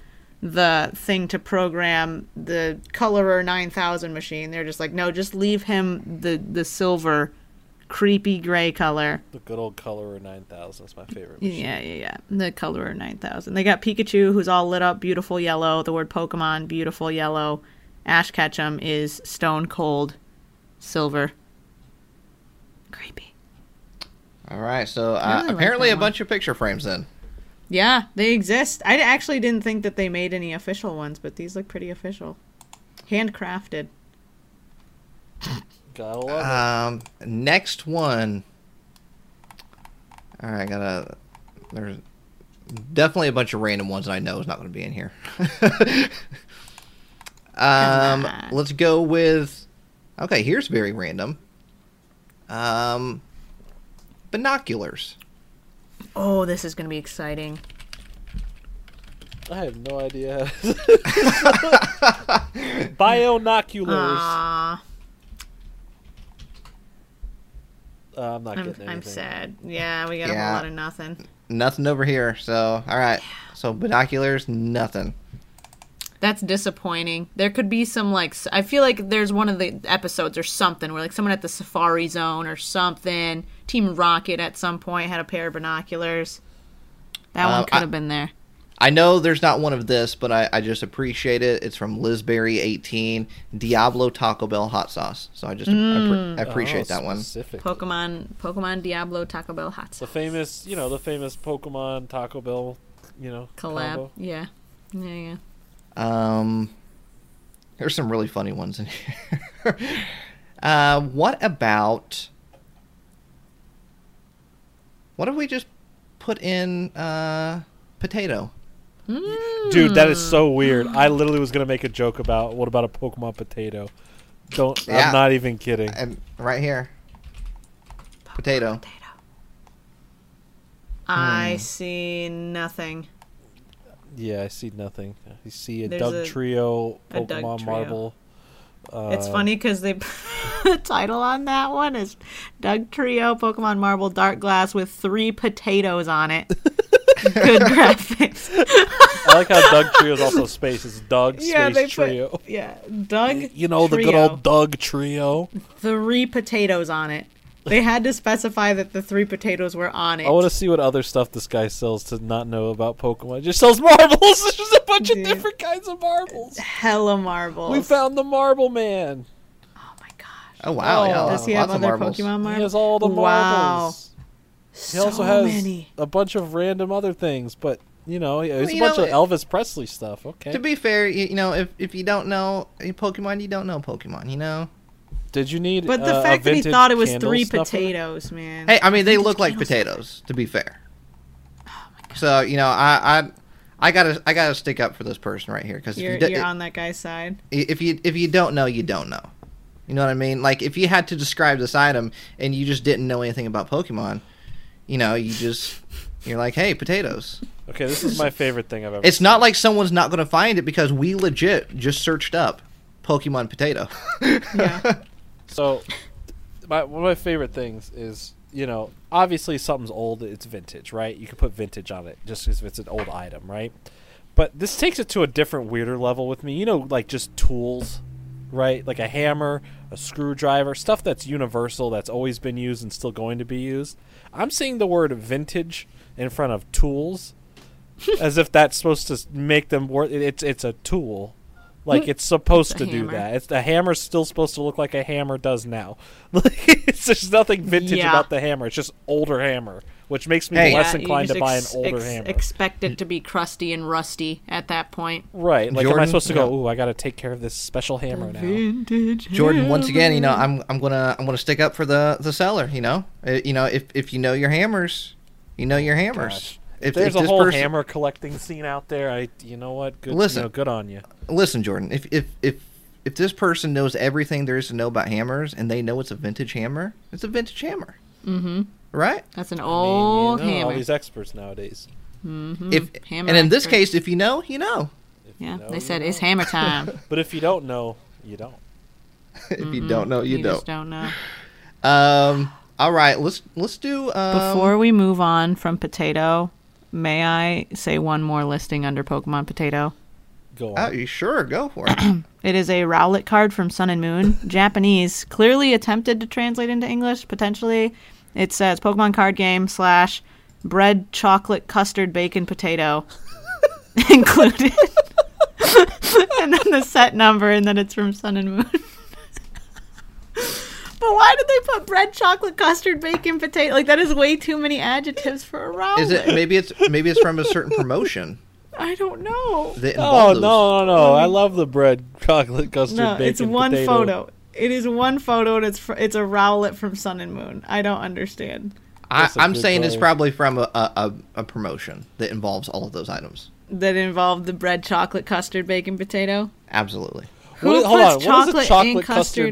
Speaker 4: the thing to program the colorer 9000 machine. They're just like, no, just leave him the the silver creepy gray color.
Speaker 2: The good old Colorer 9000 is my favorite. machine.
Speaker 4: Yeah, yeah, yeah. The Colorer 9000. They got Pikachu, who's all lit up, beautiful yellow. The word Pokemon, beautiful yellow. Ash Ketchum is stone cold silver. Creepy.
Speaker 3: All right, so
Speaker 4: really
Speaker 3: uh,
Speaker 4: like
Speaker 3: apparently
Speaker 4: that
Speaker 3: a
Speaker 4: one.
Speaker 3: bunch of picture frames then.
Speaker 4: Yeah, they exist. I actually didn't think that they made any official ones, but these look pretty official. Handcrafted.
Speaker 2: Gotta love it.
Speaker 3: Um, next one. All right, I gotta. There's definitely a bunch of random ones that I know is not going to be in here. um,
Speaker 4: on.
Speaker 3: let's go with. Okay, here's very random. Um, binoculars.
Speaker 4: Oh, this is going to be exciting.
Speaker 2: I have no idea. Bionoculars.
Speaker 4: Aww,
Speaker 2: Uh, I'm not
Speaker 4: I'm,
Speaker 2: getting anything.
Speaker 4: I'm sad. Yeah, we got a
Speaker 3: Yeah.
Speaker 4: whole lot of nothing.
Speaker 3: Nothing over here. So, all right. So binoculars, nothing.
Speaker 4: That's disappointing. There could be some like s- I feel like there's one of the episodes or something where like someone at the Safari Zone or something. Team Rocket at some point had a pair of binoculars. That
Speaker 3: Um,
Speaker 4: one could
Speaker 3: I-
Speaker 4: have been there.
Speaker 3: I know there's not one of this, but I, I just appreciate it. It's from Lizberry18, Diablo Taco Bell Hot Sauce. So I just
Speaker 4: Mm.
Speaker 3: appre-
Speaker 2: Oh,
Speaker 3: appreciate that one.
Speaker 2: specifically.
Speaker 4: Pokemon, Pokemon Diablo, Taco Bell, Hot
Speaker 2: The
Speaker 4: Sauce
Speaker 2: famous, you know, the famous Pokemon Taco Bell, you know,
Speaker 4: collab.
Speaker 2: combo.
Speaker 4: Yeah, yeah, yeah.
Speaker 3: Um, there's some really funny ones in here. uh, what about. What if we just put in uh, potato?
Speaker 4: Hmm.
Speaker 2: Dude, that is so weird. I literally was gonna make a joke about what about a Pokemon potato? Don't.
Speaker 3: Yeah.
Speaker 2: I'm not even kidding.
Speaker 3: And right here. Potato.
Speaker 4: Potato.
Speaker 3: Hmm.
Speaker 4: I see nothing.
Speaker 2: Yeah, I see nothing. I see a
Speaker 4: There's
Speaker 2: Doug
Speaker 4: a-
Speaker 2: Trio
Speaker 4: a Doug
Speaker 2: Pokemon
Speaker 4: Trio.
Speaker 2: Marble.
Speaker 4: It's
Speaker 2: Uh,
Speaker 4: funny because they the title on that one is Doug Trio Pokemon Marble Dark Glass with three potatoes on it. Good graphics.
Speaker 2: I like how Doug Trio is also space. It's Doug Space Trio.
Speaker 4: yeah Doug.
Speaker 2: You know the good
Speaker 4: Trio,
Speaker 2: old Doug Trio.
Speaker 4: three potatoes on it. They had to specify that the three potatoes were on it.
Speaker 2: I want to see what other stuff this guy sells to not know about Pokemon. He just sells marbles. There's just a bunch
Speaker 4: Dude.
Speaker 2: of different kinds of marbles.
Speaker 4: Hella marbles.
Speaker 2: We found the Marble Man.
Speaker 4: Oh my gosh.
Speaker 3: Oh wow! yeah,
Speaker 2: Oh,
Speaker 4: Does he
Speaker 3: lots
Speaker 4: have
Speaker 3: of
Speaker 4: other
Speaker 3: marbles.
Speaker 4: Pokemon marbles?
Speaker 2: He has all the
Speaker 4: Wow.
Speaker 2: marbles. He
Speaker 4: So
Speaker 2: also has
Speaker 4: many.
Speaker 2: a bunch of random other things, but you know, he- he's
Speaker 3: you
Speaker 2: a bunch
Speaker 3: know,
Speaker 2: of Elvis Presley stuff. Okay.
Speaker 3: To be fair, you, you know, if, if you don't know a Pokemon, you don't know Pokemon. You know.
Speaker 2: Did you need?
Speaker 4: But the
Speaker 2: uh, a
Speaker 4: fact that he
Speaker 2: vintage
Speaker 4: thought it was
Speaker 2: candle
Speaker 4: three
Speaker 2: snuffer?
Speaker 4: potatoes, man.
Speaker 3: Hey, I mean, they look like potatoes. To be fair.
Speaker 4: Oh
Speaker 3: So you know, I I, I gotta I gotta stick up for this person right here because if,
Speaker 4: You're,
Speaker 3: you do-
Speaker 4: you're on that guy's side.
Speaker 3: if you if you don't know, you don't know. You know what I mean? Like if you had to describe this item and you just didn't know anything about Pokemon, you know, you just you're like, hey, potatoes.
Speaker 2: Okay, this is my favorite thing I've ever.
Speaker 3: It's not like someone's not gonna find it because we legit just searched up Pokemon potato.
Speaker 4: Yeah.
Speaker 2: So, my one of my favorite things is you know obviously something's old, it's vintage, right? You can put vintage on it just if it's an old item, right? But this takes it to a different weirder level with me. You know, like just tools, right? Like a hammer, a screwdriver, stuff that's universal, that's always been used and still going to be used. I'm seeing the word vintage in front of tools, as if that's supposed to s- make them worth. it- It's it's a tool, like it's supposed
Speaker 4: It's a
Speaker 2: to do
Speaker 4: hammer.
Speaker 2: that. It's the hammer's still supposed to look like a hammer does now. Like it's, there's nothing vintage
Speaker 4: Yeah.
Speaker 2: about the hammer. It's just older hammer, which makes me
Speaker 3: Hey.
Speaker 2: less
Speaker 4: Yeah, you
Speaker 2: inclined to
Speaker 4: just
Speaker 2: buy an
Speaker 4: ex-
Speaker 2: older
Speaker 4: ex-
Speaker 2: hammer.
Speaker 4: Expect it to be crusty and rusty at that point.
Speaker 2: right? Like, am I
Speaker 3: Jordan?
Speaker 2: supposed to go?
Speaker 3: Yeah.
Speaker 2: Ooh, I got to take care of this special hammer now.
Speaker 4: Vintage.
Speaker 3: Jordan, once again, you know,
Speaker 2: Mm-hmm.
Speaker 3: I'm I'm gonna I'm gonna stick up for the the seller. You know, Uh, you know, if if you know your hammers, you know your hammers.
Speaker 2: Oh, Gosh. If there's a
Speaker 3: this
Speaker 2: whole
Speaker 3: person-
Speaker 2: hammer collecting scene out there, I you know what? Good,
Speaker 3: Listen.
Speaker 2: you know, good on you.
Speaker 3: Listen, Jordan, if if if if this person knows everything there is to know about hammers and they know it's a vintage hammer, it's a vintage hammer. Mm-hmm. Right?
Speaker 4: That's an
Speaker 2: I mean, you
Speaker 4: old
Speaker 2: know, all
Speaker 4: hammer.
Speaker 2: these experts nowadays. Mm-hmm.
Speaker 3: If
Speaker 4: hammer
Speaker 3: and in this
Speaker 4: expert.
Speaker 3: case, if you know, you know.
Speaker 2: If you
Speaker 4: yeah,
Speaker 2: know,
Speaker 4: they
Speaker 2: you
Speaker 4: said
Speaker 2: know.
Speaker 4: it's hammer time.
Speaker 2: But if you don't know, you don't.
Speaker 3: if you
Speaker 2: Mm-hmm.
Speaker 3: don't know, you,
Speaker 4: you
Speaker 3: don't.
Speaker 4: just don't know.
Speaker 3: Um. All right. Let's let's do um,
Speaker 4: Before we move on from potato, may I say one more listing under Pokemon Potato?
Speaker 2: Go
Speaker 3: Oh,
Speaker 2: on.
Speaker 3: you sure? Go for it.
Speaker 4: It is a Rowlet card from Sun and Moon, Japanese, clearly attempted to translate into English, potentially. It says Pokemon card game slash bread, chocolate, custard, bacon, potato included. and then the set number, and then it's from Sun and Moon. but why did they put bread, chocolate, custard, bacon, potato? Like, that is way too many adjectives for a Rowlet.
Speaker 3: Is it maybe it's maybe it's from a certain promotion
Speaker 4: I don't know.
Speaker 3: that
Speaker 2: Oh
Speaker 3: involved those-
Speaker 2: no no no! I love the bread, chocolate, custard,
Speaker 4: no,
Speaker 2: bacon,
Speaker 4: it's one
Speaker 2: potato.
Speaker 4: photo. It is one photo, and it's fr- it's a Rowlet from Sun and Moon. I don't understand.
Speaker 3: I,
Speaker 2: That's a
Speaker 3: I'm
Speaker 2: good
Speaker 3: saying it's
Speaker 2: call.
Speaker 3: probably from a, a, a, a promotion that involves all of those items.
Speaker 4: That involved the bread, chocolate, custard, bacon, potato.
Speaker 3: Absolutely.
Speaker 4: Who
Speaker 2: What- hold
Speaker 4: puts
Speaker 2: on, what
Speaker 4: chocolate in
Speaker 2: is a chocolate
Speaker 4: custard?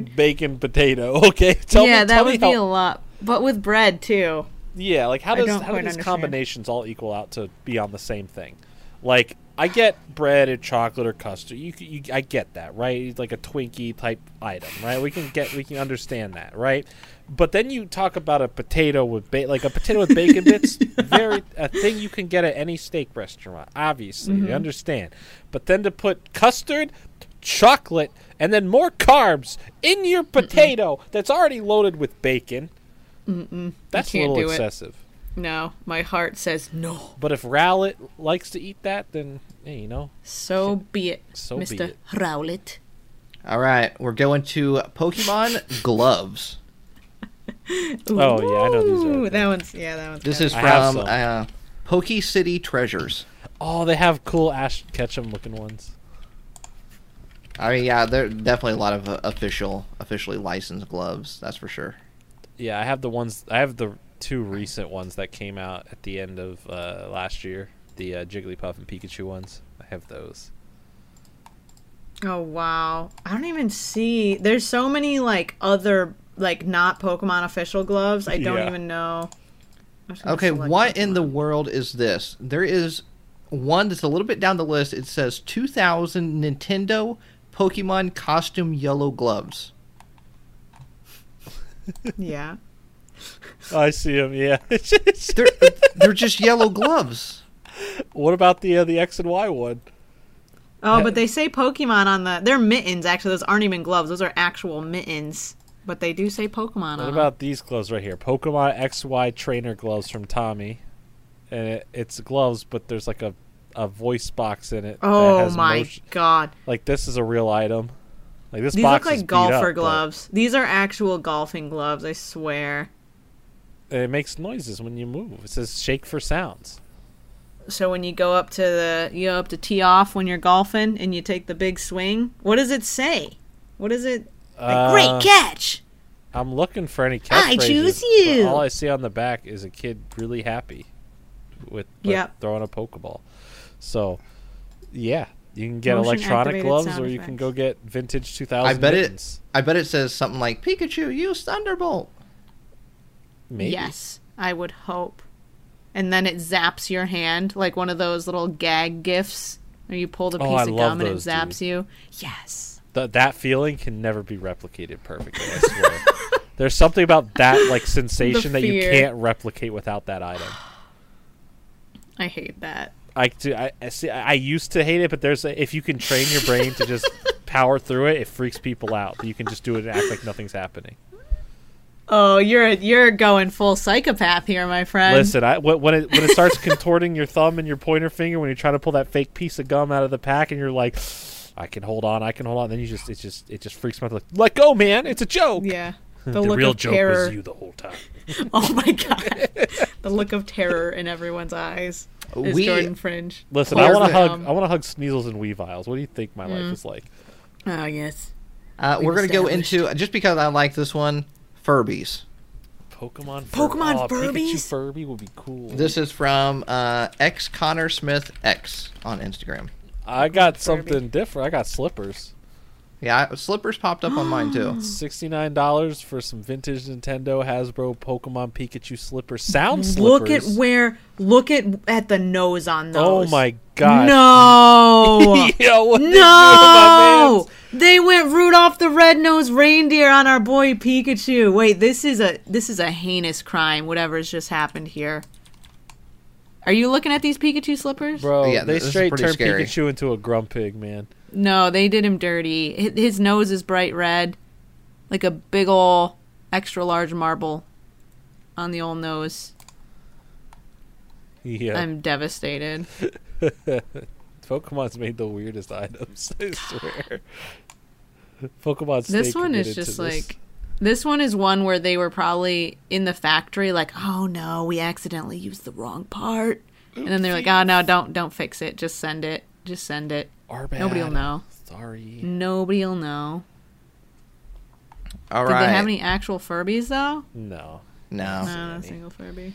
Speaker 2: custard bacon potato? Okay, tell
Speaker 4: yeah,
Speaker 2: me,
Speaker 4: that
Speaker 2: tell
Speaker 4: would
Speaker 2: me
Speaker 4: be
Speaker 2: how,
Speaker 4: a lot, but with bread too.
Speaker 2: Yeah, like how
Speaker 4: I
Speaker 2: does
Speaker 4: don't
Speaker 2: how do
Speaker 4: quite
Speaker 2: these
Speaker 4: understand.
Speaker 2: combinations all equal out to be on the same thing? Like I get bread and chocolate or custard. You, c- you I get that, right? It's Like a Twinkie type item, right? We can get we can understand that, right? But then you talk about a potato with ba- like a potato with bacon bits, very a thing you can get at any steak restaurant. Obviously,
Speaker 4: Mm-hmm.
Speaker 2: you understand. But then to put custard, chocolate, and then more carbs in your potato that's already loaded with bacon. That's a
Speaker 4: can't
Speaker 2: little
Speaker 4: do it.
Speaker 2: excessive.
Speaker 4: No, my heart says no.
Speaker 2: But if Rowlett likes to eat that, then hey, you know,
Speaker 4: So be it,
Speaker 2: So be
Speaker 4: Mister
Speaker 2: it.
Speaker 4: Rowlet.
Speaker 3: All right, we're going to Pokemon gloves.
Speaker 2: Oh, yeah, I know these are-
Speaker 4: Ooh, that one's yeah, that one's.
Speaker 3: This
Speaker 4: good.
Speaker 3: is
Speaker 2: I have
Speaker 3: from
Speaker 2: some.
Speaker 3: uh, Poke City Treasures.
Speaker 2: oh, they have cool Ash Ketchum looking ones.
Speaker 3: I mean, yeah, there are definitely a lot of uh, official, officially licensed gloves. That's for sure.
Speaker 2: Yeah, I have the ones. I have the two recent ones that came out at the end of uh, last year. The uh, Jigglypuff and Pikachu ones. I have those.
Speaker 4: Oh wow. I don't even see there's so many like other like not Pokemon official gloves. I don't
Speaker 2: Yeah.
Speaker 4: even know. I'm just gonna
Speaker 3: Okay,
Speaker 4: select
Speaker 3: what
Speaker 4: Pokemon.
Speaker 3: in the world is this? There is one that's a little bit down the list. It says 2000 Nintendo Pokemon costume yellow gloves.
Speaker 4: Yeah.
Speaker 2: I see them. Yeah.
Speaker 3: They're they're just yellow gloves.
Speaker 2: what about the uh, the X and Y one?
Speaker 4: Oh, but they say Pokemon on the. They're mittens, actually. Those aren't even gloves. Those are actual mittens. But they do say Pokemon on
Speaker 2: What
Speaker 4: 'em.
Speaker 2: about these gloves right here? Pokemon XY trainer gloves from Tommy. And it, it's gloves, but there's like a, a voice box in it. that
Speaker 4: Oh
Speaker 2: has
Speaker 4: my
Speaker 2: motion-
Speaker 4: god.
Speaker 2: Like this is a real item. Like this
Speaker 4: These
Speaker 2: box
Speaker 4: look
Speaker 2: is
Speaker 4: like
Speaker 2: beat up,
Speaker 4: golfer
Speaker 2: but
Speaker 4: gloves. These are actual golfing gloves, I swear.
Speaker 2: It makes noises when you move. It says shake for sounds.
Speaker 4: So when you go up to the you go up to tee off when you're golfing and you take the big swing, what does it say? What is it? Like,
Speaker 2: Uh,
Speaker 4: Great catch.
Speaker 2: I'm looking for any catchphrases.
Speaker 4: I choose
Speaker 2: but
Speaker 4: you.
Speaker 2: All I see on the back is a kid really happy with like,
Speaker 4: Yep.
Speaker 2: throwing a pokeball. So, yeah, you can get
Speaker 4: Motion
Speaker 2: electronic
Speaker 4: activated
Speaker 2: gloves, or
Speaker 4: sound
Speaker 2: you can
Speaker 4: effects.
Speaker 2: go get vintage 2000.
Speaker 3: I bet
Speaker 2: mittens.
Speaker 3: it. I bet it says something like Pikachu, use Thunderbolt.
Speaker 2: Maybe.
Speaker 4: Yes, I would hope. And then it zaps your hand like one of those little gag gifts where you pull the
Speaker 2: Oh,
Speaker 4: piece
Speaker 2: I
Speaker 4: of
Speaker 2: love
Speaker 4: gum and it
Speaker 2: those,
Speaker 4: zaps
Speaker 2: dude.
Speaker 4: you. Yes.
Speaker 2: Th- that feeling can never be replicated perfectly. I swear. There's something about that like sensation that you
Speaker 4: fear.
Speaker 2: can't replicate without that item.
Speaker 4: I hate that.
Speaker 2: I, do- I, I see. I I used to hate it, but there's a, if you can train your brain to just power through it, it freaks people out. You can just do it and act like nothing's happening.
Speaker 4: Oh, you're you're going full psychopath here, my friend.
Speaker 2: Listen, I, wh- when it when it starts contorting your thumb and your pointer finger when you're trying to pull that fake piece of gum out of the pack, and you're like, I can hold on, I can hold on. Then you just it just it just freaks me out. Like, let go, man. It's a joke.
Speaker 4: Yeah. The,
Speaker 2: The
Speaker 4: look
Speaker 2: real
Speaker 4: of
Speaker 2: joke
Speaker 4: terror.
Speaker 2: was you the whole time.
Speaker 4: Oh my god. the look of terror in everyone's eyes. Is
Speaker 3: We-
Speaker 4: Jordan Fringe.
Speaker 2: Listen,
Speaker 3: Where's
Speaker 2: I want
Speaker 3: the-
Speaker 2: to hug.
Speaker 4: Um, mm.
Speaker 2: I want to hug Sneasels and Weaviles. What do you think my life is like?
Speaker 4: Oh yes.
Speaker 3: Uh, we're gonna go
Speaker 4: established.
Speaker 3: into just because I like this one, Furbies.
Speaker 2: Pokemon.
Speaker 4: Pokemon
Speaker 2: oh, Pikachu
Speaker 4: Furbies?
Speaker 2: Furby would be cool.
Speaker 3: This is from uh, X Connor Smith X on Instagram.
Speaker 2: I got
Speaker 4: Furby.
Speaker 2: something different. I got slippers.
Speaker 3: Yeah, I- slippers popped up on mine too.
Speaker 2: Sixty nine dollars for some vintage Nintendo Hasbro Pokemon Pikachu slippers. Sound slippers.
Speaker 4: Look at where look at at the nose on
Speaker 2: Oh
Speaker 4: those.
Speaker 2: my god.
Speaker 4: No.
Speaker 2: Yo, what did you do to my
Speaker 4: No!
Speaker 2: mans?
Speaker 4: They went Rudolph the Red-Nosed Reindeer on our boy Pikachu. Wait, this is a this is a heinous crime whatever's just happened here. Are you looking at these Pikachu slippers?
Speaker 2: Bro,
Speaker 3: Yeah,
Speaker 2: they
Speaker 3: this is
Speaker 2: straight
Speaker 3: pretty
Speaker 2: turned
Speaker 3: scary.
Speaker 2: Pikachu into a grumpig, man.
Speaker 4: No, they did him dirty. Hi- His nose is bright red, like a big ol' extra large marble on the old nose.
Speaker 2: Yeah.
Speaker 4: I'm devastated.
Speaker 2: Pokemon's made the weirdest items, I swear. Pokemon
Speaker 4: This one is just like this one is one where they were probably in the factory like, "Oh no, we accidentally used the wrong part." And then they're like, "Oh no, don't don't fix it. Just send it. Just send it. Nobody'll know.
Speaker 2: Sorry.
Speaker 4: Nobody'll know."
Speaker 3: All
Speaker 4: Did
Speaker 3: right.
Speaker 4: they have any actual Furbies though?
Speaker 2: No.
Speaker 3: No.
Speaker 4: No, not a
Speaker 2: any.
Speaker 4: single Furby.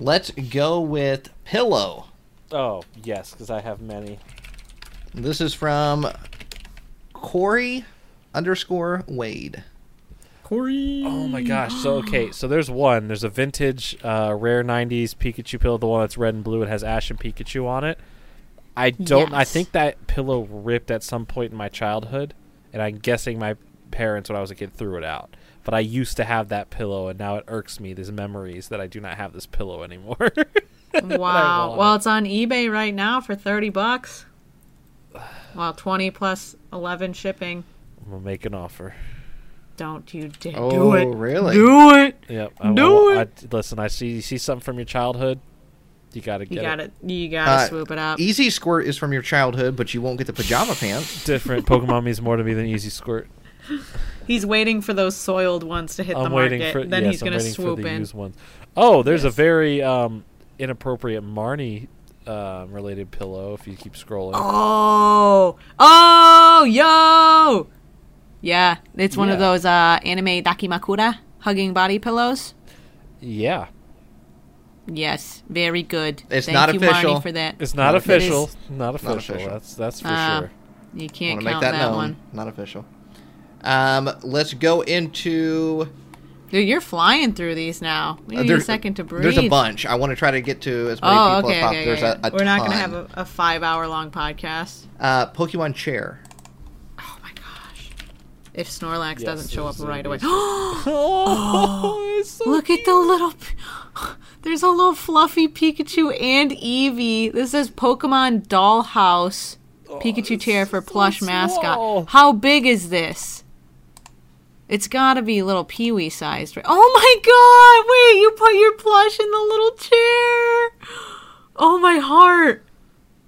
Speaker 3: Let's go with Pillow.
Speaker 2: Oh yes, because I have many.
Speaker 3: This is from Corey underscore Wade.
Speaker 2: Corey. Oh my gosh. So okay. So there's one. There's a vintage, uh, rare '90s Pikachu pillow. The one that's red and blue. It has Ash and Pikachu on it. I don't. I
Speaker 4: Yes.
Speaker 2: think that pillow ripped at some point in my childhood, and I'm guessing my parents when I was a kid threw it out. But I used to have that pillow, and now it irks me. These memories that I do not have this pillow anymore.
Speaker 4: Wow.
Speaker 2: want
Speaker 4: Well,
Speaker 2: it.
Speaker 4: it's on eBay right now for 30 bucks. Well, 20 plus 11 shipping.
Speaker 2: I'm gonna make an offer.
Speaker 4: Don't you dare
Speaker 3: Oh,
Speaker 4: do it.
Speaker 3: really?
Speaker 4: Do it.
Speaker 2: Yep. I,
Speaker 4: Do
Speaker 2: I- listen, I see. You see something from your childhood. You gotta get
Speaker 4: You got
Speaker 2: it.
Speaker 4: to You got to
Speaker 3: Uh,
Speaker 4: swoop it up.
Speaker 3: Easy Squirt is from your childhood, but you won't get the pajama pants.
Speaker 2: Different Pokemon means more to me than Easy Squirt.
Speaker 4: He's waiting for those soiled ones to hit the
Speaker 2: I'm
Speaker 4: market.
Speaker 2: waiting for
Speaker 4: then
Speaker 2: yes,
Speaker 4: he's
Speaker 2: I'm
Speaker 4: going to
Speaker 2: waiting
Speaker 4: swoop
Speaker 2: for the
Speaker 4: in.
Speaker 2: used ones. Oh, there's a
Speaker 4: Yes.
Speaker 2: very um, inappropriate Marnie um, related pillow. If you keep scrolling,
Speaker 4: Oh. Oh, yo. Yeah, it's one of
Speaker 2: Yeah.
Speaker 4: those uh, anime dakimakura hugging body pillows.
Speaker 2: yeah,
Speaker 4: Yes, very good.
Speaker 3: It's
Speaker 4: Thank
Speaker 3: not
Speaker 4: you,
Speaker 3: official.
Speaker 4: Marnie, for that.
Speaker 2: it's not
Speaker 3: Not
Speaker 2: official.
Speaker 4: official.
Speaker 2: Not official.
Speaker 3: official.
Speaker 2: That's that's for
Speaker 4: Oh, Ah,
Speaker 2: sure.
Speaker 4: You
Speaker 3: Want
Speaker 4: can't
Speaker 3: to
Speaker 4: count
Speaker 3: make that, known?
Speaker 4: one.
Speaker 3: Not official. Um, let's go into.
Speaker 4: Dude, you're flying through these now. We
Speaker 3: uh,
Speaker 4: need
Speaker 3: there-
Speaker 4: a second to breathe.
Speaker 3: There's a bunch. I want to try to get to as many
Speaker 4: Oh,
Speaker 3: people
Speaker 4: okay,
Speaker 3: as possible.
Speaker 4: okay,
Speaker 3: there's
Speaker 4: yeah,
Speaker 3: a,
Speaker 4: yeah.
Speaker 3: a
Speaker 4: We're not gonna
Speaker 3: ton.
Speaker 4: have a, a five-hour-long podcast.
Speaker 3: uh, Pokemon chair.
Speaker 4: Oh my gosh! If Snorlax
Speaker 2: Yes,
Speaker 4: doesn't show up
Speaker 2: this is
Speaker 4: right
Speaker 2: gonna
Speaker 4: away,
Speaker 2: be- Oh, it's so
Speaker 4: look at the little. p- There's a little fluffy Pikachu and Eevee. This is Pokemon Dollhouse Pikachu chair for
Speaker 2: Oh, so
Speaker 4: plush
Speaker 2: small.
Speaker 4: mascot. How big is this? It's gotta be little Pee Wee sized. Right? Oh my god! Wait, you put your plush in the little chair. Oh my heart.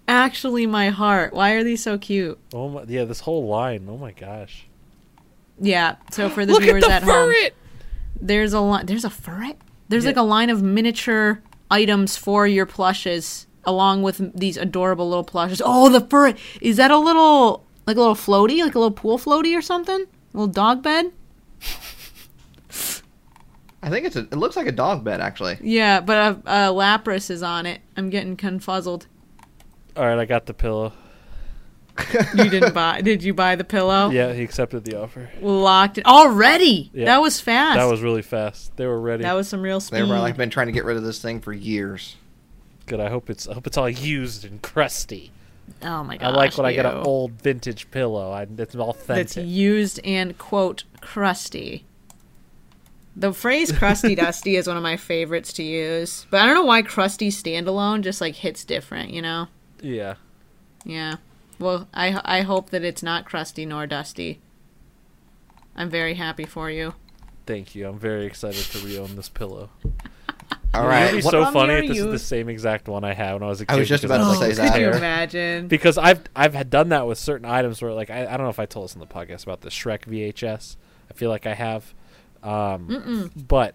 Speaker 4: Actually, my heart. Why are these so cute?
Speaker 2: Oh my, yeah, this whole line. Oh my gosh.
Speaker 4: Yeah. So for the viewers at, home, there's a line. There's a furret. There's
Speaker 2: Yeah.
Speaker 4: like a line of miniature items for your plushes, along with these adorable little plushes. Oh, the furret. Is that a little like a little floaty, like a little pool floaty or something? little dog bed.
Speaker 3: I think it's a, it looks like a dog bed actually.
Speaker 4: Yeah, but a, a Lapras is on it. I'm getting confuzzled.
Speaker 2: All right, I got the pillow.
Speaker 4: You didn't buy? Did you buy the pillow?
Speaker 2: Yeah, he accepted the offer.
Speaker 4: Locked it already.
Speaker 2: Yeah.
Speaker 4: That was fast.
Speaker 2: That was really fast. They were ready.
Speaker 4: that was some real speed.
Speaker 3: They've like been trying to get rid of this thing for years.
Speaker 2: Good. I hope it's I hope it's all used and crusty.
Speaker 4: oh my
Speaker 2: I
Speaker 4: god!
Speaker 2: like when I get an old vintage pillow. I, it's authentic.
Speaker 4: that's used and quote crusty. The phrase "crusty dusty" is one of my favorites to use, but I don't know why "crusty standalone" just like hits different. You know?
Speaker 2: yeah.
Speaker 4: Yeah. Well, I I hope that it's not crusty nor dusty. I'm very happy for you.
Speaker 2: Thank you. I'm very excited to reown this pillow.
Speaker 3: All
Speaker 2: It
Speaker 3: right.
Speaker 2: would be
Speaker 3: what-
Speaker 2: so
Speaker 4: From
Speaker 2: funny
Speaker 4: your
Speaker 2: if this is the
Speaker 4: youth.
Speaker 2: same exact one I had when I was a kid.
Speaker 3: I was just
Speaker 2: because
Speaker 3: about to
Speaker 2: like,
Speaker 3: say
Speaker 2: this
Speaker 3: that.
Speaker 4: Could you
Speaker 2: hair.
Speaker 4: imagine?
Speaker 2: Because I've I've had done that with certain items where like I, I don't know if I told this in the podcast about the Shrek VHS. I feel like I have, um, but
Speaker 4: Well,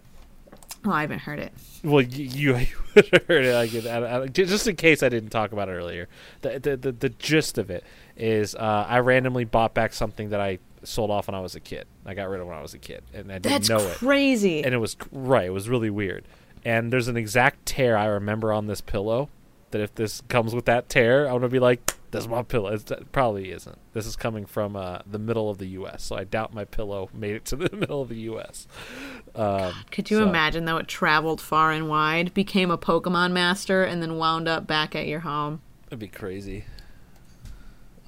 Speaker 4: Oh, I haven't heard it.
Speaker 2: well you, you would have heard it like it- I, I, ju- just in case I didn't talk about it earlier. The the the, the gist of it is uh, I randomly bought back something that I sold off when I was a kid. I got rid of when I was a kid, and I didn't
Speaker 4: That's
Speaker 2: know it
Speaker 4: crazy.
Speaker 2: and it was right. It was really weird. And there's an exact tear I remember on this pillow. That if this comes with that tear, I'm gonna be like, "This is my pillow." It's, it probably isn't. This is coming from uh, the middle of the U.S., so I doubt my pillow made it to the middle of the U.S. Um,
Speaker 4: Could you
Speaker 2: so-
Speaker 4: imagine though it traveled far and wide, became a Pokemon master, and then wound up back at your home?
Speaker 2: That'd be crazy.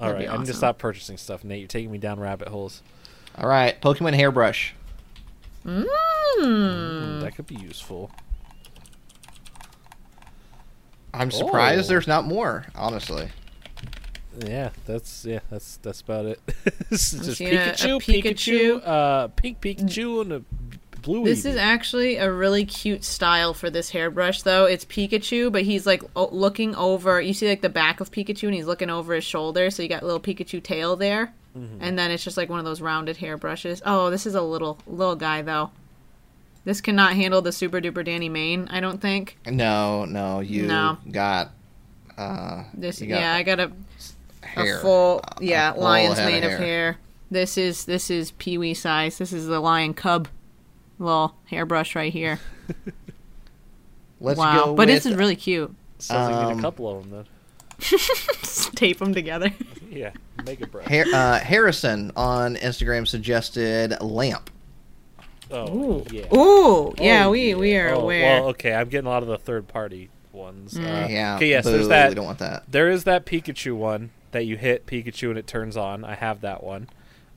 Speaker 2: All
Speaker 4: That'd be
Speaker 2: right, I need to
Speaker 4: awesome.
Speaker 2: stop purchasing stuff, Nate. You're taking me down rabbit holes.
Speaker 3: all right. Pokemon hairbrush.
Speaker 4: Mm.
Speaker 2: Mm, that could be useful.
Speaker 3: I'm surprised
Speaker 2: Oh.
Speaker 3: there's not more. Honestly.
Speaker 2: Yeah, that's yeah, that's that's about it. This is just
Speaker 4: seeing uh, a- a
Speaker 2: Pikachu, Pikachu,
Speaker 4: Pikachu.
Speaker 2: uh, pink Pikachu, and a blue.
Speaker 4: This is
Speaker 2: Eevee.
Speaker 4: actually a really cute style for this hairbrush though. It's Pikachu, but he's like o- looking over. You see like the back of Pikachu, and he's looking over his shoulder. So you got little Pikachu tail there,
Speaker 3: Mm-hmm.
Speaker 4: and then it's just like one of those rounded hairbrushes. Oh, this is a little little guy though. This cannot handle the super duper Danny Mane, I don't think.
Speaker 3: No, no. You
Speaker 4: No.
Speaker 3: got. Uh,
Speaker 4: This
Speaker 3: you got
Speaker 4: yeah, I gotta
Speaker 3: hair.
Speaker 4: a full yeah
Speaker 3: a full
Speaker 4: lion's
Speaker 3: head of
Speaker 4: mane of
Speaker 3: hair.
Speaker 4: hair. This is this is Pee Wee size. This is the lion cub little hairbrush right here.
Speaker 3: Let's
Speaker 4: wow,
Speaker 3: go.
Speaker 4: but
Speaker 3: with,
Speaker 4: it's really cute.
Speaker 2: Sounds like we need
Speaker 3: Um,
Speaker 2: a couple of them
Speaker 4: Just tape them together.
Speaker 2: then. Yeah, make a break.
Speaker 3: Har- uh, Harrison on Instagram suggested lamp.
Speaker 2: oh, yeah.
Speaker 4: Ooh, yeah,
Speaker 2: Oh,
Speaker 4: we we are
Speaker 2: Oh,
Speaker 4: aware. Mm,
Speaker 2: Well, okay, I'm getting a lot of the third party ones. Uh,
Speaker 3: Yeah.
Speaker 2: Okay, yes,
Speaker 3: boo,
Speaker 2: there's that.
Speaker 3: We don't want that.
Speaker 2: There is that Pikachu one that you hit Pikachu and it turns on. I have that one.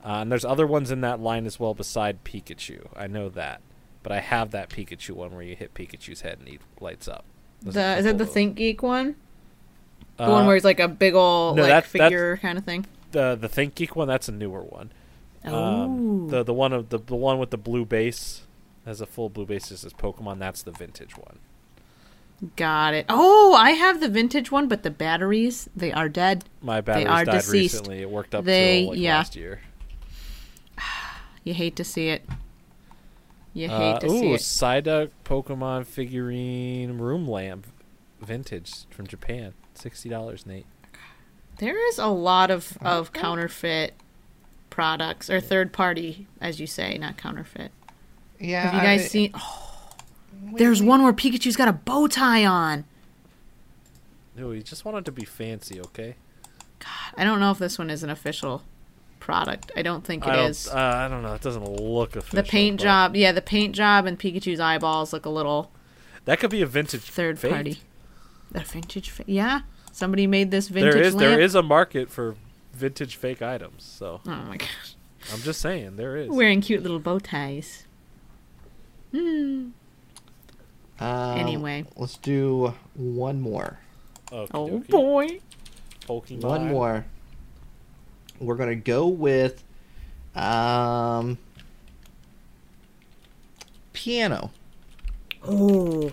Speaker 2: Uh, and there's other ones in that line as well beside Pikachu. I know that. But I have that Pikachu one where you hit Pikachu's head and he lights up. There's a
Speaker 4: the,
Speaker 2: couple
Speaker 4: is that the
Speaker 2: of those.
Speaker 4: Think Geek one? The
Speaker 2: Uh,
Speaker 4: one where it's like a big old
Speaker 2: no,
Speaker 4: like
Speaker 2: that's- that's-
Speaker 4: figure kind of thing.
Speaker 2: the the Think Geek one, that's a newer one. Um,
Speaker 4: Ooh.
Speaker 2: the the one of the, the one with the blue base has a full blue base. This is Pokemon. That's the vintage one.
Speaker 4: Got it. Oh, I have the vintage one, but the batteries they are dead.
Speaker 2: My batteries
Speaker 4: are
Speaker 2: died
Speaker 4: deceased.
Speaker 2: recently. It worked up
Speaker 4: They-
Speaker 2: till like
Speaker 4: yeah.
Speaker 2: last year.
Speaker 4: You hate to see it. You hate
Speaker 2: Uh,
Speaker 4: to see
Speaker 2: ooh,
Speaker 4: it.
Speaker 2: Psyduck Pokemon figurine room lamp, vintage from Japan. Sixty dollars, Nate.
Speaker 4: There is a lot of, of counterfeit products or third party, as you say, not counterfeit.
Speaker 3: Yeah.
Speaker 4: Have you guys
Speaker 3: I-
Speaker 4: seen? Oh, there's one where Pikachu's got a bow tie on.
Speaker 2: No, he just wanted to be fancy, okay?
Speaker 4: I don't know if this one is an official product. I don't think it
Speaker 2: I don't.
Speaker 4: is.
Speaker 2: Uh, I don't know. It doesn't look official.
Speaker 4: the paint
Speaker 2: but
Speaker 4: job, yeah, the paint job and Pikachu's eyeballs look a little
Speaker 2: That could be a vintage
Speaker 4: third
Speaker 2: fake.
Speaker 4: party. The vintage, fa- yeah. Somebody made this vintage.
Speaker 2: There is
Speaker 4: lamp.
Speaker 2: there is a market for vintage fake items. So
Speaker 4: Oh my gosh,
Speaker 2: I'm just saying there is.
Speaker 4: wearing cute little bow ties.
Speaker 3: um,
Speaker 4: Anyway.
Speaker 3: Let's do one more.
Speaker 4: Oh
Speaker 2: Okey-dokey.
Speaker 4: boy.
Speaker 2: Pokemon.
Speaker 3: One more. We're gonna go with um piano.
Speaker 4: Oh,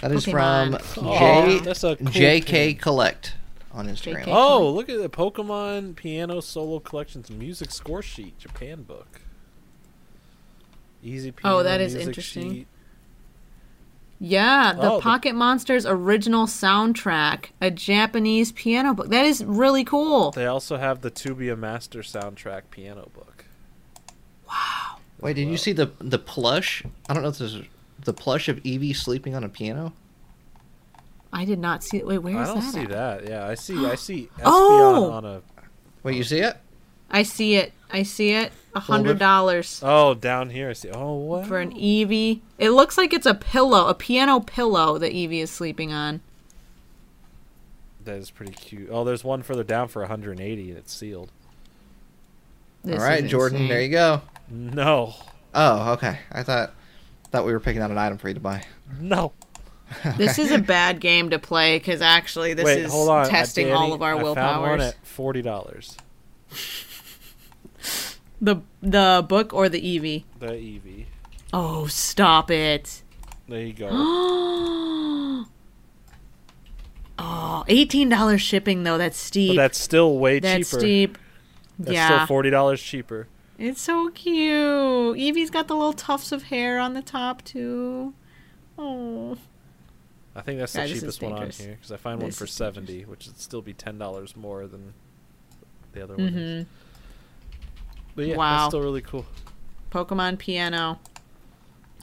Speaker 3: That is
Speaker 4: Pokemon
Speaker 3: from
Speaker 4: piano.
Speaker 2: Oh, that's a cool
Speaker 3: J-
Speaker 2: thing.
Speaker 3: JK Collect on Instagram.
Speaker 4: JK.
Speaker 2: Oh, look at the Pokemon Piano Solo Collections Music Score Sheet Japan book. Easy piano.
Speaker 4: Oh, that is
Speaker 2: music
Speaker 4: interesting.
Speaker 2: sheet.
Speaker 4: yeah, the
Speaker 2: Oh, the-
Speaker 4: Pocket Monsters original soundtrack, a Japanese piano book. That is really cool.
Speaker 2: They also have the To Be a Master soundtrack piano book.
Speaker 3: Wait, did you see the the plush? I don't know if this is the plush of Evie sleeping on a piano.
Speaker 4: I did not see it. Wait, where
Speaker 2: I
Speaker 4: is
Speaker 2: don't
Speaker 4: that?
Speaker 2: see
Speaker 4: at?
Speaker 2: that. Yeah, I see. I see Espeon
Speaker 4: Oh!
Speaker 2: on a.
Speaker 3: Wait, you see it?
Speaker 4: I see it. I see it. A hundred
Speaker 3: bit.
Speaker 4: dollars
Speaker 2: Oh, down here. I see. Oh, what?
Speaker 4: for an Eevee. It looks like it's a pillow, a piano pillow that Eevee is sleeping on.
Speaker 2: That is pretty cute. Oh, there's one further down for 180, and it's sealed.
Speaker 4: This
Speaker 3: All right,
Speaker 4: is
Speaker 3: Jordan,
Speaker 4: insane.
Speaker 3: there you go.
Speaker 2: No,
Speaker 3: Oh, okay. I thought thought we were picking out an item for you to buy.
Speaker 2: no.
Speaker 4: This is a bad game to play because actually this
Speaker 2: Wait,
Speaker 4: is
Speaker 2: hold on. Uh,
Speaker 4: testing
Speaker 2: Danny,
Speaker 4: all of our
Speaker 2: I Found one
Speaker 4: willpowers.
Speaker 2: at forty dollars.
Speaker 4: The the book or the Eevee?
Speaker 2: The Eevee.
Speaker 4: Oh, stop it!
Speaker 2: There you go.
Speaker 4: oh, eighteen dollars shipping though. That's
Speaker 2: but
Speaker 4: steep.
Speaker 2: that's still way
Speaker 4: that's
Speaker 2: cheaper.
Speaker 4: steep.
Speaker 2: That's
Speaker 4: yeah,
Speaker 2: still forty dollars cheaper.
Speaker 4: it's so cute. Eevee's got the little tufts of hair on the top too. Oh,
Speaker 2: I think that's
Speaker 4: Yeah,
Speaker 2: the
Speaker 4: this is
Speaker 2: cheapest one on
Speaker 4: dangerous.
Speaker 2: here because I find
Speaker 4: This
Speaker 2: one for
Speaker 4: is
Speaker 2: seventy, which would still be ten dollars more than the other one.
Speaker 4: Mm-hmm.
Speaker 2: is. But yeah,
Speaker 4: Wow.
Speaker 2: that's still really cool.
Speaker 4: Pokemon Piano.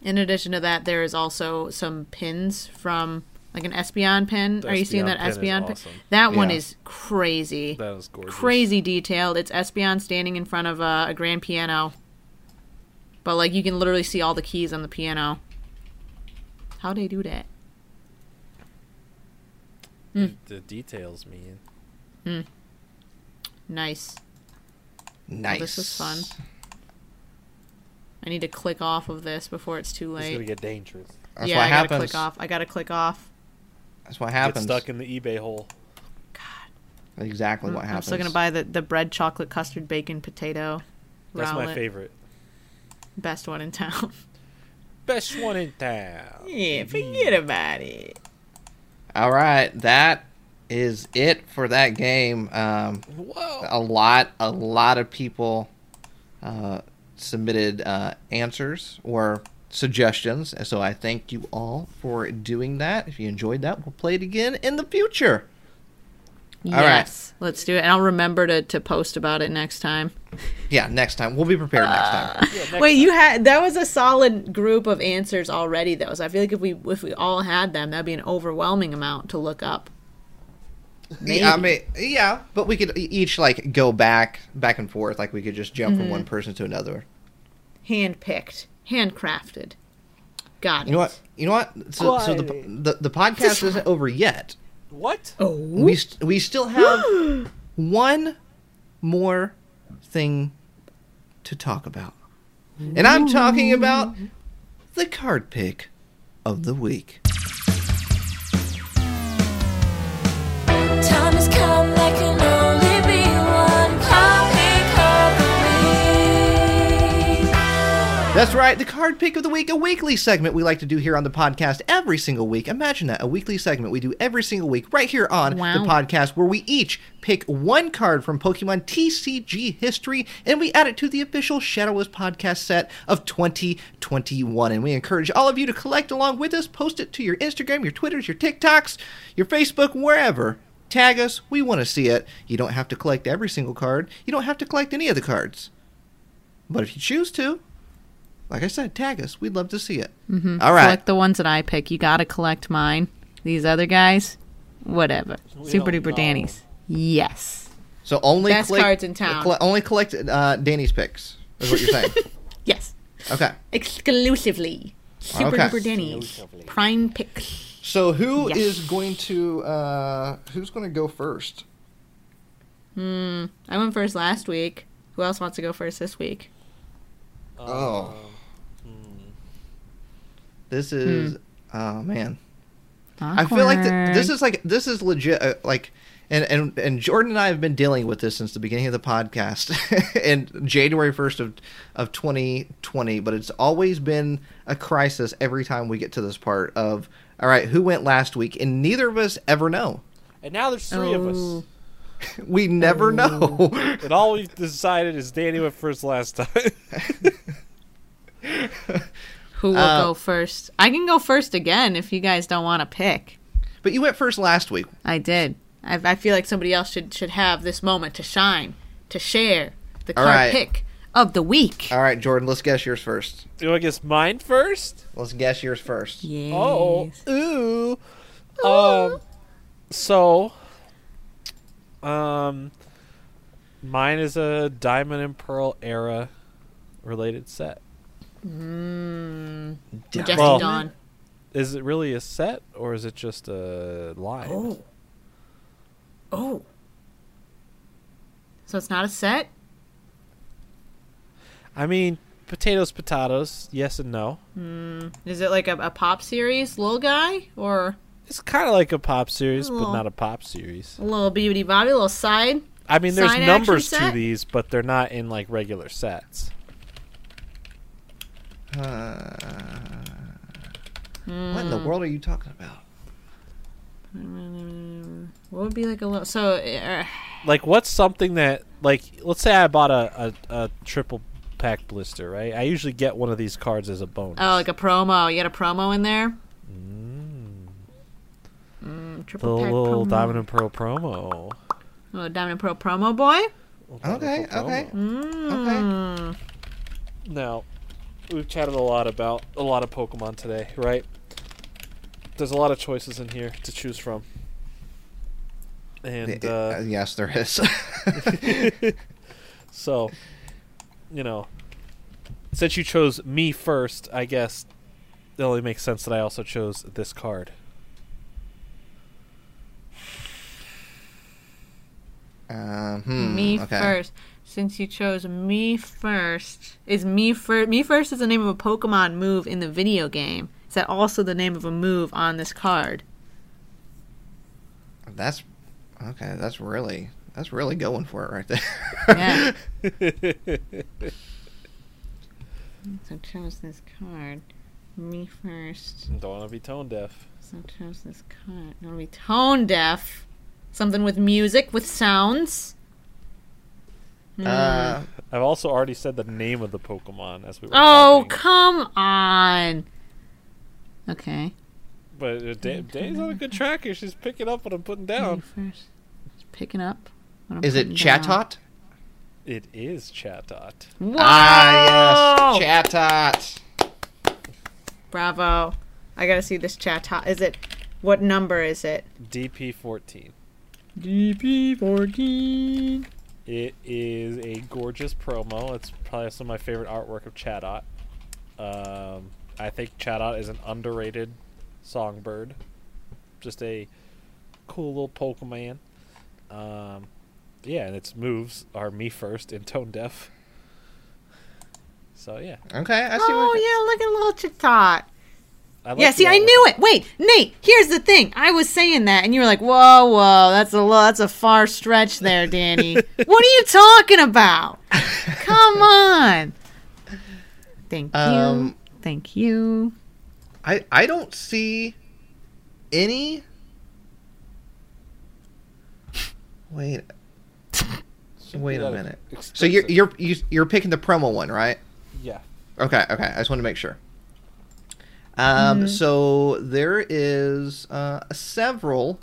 Speaker 4: In addition to that, there is also some pins from like an Espeon pin.
Speaker 2: The
Speaker 4: Are you seeing
Speaker 2: Espeon
Speaker 4: that
Speaker 2: pin is
Speaker 4: Espeon pin?
Speaker 2: awesome.
Speaker 4: That one
Speaker 3: Yeah.
Speaker 4: is crazy.
Speaker 2: That is gorgeous.
Speaker 4: crazy detailed. It's Espeon standing in front of a, a grand piano. But like you can literally see all the keys on the piano. How they do that?
Speaker 2: The details, man.
Speaker 4: Nice.
Speaker 3: Nice.
Speaker 4: this was fun. I need to click off of this before it's too
Speaker 2: It's gonna
Speaker 4: late.
Speaker 2: get dangerous.
Speaker 3: That's
Speaker 4: yeah,
Speaker 3: what
Speaker 4: I gotta
Speaker 3: happens.
Speaker 4: click off. I gotta click off.
Speaker 3: That's what
Speaker 2: Get
Speaker 3: happens.
Speaker 2: stuck in the eBay hole.
Speaker 3: Exactly what
Speaker 4: Mm, Mm-hmm. I'm
Speaker 3: happens.
Speaker 4: still gonna buy the, the bread, chocolate, custard, bacon, potato.
Speaker 2: That's my
Speaker 4: Rowlet.
Speaker 2: favorite.
Speaker 4: Best one in town.
Speaker 2: Best one in town. E
Speaker 4: yeah, forget about it.
Speaker 3: All right, that is it for that game. Um,
Speaker 2: Whoa.
Speaker 3: a lot, a lot of people uh, submitted uh, answers or suggestions, and so I thank you all for doing that. If you enjoyed that, we'll play it again in the future. right.
Speaker 4: yes. Let's do it. And I'll remember to, to post about it next time.
Speaker 3: Yeah, next time we'll be prepared. Next time,
Speaker 4: Wait, you had that was a solid group of answers already though. So I feel like if we if we all had them, that'd be an overwhelming amount to look up.
Speaker 3: yeah, I mean, yeah, but we could e- each like go back, back and forth. Like we could just jump from one person to another.
Speaker 4: Handpicked, handcrafted. Got it.
Speaker 3: You know what? You know what? So, so the,
Speaker 2: Quiet.
Speaker 3: the the podcast isn't over yet.
Speaker 2: What?
Speaker 4: Oh,
Speaker 3: We st- we still have one more thing to talk about, and I'm talking about the card pick of the week.
Speaker 5: Time has come, there can only be one coffee cup of
Speaker 3: That's right, the card pick of the week, a weekly segment we like to do here on the podcast every single week. Imagine that, a weekly segment we do every single week right here on
Speaker 4: Wow.
Speaker 3: the podcast where we each pick one card from Pokemon TCG history and we add it to the official Shadowless podcast set of 2021. And we encourage all of you to collect along with us, post it to your Instagram, your Twitters, your TikToks, your Facebook, wherever. Tag us, we want to see it. You don't have to collect every single card, you don't have to collect any of the cards. But if you choose to, like I said, tag us. We'd love to see it. Mm-hmm. All right.
Speaker 4: collect the ones that I pick. You gotta collect mine. These other guys, whatever. Super
Speaker 2: don't
Speaker 4: duper
Speaker 2: know.
Speaker 4: Danny's. Yes.
Speaker 3: so only
Speaker 4: Best
Speaker 3: collect-
Speaker 4: cards in town.
Speaker 3: colle- only collect uh, Danny's picks. Is what you're saying?
Speaker 4: Yes.
Speaker 3: okay.
Speaker 4: Exclusively. Super
Speaker 3: Okay.
Speaker 4: duper Danny's. Prime picks.
Speaker 3: So who is
Speaker 4: Yes.
Speaker 3: going to uh, who's going to go first?
Speaker 4: Hmm. I went first last week. Who else wants to go first this week?
Speaker 2: Um,
Speaker 3: oh.
Speaker 2: hmm.
Speaker 3: This
Speaker 4: Hmm.
Speaker 3: is oh man. I feel like th- this is like this is legit. Uh, like and and and Jordan and I have been dealing with this since the beginning of the podcast in January first of of 2020. But it's always been a crisis every time we get to this part of all right, who went last week, and neither of us ever know.
Speaker 2: And now there's three of us.
Speaker 4: Oh.
Speaker 3: We never know.
Speaker 2: And all we've decided is Danny went first last time.
Speaker 4: Who will
Speaker 3: Uh,
Speaker 4: go first? I can go first again if you guys don't want to pick.
Speaker 3: but you went first last week.
Speaker 4: I did. I, I feel like somebody else should should have this moment to shine, to share the
Speaker 3: All
Speaker 4: card
Speaker 3: right.
Speaker 4: pick of the week.
Speaker 3: All right, Jordan, let's guess yours first.
Speaker 2: you want to guess mine first?
Speaker 3: Let's guess yours first.
Speaker 4: Yes.
Speaker 2: Oh, ooh. Um, so, um, mine is a diamond and pearl era related set.
Speaker 4: Majestic
Speaker 2: Well-
Speaker 4: Hmm. Dawn.
Speaker 2: Is it really a set or is it just a line?
Speaker 4: Oh. So it's not a set?
Speaker 2: I mean, potatoes, potatoes. Yes and no.
Speaker 4: Is it like a, a pop series, little guy? Or
Speaker 2: It's kind of like a pop series, but
Speaker 4: Oh.
Speaker 2: not a pop series.
Speaker 4: a little beauty bobby, a little side?
Speaker 2: I mean, there's
Speaker 4: Sign action
Speaker 2: numbers to
Speaker 4: set?
Speaker 2: these, but they're not in like regular sets.
Speaker 3: Uh, What in the world are you talking about?
Speaker 4: What would be like a little. So. Uh,
Speaker 2: Like, what's something that like let's say I bought a a, a triple pack blister, right? I usually get one of these cards as a bonus.
Speaker 4: oh, like a promo. You got a promo in there? Mm,
Speaker 2: the
Speaker 4: triple pack
Speaker 2: little
Speaker 4: promo.
Speaker 2: diamond and pearl promo.
Speaker 4: Little Diamond Pro promo boy?
Speaker 3: Okay,
Speaker 2: Pearl
Speaker 3: okay.
Speaker 2: promo.
Speaker 3: Okay.
Speaker 2: Now, we've chatted a lot about a lot of Pokemon today, right? There's a lot of choices in here to choose from. And
Speaker 3: Uh,
Speaker 2: uh,
Speaker 3: yes, there is.
Speaker 2: so, you know, since you chose me first, I guess it only makes sense that I also chose this card.
Speaker 3: um, hmm,
Speaker 4: me
Speaker 3: okay.
Speaker 4: first. Since you chose me first, is me first? Me first is the name of a Pokemon move in the video game. Is that also the name of a move on this card?
Speaker 3: That's okay. That's really that's really going for it right there.
Speaker 4: Yeah. So I chose this card. Me first.
Speaker 2: Don't want to be tone deaf.
Speaker 4: So I chose this card. It'll be tone deaf. Something with music, with sounds. Mm.
Speaker 3: Uh,
Speaker 2: I've also already said the name of the Pokemon as we were
Speaker 4: Oh,
Speaker 2: talking,
Speaker 4: come on. Okay.
Speaker 2: but uh, Da- Dane's on a good track here. She's picking up what I'm putting
Speaker 4: Me
Speaker 2: down.
Speaker 4: first. Just picking up. what I'm
Speaker 3: is it
Speaker 4: putting down.
Speaker 3: Chatot?
Speaker 2: It is Chatot.
Speaker 4: Whoa!
Speaker 3: Ah, yes, Chatot.
Speaker 4: Bravo. I gotta see this chat. Top. Is it. What number is it?
Speaker 2: DP fourteen.
Speaker 4: DP 14.
Speaker 2: It is a gorgeous promo. It's probably some of my favorite artwork of Chatot. Um, I think Chatot is an underrated songbird. Just a cool little Pokemon. Um, yeah, and its moves are me first and tone deaf. So yeah,
Speaker 3: Okay, I see.
Speaker 4: Oh,
Speaker 3: what,
Speaker 4: yeah, look at little chat. Tot.
Speaker 2: I like
Speaker 4: Yeah,
Speaker 2: the
Speaker 4: see, I
Speaker 2: artwork.
Speaker 4: knew it. Wait, Nate, here's the thing. I was saying that, and you were like, whoa, whoa, that's a lo- that's a far stretch there, Danny. what are you talking about? Come on. Thank you.
Speaker 3: Um,
Speaker 4: Thank you.
Speaker 3: I I don't see any. Wait. Wait
Speaker 2: that
Speaker 3: a minute.
Speaker 2: expensive.
Speaker 3: So you're you're you- you're picking the promo one, right?
Speaker 2: Yeah,
Speaker 3: Okay, okay. I just want to make sure. Um,
Speaker 4: Mm-hmm.
Speaker 3: So there is uh, several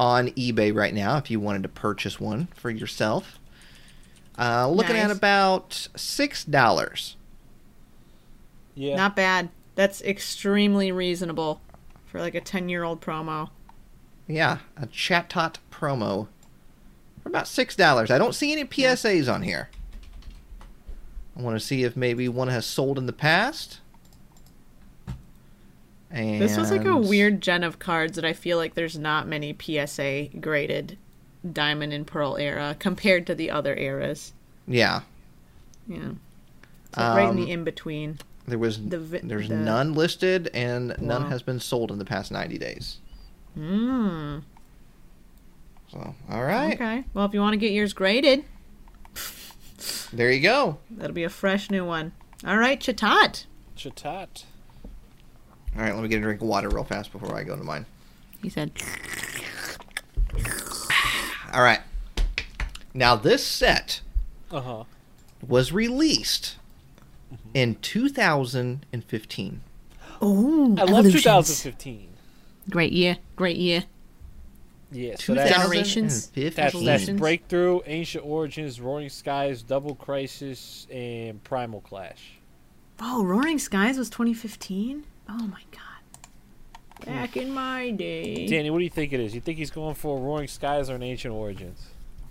Speaker 3: on eBay right now. If you wanted to purchase one for yourself, uh, looking at
Speaker 4: Nice.
Speaker 3: about six dollars.
Speaker 2: yeah.
Speaker 4: Not bad. That's extremely reasonable for like a 10 year old promo.
Speaker 3: Yeah, a Chatot promo for about six dollars. I don't see any PSAs on here. I want to see if maybe one has sold in the past. And
Speaker 4: This was like a weird gen of cards that I feel like there's not many PSA graded Diamond and Pearl era compared to the other eras.
Speaker 3: Yeah,
Speaker 4: Yeah. So right in
Speaker 3: Um,
Speaker 4: the in between.
Speaker 3: There was
Speaker 4: The vi-
Speaker 3: there's
Speaker 4: the-
Speaker 3: none listed and none
Speaker 4: Wow.
Speaker 3: has been sold in the past 90 days.
Speaker 4: Mm.
Speaker 3: So, all right,
Speaker 4: Hmm. Okay. Well, if you want to get yours graded,
Speaker 3: there you go.
Speaker 4: that'll be a fresh new one. All right, Chatot.
Speaker 2: Chatat.
Speaker 3: All right, let me get a drink of water real fast before I go to mine.
Speaker 4: He said,
Speaker 3: All right. Now this set
Speaker 2: Uh huh.
Speaker 3: was released
Speaker 2: Mm-hmm.
Speaker 3: in 2015.
Speaker 4: "Ooh,
Speaker 2: I love
Speaker 4: Evolutions.
Speaker 2: 2015.
Speaker 4: Great year, great year.
Speaker 2: Yeah, so that's,
Speaker 4: Generation. Generations?
Speaker 3: 2015.
Speaker 2: that's, that's
Speaker 4: Evolutions.
Speaker 2: Breakthrough, Ancient Origins, Roaring Skies, Double Crisis, and Primal Clash.
Speaker 4: Oh, Roaring Skies was 2015. Oh my god. Back in my day.
Speaker 2: Danny, what do you think it is? You think he's going for Roaring Skies or an Ancient Origins?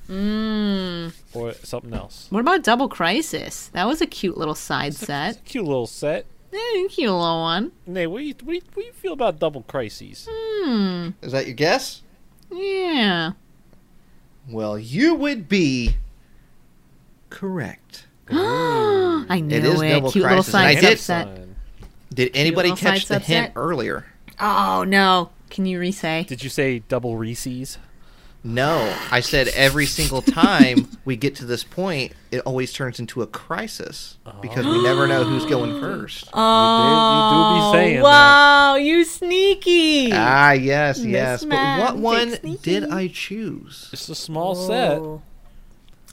Speaker 4: Mmm.
Speaker 2: Or something else?
Speaker 4: What about Double Crisis? That was a cute little side
Speaker 2: It's
Speaker 4: set.
Speaker 2: a cute little set.
Speaker 4: Eh, cute little one.
Speaker 2: Nate, what do you, what do you, what do you feel about Double Crises?
Speaker 4: Hmm.
Speaker 3: Is that your guess?
Speaker 4: Yeah.
Speaker 3: Well, you would be correct.
Speaker 4: I knew it.
Speaker 3: is Double
Speaker 4: Cute little
Speaker 3: Crisis, and I
Speaker 4: side
Speaker 3: did-
Speaker 4: set.
Speaker 2: Son.
Speaker 3: Did anybody
Speaker 4: little
Speaker 3: catch the
Speaker 4: side
Speaker 3: hint
Speaker 4: subset.
Speaker 3: earlier?
Speaker 4: Oh no. Can you re say?
Speaker 2: Did you say Double Reese's?
Speaker 3: No, I said every single time we get to this point, it always turns into a crisis because we never know who's going first.
Speaker 2: Oh, you, do be saying that.
Speaker 4: wow, you sneaky.
Speaker 3: Ah, yes, yes.
Speaker 4: man,
Speaker 3: But what
Speaker 4: big
Speaker 3: one
Speaker 4: sneaky.
Speaker 3: did I choose?
Speaker 2: It's a small set.
Speaker 4: Whoa.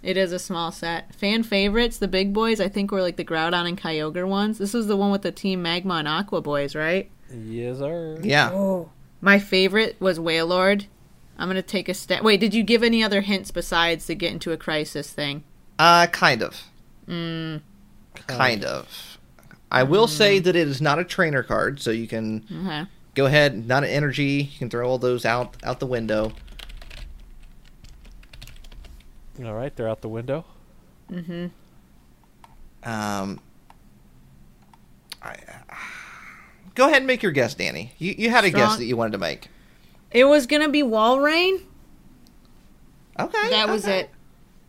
Speaker 4: It is a small set. Fan favorites, the big boys, I think were like the Groudon and Kyogre ones. This was the one with the Team Magma and Aqua Boys, right?
Speaker 2: Yes, sir.
Speaker 3: Yeah.
Speaker 4: Oh. My favorite was Wailord. I'm going to take a step. Wait, did you give any other hints besides the get into a crisis thing? Mm,
Speaker 3: Uh, kind of. Kind of. I will say that it is not a trainer card, so you can
Speaker 4: Okay.
Speaker 3: go ahead. Not an energy. You can throw all those out out the window.
Speaker 2: All right, they're out the window.
Speaker 3: Um, I, uh, go ahead and make your guess, Danny. You you had a guess
Speaker 4: Strong-
Speaker 3: that you wanted to make.
Speaker 4: It was going to be Walrein.
Speaker 3: Okay,
Speaker 4: That was
Speaker 3: okay.
Speaker 4: it.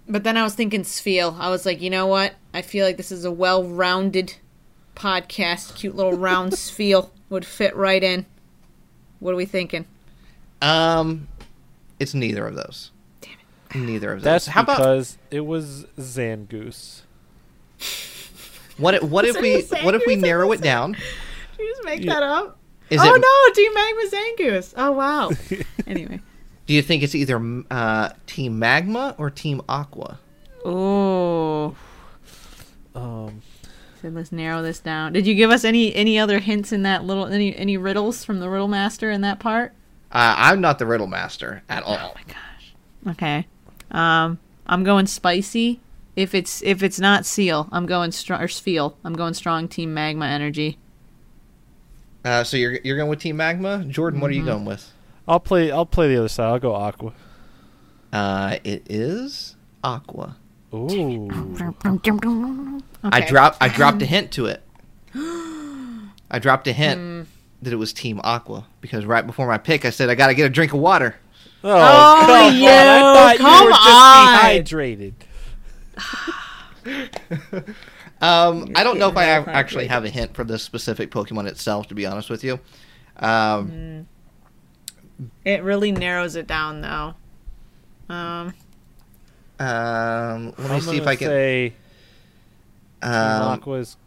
Speaker 4: But then I was thinking Spheel. I was like, you know what? I feel like this is a well rounded podcast. Cute little round Spheel would fit right in. What are we thinking?
Speaker 3: Um, it's neither of those. Damn it. Neither of those.
Speaker 2: That's
Speaker 3: How about
Speaker 2: because it was Zangoose.
Speaker 3: what? If, what if
Speaker 4: Is
Speaker 3: we
Speaker 4: it the same?
Speaker 3: what if we
Speaker 4: Is it the
Speaker 3: narrow it
Speaker 4: same?
Speaker 3: down?
Speaker 4: Did you just make
Speaker 2: Yeah.
Speaker 4: that up?
Speaker 3: Is
Speaker 4: oh
Speaker 3: it?
Speaker 4: no, Team Magma Zangoose. Oh wow. anyway.
Speaker 3: Do you think it's either uh, Team Magma or Team Aqua?
Speaker 4: Oh.
Speaker 2: Um,
Speaker 4: So let's narrow this down. Did you give us any any other hints in that little any any riddles from the riddle master in that part?
Speaker 3: Uh, I'm not the riddle master at all.
Speaker 4: Okay. Um, I'm going spicy. If it's if it's not seal, I'm going strong or seal. I'm going strong team magma energy.
Speaker 3: Uh, so you're you're going with Team Magma, Jordan. What are you going with?
Speaker 2: I'll play. I'll play the other side. I'll go Aqua.
Speaker 3: Uh, it is Aqua.
Speaker 2: Ooh.
Speaker 3: I
Speaker 4: Okay.
Speaker 3: dropped I dropped a hint to it. I dropped a hint that it was Team Aqua because right before my pick, I said I got to get a drink of water.
Speaker 2: Oh,
Speaker 4: Oh,
Speaker 2: come
Speaker 4: you-
Speaker 2: on. I thought
Speaker 4: come on.
Speaker 2: you were just dehydrated.
Speaker 3: Um, I don't know if I
Speaker 4: getting
Speaker 3: have,
Speaker 4: that
Speaker 3: actually have a hint for this specific Pokemon itself, to be honest with you. Um,
Speaker 4: It really narrows it down though. Um,
Speaker 3: um, let me
Speaker 2: I'm
Speaker 3: see if
Speaker 2: gonna
Speaker 3: I can.
Speaker 2: Say
Speaker 3: Um,
Speaker 2: Aqua's.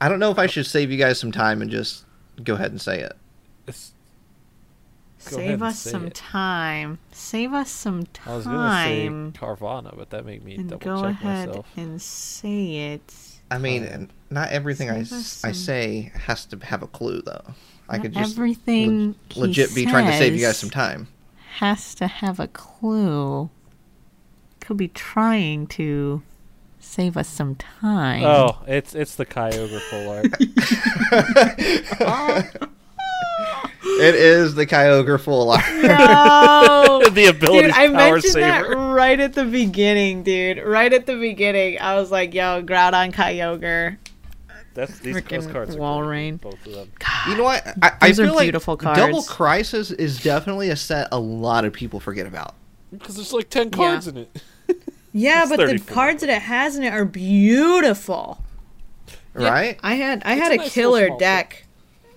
Speaker 3: I don't know if I should save you guys some time and just go ahead and say it.
Speaker 2: it's- Go ahead
Speaker 4: save
Speaker 2: and
Speaker 4: us
Speaker 2: say
Speaker 4: some
Speaker 2: it.
Speaker 4: time. Save us some
Speaker 2: I was gonna say
Speaker 4: time.
Speaker 2: Carvana, but that made me
Speaker 4: And
Speaker 2: double
Speaker 4: go
Speaker 2: check
Speaker 4: ahead
Speaker 2: myself.
Speaker 4: and say it.
Speaker 3: I mean,
Speaker 2: Fine.
Speaker 3: not everything I,
Speaker 4: Save us
Speaker 3: s- I
Speaker 4: some-
Speaker 3: say has to have a clue, though. I
Speaker 4: Not
Speaker 3: could just
Speaker 4: everything he
Speaker 3: legit be trying to save you guys some
Speaker 4: says.
Speaker 3: time.
Speaker 4: Has to have a clue. Could be trying to save us some time.
Speaker 2: Oh, it's it's the Kyogre full art.
Speaker 3: It is the Kyogre full art.
Speaker 4: No.
Speaker 2: the ability
Speaker 4: Oh, Dude, I
Speaker 2: power
Speaker 4: mentioned that
Speaker 2: saver.
Speaker 4: right at the beginning, dude. Right at the beginning, I was like, "Yo, Groudon, Kyogre."
Speaker 2: That's these those
Speaker 4: Frickin'
Speaker 2: cards are
Speaker 4: Walrein.
Speaker 2: Cool. Both of them.
Speaker 3: You know what? I, I
Speaker 4: Those are
Speaker 3: feel like
Speaker 4: beautiful
Speaker 3: Double
Speaker 4: cards.
Speaker 3: Crisis is definitely a set a lot of people forget about.
Speaker 2: Because there's like ten
Speaker 4: cards
Speaker 2: cards in it.
Speaker 4: Yeah,
Speaker 2: It's
Speaker 4: but the
Speaker 2: 34.
Speaker 4: cards that it has in it are beautiful.
Speaker 3: Right?
Speaker 4: I had I had
Speaker 2: a
Speaker 4: a,
Speaker 2: nice little
Speaker 4: killer
Speaker 2: small
Speaker 4: deck.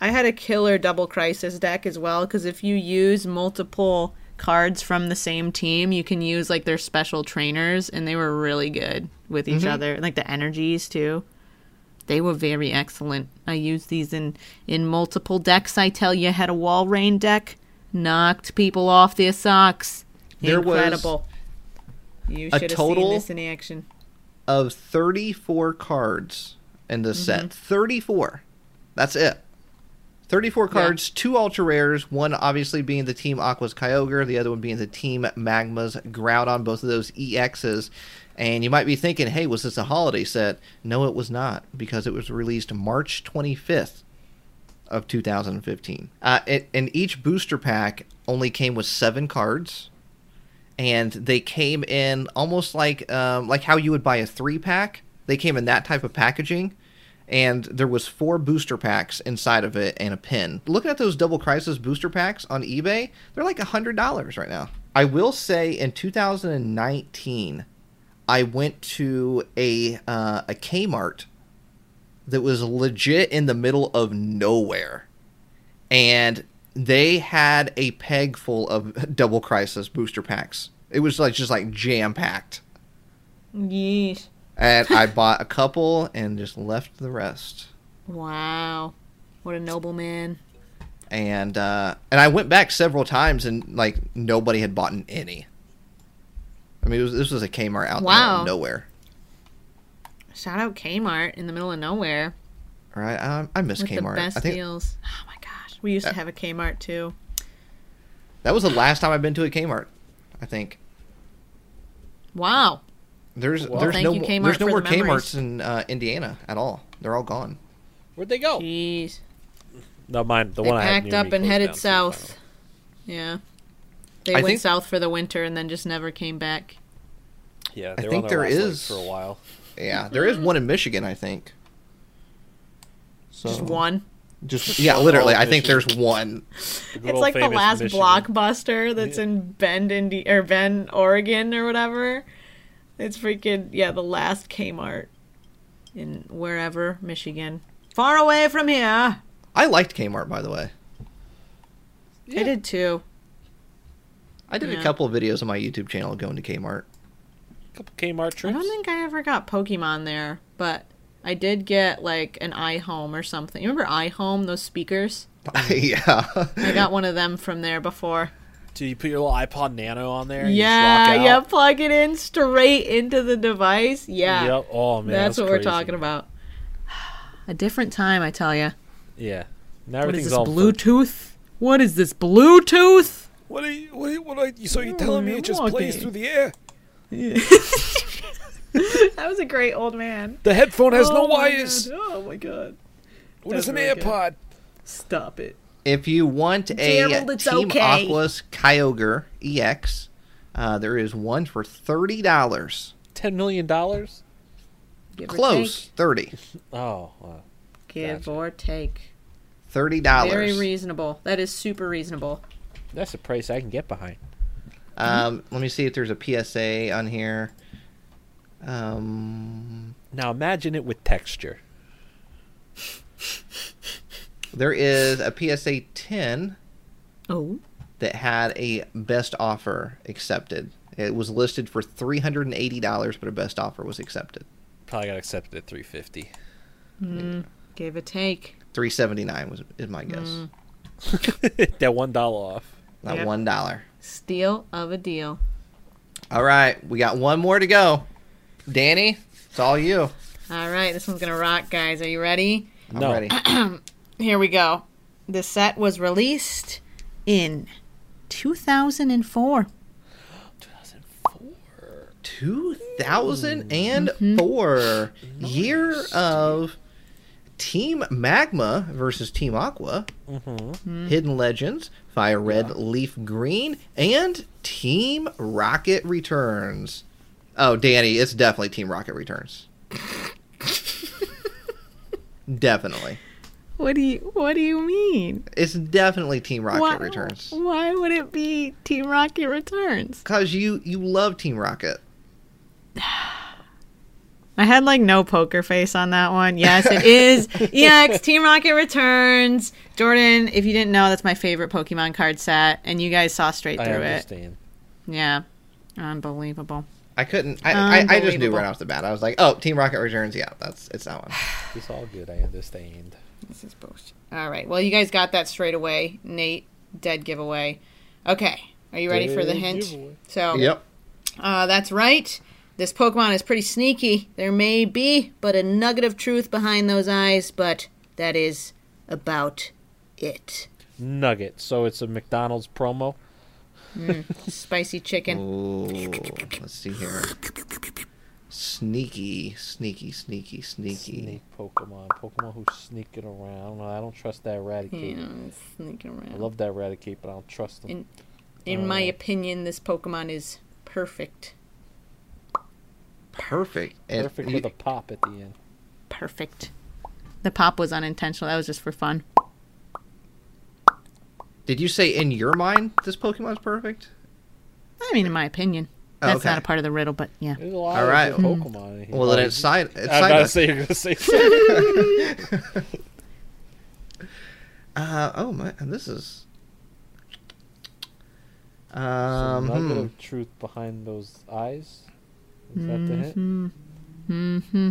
Speaker 4: I had a killer double crisis deck as well because if you use multiple cards from the same team, you can use like their special trainers, and they were really good with each other. Like the energies too. They were very excellent. I used these in in multiple decks. I tell you, I had a wall rain deck, knocked people off their socks.
Speaker 3: There was
Speaker 4: Incredible. you
Speaker 3: a
Speaker 4: should have
Speaker 3: total-
Speaker 4: seen this in action.
Speaker 3: Of 34 cards in the set. 34. That's it. 34 cards, two ultra rares, one obviously being the Team Aqua's Kyogre, the other one being the Team Magma's Groudon, both of those EXs. And you might be thinking, hey, was this a holiday set? No, it was not, because it was released March 25th of 2015. Uh, it, and each booster pack only came with seven cards, and they came in almost like um, like how you would buy a three pack. They came in that type of packaging, and there was four booster packs inside of it and a pin. Looking at those double crisis booster packs on eBay, they're like hundred dollars right now. I will say in 2019, I went to a uh, a Kmart that was legit in the middle of nowhere. And they had a peg full of double crisis booster packs. It was like just like jam packed.
Speaker 4: Yeesh.
Speaker 3: And I bought a couple and just left the rest.
Speaker 4: Wow. What a noble man.
Speaker 3: And uh and I went back several times and like nobody had bought any. I mean, it was, this was a Kmart out in the middle
Speaker 4: Wow.
Speaker 3: of nowhere,
Speaker 4: Shout out Kmart in the middle of nowhere
Speaker 3: right? I, I miss
Speaker 4: with
Speaker 3: Kmart.
Speaker 4: the best
Speaker 3: I think
Speaker 4: deals. Oh my gosh. We used to have a Kmart too.
Speaker 3: that was the last time I've been to a Kmart. I think.
Speaker 4: Wow.
Speaker 3: There's
Speaker 2: Well,
Speaker 3: there's
Speaker 4: thank
Speaker 3: no
Speaker 4: you,
Speaker 3: mo-
Speaker 4: Kmart,
Speaker 3: there's no
Speaker 4: for
Speaker 3: more
Speaker 4: the memories.
Speaker 3: Kmart's in uh, Indiana at all. They're all gone.
Speaker 2: Where'd they go?
Speaker 4: Jeez.
Speaker 2: No, mine. The
Speaker 4: They
Speaker 2: one I had
Speaker 4: packed
Speaker 2: near
Speaker 4: up
Speaker 2: me
Speaker 4: and
Speaker 2: closed
Speaker 4: headed
Speaker 2: down too,
Speaker 4: south.
Speaker 2: finally.
Speaker 4: Yeah. They
Speaker 3: I
Speaker 4: went
Speaker 3: think-
Speaker 4: south for the winter and then just never came back.
Speaker 2: Yeah,
Speaker 3: I
Speaker 2: they were
Speaker 3: think
Speaker 2: on their
Speaker 3: there
Speaker 2: last leg
Speaker 3: is-
Speaker 2: for a while.
Speaker 3: Yeah, there
Speaker 4: Mm-hmm.
Speaker 3: is one in Michigan, I think. So,
Speaker 4: Just one.
Speaker 3: Just yeah, literally. I think
Speaker 2: Michigan.
Speaker 3: there's one.
Speaker 2: The good
Speaker 4: It's
Speaker 2: old
Speaker 4: like the
Speaker 2: famous
Speaker 4: last
Speaker 2: Michigan.
Speaker 4: blockbuster that's in Bend, Indi- or Bend, Oregon, or whatever. It's freaking yeah, the last Kmart in wherever Michigan, far away from here.
Speaker 3: I liked Kmart, by the way.
Speaker 4: I did too.
Speaker 3: I did
Speaker 4: Yeah.
Speaker 3: a couple of videos on my YouTube channel going to Kmart.
Speaker 2: Couple Kmart
Speaker 4: I
Speaker 2: trips.
Speaker 4: don't think I ever got Pokemon there, but I did get like an iHome or something. You remember iHome, those speakers? Mm-hmm.
Speaker 3: yeah.
Speaker 4: I got one of them from there before.
Speaker 2: Do you put your little iPod Nano on there? And
Speaker 4: Yeah,
Speaker 2: You just walk
Speaker 4: yeah,
Speaker 2: out?
Speaker 4: plug it in straight into the device. Yeah.
Speaker 2: Yep. Oh man,
Speaker 4: that's, what we're
Speaker 2: crazy.
Speaker 4: talking about. A different time, I tell you.
Speaker 2: Yeah. Now
Speaker 4: What is
Speaker 2: everything's
Speaker 4: this
Speaker 2: all
Speaker 4: Bluetooth? What is this Bluetooth?
Speaker 2: What are you? What are you? What are you so you're
Speaker 4: telling me it just plays through
Speaker 2: the air?
Speaker 4: That was a great old man.
Speaker 2: The headphone has
Speaker 4: Oh my God. Oh my god.
Speaker 2: What
Speaker 4: is an That's really good. Stop it.
Speaker 3: If you want a
Speaker 4: Gerald, it's
Speaker 3: Team
Speaker 4: okay.
Speaker 3: Aquas Kyogre EX, uh, there is one for thirty dollars.
Speaker 2: Ten million dollars?
Speaker 4: Give
Speaker 3: Close thirty.
Speaker 2: Oh, wow.
Speaker 4: Or take. Give
Speaker 2: Gotcha.
Speaker 4: or take.
Speaker 3: Thirty
Speaker 4: Very
Speaker 3: dollars.
Speaker 4: reasonable. That is super reasonable.
Speaker 2: that's a price I can get behind.
Speaker 3: um,
Speaker 4: Mm-hmm.
Speaker 3: let me see if there's a PSA on here. Um,
Speaker 2: Now imagine it with texture.
Speaker 3: There is a PSA 10
Speaker 4: Oh.
Speaker 3: that had a best offer accepted. It was listed for $380, but a best offer was accepted.
Speaker 2: Probably got accepted at three fifty.
Speaker 4: Give or take.
Speaker 3: 379 was is my guess.
Speaker 2: that one dollar off.
Speaker 3: Not
Speaker 4: Yeah.
Speaker 3: one dollar.
Speaker 4: Steal of a deal.
Speaker 3: All right, we got one more to go. Danny, it's all you.
Speaker 4: All right, this one's going to rock, guys. Are you ready?
Speaker 3: I'm
Speaker 2: No.
Speaker 3: ready.
Speaker 4: Here we go. The set was released in 2004.
Speaker 3: 2004 year of Team Magma versus Team Aqua, Hidden Legends, Fire Red, Leaf Green, and Team Rocket returns. Oh, Danny, it's definitely Team Rocket returns. definitely,
Speaker 4: What do you What do you mean?
Speaker 3: it's definitely Team Rocket
Speaker 4: why,
Speaker 3: returns
Speaker 4: Why would it be Team Rocket returns?
Speaker 3: because you you love Team Rocket.
Speaker 4: I had like no poker face on that one. Yes, it is. EX Team Rocket returns. Jordan, if you didn't know, that's my favorite Pokemon card set, and you guys saw straight
Speaker 2: I
Speaker 4: through it.
Speaker 2: understand.
Speaker 4: Yeah, unbelievable.
Speaker 3: I couldn't. I, I, I just knew
Speaker 4: Unbelievable.
Speaker 3: right off the bat. I was like, "Oh, Team Rocket returns." Yeah, that's it's that one.
Speaker 2: It's all good. I understand.
Speaker 4: This is bullshit. All right. Well, you guys got that straight away. Nate, dead giveaway. Okay. Are you ready for the
Speaker 2: Dead
Speaker 4: hint?
Speaker 2: giveaway.
Speaker 4: So,
Speaker 3: Yep.
Speaker 4: uh, that's right. This Pokemon is pretty sneaky. There may be but a nugget of truth behind those eyes, but that is about it.
Speaker 2: Nugget. So it's a McDonald's promo.
Speaker 4: Spicy chicken.
Speaker 3: Ooh, let's see here. Sneaky, sneaky, sneaky, sneaky.
Speaker 2: Sneak Pokemon. Pokemon who's sneaking around. Well, I don't trust that Raticate.
Speaker 4: Yeah, sneaking
Speaker 2: I
Speaker 4: around.
Speaker 2: love that Raticate, but I don't trust them.
Speaker 4: In- In my opinion, this Pokemon is perfect.
Speaker 3: Perfect. And
Speaker 2: Perfect
Speaker 3: you-
Speaker 2: with a pop at the end.
Speaker 4: Perfect. The pop was unintentional. That was just for fun.
Speaker 3: did you say in your mind this Pokemon's perfect?
Speaker 4: I mean, in my opinion.
Speaker 3: Oh,
Speaker 4: That's
Speaker 3: okay.
Speaker 4: not a part of the riddle, but yeah.
Speaker 2: There's a lot
Speaker 3: All
Speaker 2: of
Speaker 3: right.
Speaker 2: good Pokemon in here.
Speaker 3: Well, then it's side. It's
Speaker 2: I'm about to
Speaker 3: side.
Speaker 2: say you're gonna say. something.
Speaker 3: Uh, oh my, this is.
Speaker 2: Um,
Speaker 3: Um,
Speaker 2: nugget
Speaker 3: hmm.
Speaker 2: of truth behind those eyes. Is that the hint?
Speaker 4: Mm-hmm.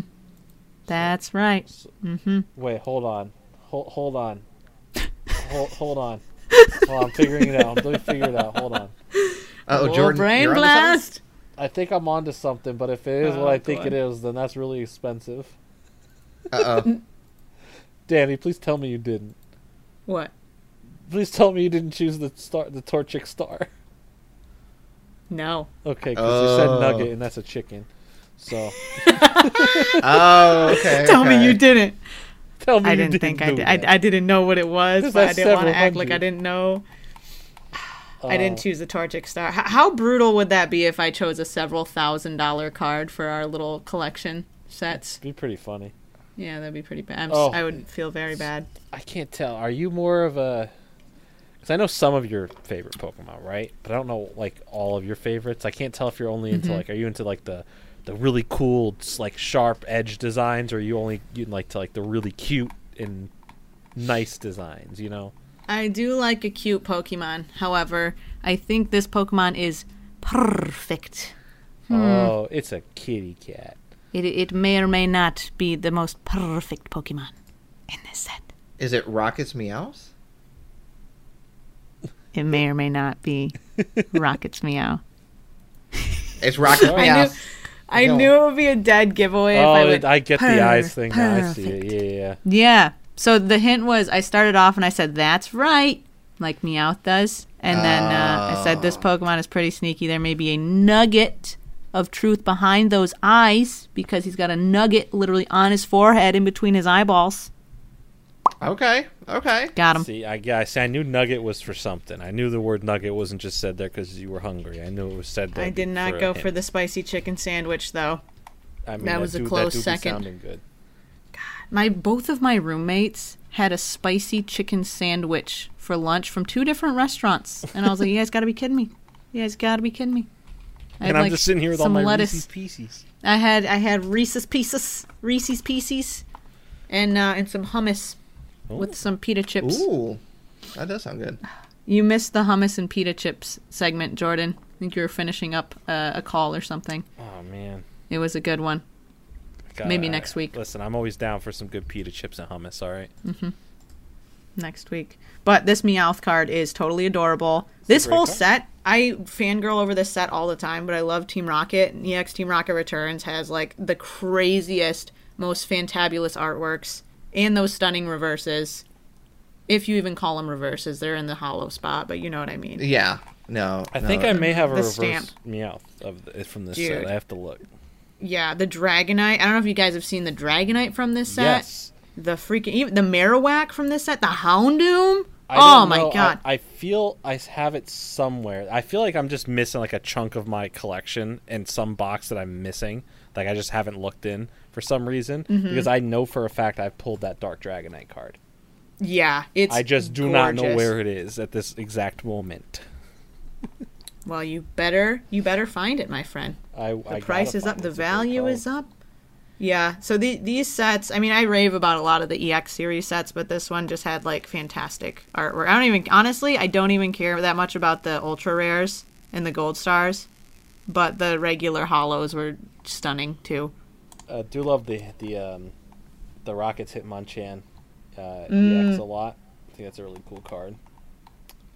Speaker 4: That's right. Mm-hmm.
Speaker 2: Wait, hold on. Hold, hold on. hold, hold on. Hold on, I'm figuring it out. Let me figure it out. Hold on.
Speaker 3: oh, Jordan,
Speaker 4: brain
Speaker 3: you're onto something?
Speaker 4: blast.
Speaker 2: I think I'm onto something, but if it is
Speaker 4: Oh,
Speaker 2: what I think
Speaker 4: God.
Speaker 2: it is, then that's really expensive.
Speaker 3: Uh-oh.
Speaker 2: Danny, please tell me you didn't.
Speaker 4: What?
Speaker 2: Please tell me you didn't choose the star, the Torchic star.
Speaker 4: No.
Speaker 2: Okay, because you said
Speaker 3: Oh.
Speaker 2: nugget, and that's a chicken. So
Speaker 3: Oh, okay.
Speaker 4: Tell
Speaker 3: okay.
Speaker 4: me you didn't.
Speaker 2: tell me
Speaker 4: I
Speaker 2: you
Speaker 4: didn't think I
Speaker 2: do
Speaker 4: did. I,
Speaker 2: that.
Speaker 4: I didn't know what it was,
Speaker 2: There's
Speaker 4: but
Speaker 2: like
Speaker 4: I didn't want to
Speaker 2: several
Speaker 4: act like I
Speaker 2: hundred.
Speaker 4: didn't know. I didn't
Speaker 2: Oh.
Speaker 4: choose the Torchic Star. H- how brutal would that be if I chose a several thousand dollar card for our little collection sets?
Speaker 2: Be pretty funny.
Speaker 4: Yeah, that'd be pretty bad. I'm s-
Speaker 2: Oh.
Speaker 4: I would feel very bad.
Speaker 2: I can't tell. Are you more of a? Because I know some of your favorite Pokemon, right? But I don't know like all of your favorites. I can't tell if you're only
Speaker 4: Mm-hmm.
Speaker 2: into like. Are you into like the, the really cool s- like sharp edge designs, or you only you like to like the really cute and nice designs? You know.
Speaker 4: I do like a cute Pokemon. However, I think this Pokemon is perfect. Hmm.
Speaker 2: Oh, it's a kitty cat.
Speaker 4: It, it may or may not be the most perfect Pokemon in this set.
Speaker 3: Is it Rocket's meows?
Speaker 4: It may or may not be Rocket's Meow.
Speaker 3: It's Rocket's
Speaker 2: I
Speaker 3: meows.
Speaker 4: I
Speaker 3: No.
Speaker 4: knew it would be a dead giveaway
Speaker 2: oh,
Speaker 4: if I
Speaker 2: it-
Speaker 4: would.
Speaker 2: I, get the eyes thing. now. I see it.
Speaker 4: perfect.
Speaker 2: Yeah, yeah, yeah.
Speaker 4: Yeah. So the hint was I started off and I said, that's right, like Meowth does. And then uh, I said, this
Speaker 2: Oh.
Speaker 4: Pokemon is pretty sneaky. There may be a nugget of truth behind those eyes because he's got a nugget literally on his forehead in between his eyeballs.
Speaker 3: Okay, okay.
Speaker 4: Got him.
Speaker 2: See, I guess I knew nugget was for something. I knew the word nugget wasn't just said there because you were hungry. I knew it was said there.
Speaker 4: I did
Speaker 2: be-
Speaker 4: not
Speaker 2: a
Speaker 4: go
Speaker 2: hint.
Speaker 4: for the spicy chicken sandwich, though.
Speaker 2: I mean,
Speaker 4: that was a
Speaker 2: do-
Speaker 4: close
Speaker 2: do be
Speaker 4: second.
Speaker 2: sounding good.
Speaker 4: My both of my roommates had a spicy chicken sandwich for lunch from two different restaurants, and I was like, "You guys got to be kidding me! You guys got to be kidding me!" I had,
Speaker 2: and I'm
Speaker 4: like,
Speaker 2: just sitting here with all
Speaker 4: some
Speaker 2: my
Speaker 4: lettuce.
Speaker 2: Reese's Pieces.
Speaker 4: I had I had Reese's Pieces, Reese's Pieces, and uh, and some hummus with some pita chips.
Speaker 3: Ooh, that does sound good.
Speaker 4: You missed the hummus and pita chips segment, Jordan. I think you were finishing up uh, a call or something.
Speaker 2: Oh man,
Speaker 4: It was a good one.
Speaker 2: God,
Speaker 4: Maybe
Speaker 2: I-
Speaker 4: next week.
Speaker 2: Listen, I'm always down for some good pita chips and hummus. All right,
Speaker 4: next week. But this Meowth card is totally adorable. This
Speaker 2: great
Speaker 4: whole
Speaker 2: card.
Speaker 4: set, I fangirl over this set all the time, but I love Team Rocket. And EX Team Rocket Returns has like the craziest, most fantabulous artworks and those stunning reverses. If you even call them reverses, they're in the hollow spot, but you know what I mean.
Speaker 3: Yeah. No.
Speaker 2: I
Speaker 3: no,
Speaker 2: think I may have a
Speaker 4: the
Speaker 2: reverse
Speaker 4: stamp.
Speaker 2: meow of the, from this
Speaker 4: Dude.
Speaker 2: set. I have to look.
Speaker 4: Yeah, the Dragonite. I don't know if you guys have seen the Dragonite from this set.
Speaker 2: Yes,
Speaker 4: The freaking even, the Marowak from this set, the Houndoom.
Speaker 2: I
Speaker 4: oh
Speaker 2: don't
Speaker 4: my
Speaker 2: know. I-
Speaker 4: god.
Speaker 2: I, feel I have it somewhere. I feel like I'm just missing like a chunk of my collection and some box that I'm missing. Like I just haven't looked in for some reason
Speaker 4: Mm-hmm.
Speaker 2: because I know for a fact I've pulled that Dark Dragonite card.
Speaker 4: yeah, it's
Speaker 2: I just do not know
Speaker 4: gorgeous.
Speaker 2: where it is at this exact moment.
Speaker 4: Well, you better you better find it, my friend.
Speaker 2: I,
Speaker 4: The price is up. The value is up.
Speaker 1: Yeah. So the, these sets, I mean, I rave about a lot of the EX series sets, but this one just had like fantastic artwork. I don't even, honestly, I don't even care that much about the ultra rares and the gold stars, but the regular hollows were stunning too.
Speaker 2: I do love the the um, the Rockets Hitmonchan uh,
Speaker 1: Mm.
Speaker 2: EX a lot. I think that's a really cool card.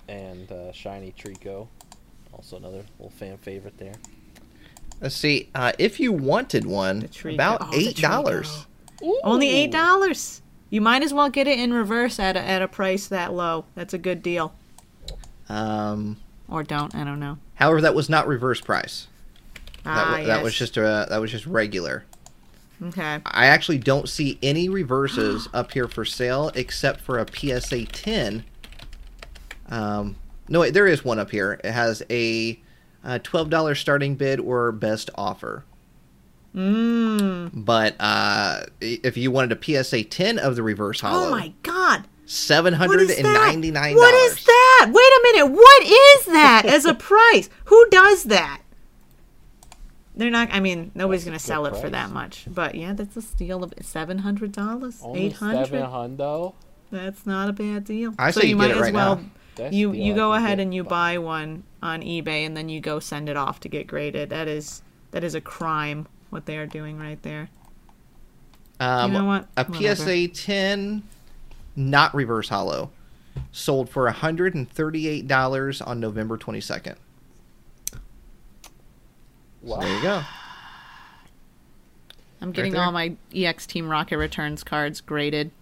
Speaker 2: And uh, Shiny Trico, also another little fan favorite there.
Speaker 3: Let's see. Uh, if you wanted one,
Speaker 1: Trico.
Speaker 3: about
Speaker 1: Oh, the
Speaker 3: eight dollars.
Speaker 1: Trico. Only $8. You might as well get it in reverse at a, at a price that low. That's a good deal.
Speaker 3: Um,
Speaker 1: Or don't. I don't know.
Speaker 3: however, that was not reverse price. That,
Speaker 1: Ah,
Speaker 3: wa- that was
Speaker 1: yes.
Speaker 3: just uh, that was just regular.
Speaker 1: Okay.
Speaker 3: I actually don't see any reverses up here for sale except for a PSA 10. Um, no, wait, there is one up here. It has a, uh $12 starting bid or best offer.
Speaker 1: Mm.
Speaker 3: But uh, i- if you wanted a PSA 10 of the reverse hollow,
Speaker 1: Oh my god. What is that?
Speaker 3: $799.
Speaker 1: What is that? Wait a minute. What is that as a price? Who does that? They're not. I mean, nobody's going to
Speaker 2: That's a
Speaker 1: sell it
Speaker 2: good
Speaker 1: for that
Speaker 2: price.
Speaker 1: much. But yeah, that's a steal of seven hundred dollars,
Speaker 2: Only
Speaker 1: eight
Speaker 2: seven
Speaker 1: hundred.
Speaker 2: hundo.
Speaker 1: That's not a bad deal.
Speaker 3: I
Speaker 1: so
Speaker 3: say
Speaker 1: you
Speaker 3: you
Speaker 1: might
Speaker 3: get it
Speaker 1: as
Speaker 3: right
Speaker 1: well.
Speaker 3: now.
Speaker 2: Best
Speaker 1: You
Speaker 2: deal
Speaker 1: you
Speaker 2: I
Speaker 1: go
Speaker 2: can
Speaker 1: ahead
Speaker 2: get,
Speaker 1: and you
Speaker 2: but-
Speaker 1: buy one on eBay, and then you go send it off to get graded. That is that is a crime. What they are doing right there.
Speaker 3: Um,
Speaker 1: You know what?
Speaker 3: A
Speaker 1: Whatever.
Speaker 3: PSA 10, not reverse hollow, sold for $138 on November 22nd. So there
Speaker 2: Wow.
Speaker 3: you go.
Speaker 1: I'm getting
Speaker 3: there.
Speaker 1: all my EX Team Rocket returns cards graded.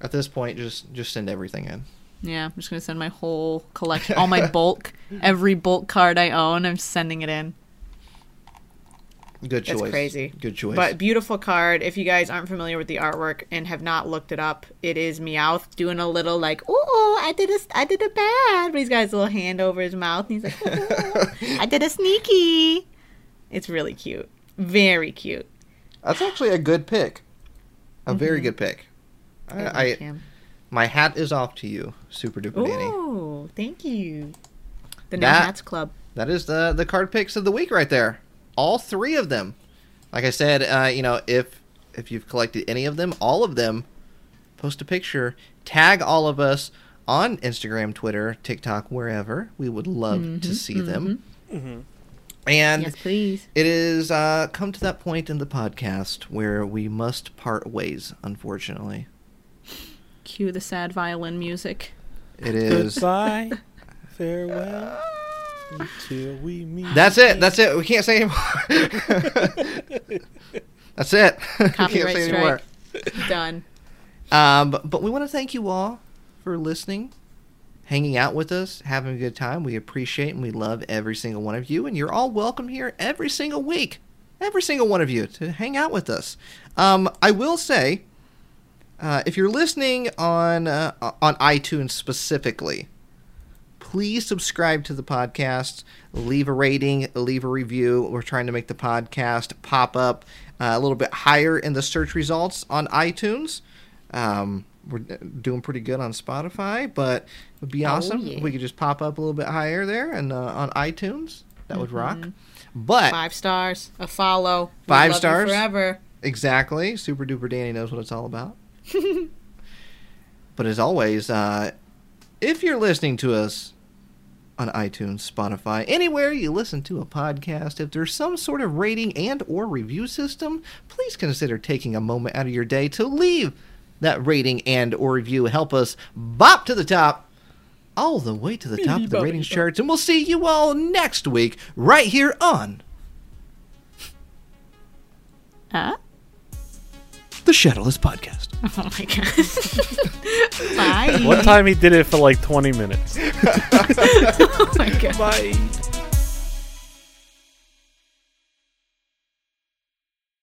Speaker 3: At this point, just just send everything in.
Speaker 1: Yeah, I'm just gonna send my whole collection, all my bulk, every bulk card I own. I'm sending it in.
Speaker 3: Good choice.
Speaker 1: That's crazy.
Speaker 3: Good choice.
Speaker 1: But beautiful card. If you guys aren't familiar with the artwork and have not looked it up, it is Meowth doing a little like, "Ooh, I did a, I did a bad." But he's got his little hand over his mouth, and he's like, "Ooh, "I did a sneaky." It's really cute. Very cute.
Speaker 3: that's actually a good pick. A
Speaker 1: Mm-hmm.
Speaker 3: very good pick. I,
Speaker 1: like
Speaker 3: I,
Speaker 1: him.
Speaker 3: my hat is off to you, Super Duper Danny.
Speaker 1: Ooh, thank you. The No
Speaker 3: That-
Speaker 1: Hats Club.
Speaker 3: That is the the card picks of the week right there. All three of them. Like I said, uh, you know, if if you've collected any of them, all of them, post a picture, tag all of us on Instagram, Twitter, TikTok, wherever. We would love to see them. And
Speaker 1: Mm-hmm, Yes, please.
Speaker 3: It is uh, come to that point in the podcast where we must part ways, unfortunately.
Speaker 1: Cue the sad violin music.
Speaker 3: It is.
Speaker 2: Goodbye, farewell, until we meet.
Speaker 3: That's it. That's it. We can't say anymore. That's it. we can't
Speaker 1: Copyright
Speaker 3: say anymore.
Speaker 1: strike. Done.
Speaker 3: Um, but, but we want to thank you all for listening, hanging out with us, having a good time. We appreciate and we love every single one of you, and you're all welcome here every single week, every single one of you to hang out with us. Um, I will say, uh, if you're listening on uh, on iTunes specifically, please subscribe to the podcast, leave a rating, leave a review. We're trying to make the podcast pop up uh, a little bit higher in the search results on iTunes. Um, we're doing pretty good on Spotify, but it would be awesome
Speaker 1: yeah.
Speaker 3: if we could just pop up a little bit higher there and uh, on iTunes. That would rock. But
Speaker 1: Five stars. A follow. We
Speaker 3: Five
Speaker 1: love you
Speaker 3: stars?
Speaker 1: forever.
Speaker 3: Exactly. Super Duper Danny knows what it's all about. but as always, uh, if you're listening to us on iTunes, Spotify, anywhere you listen to a podcast, if there's some sort of rating and or review system, please consider taking a moment out of your day to leave that rating and or review. Help us bop to the top. All the way to the top of the ratings charts, and we'll see you all next week right here on
Speaker 1: Huh?
Speaker 4: Uh?
Speaker 3: the Shadowless Podcast.
Speaker 1: Oh my god. Bye.
Speaker 2: One time he did it for like 20 minutes.
Speaker 1: Oh my god.
Speaker 2: Bye.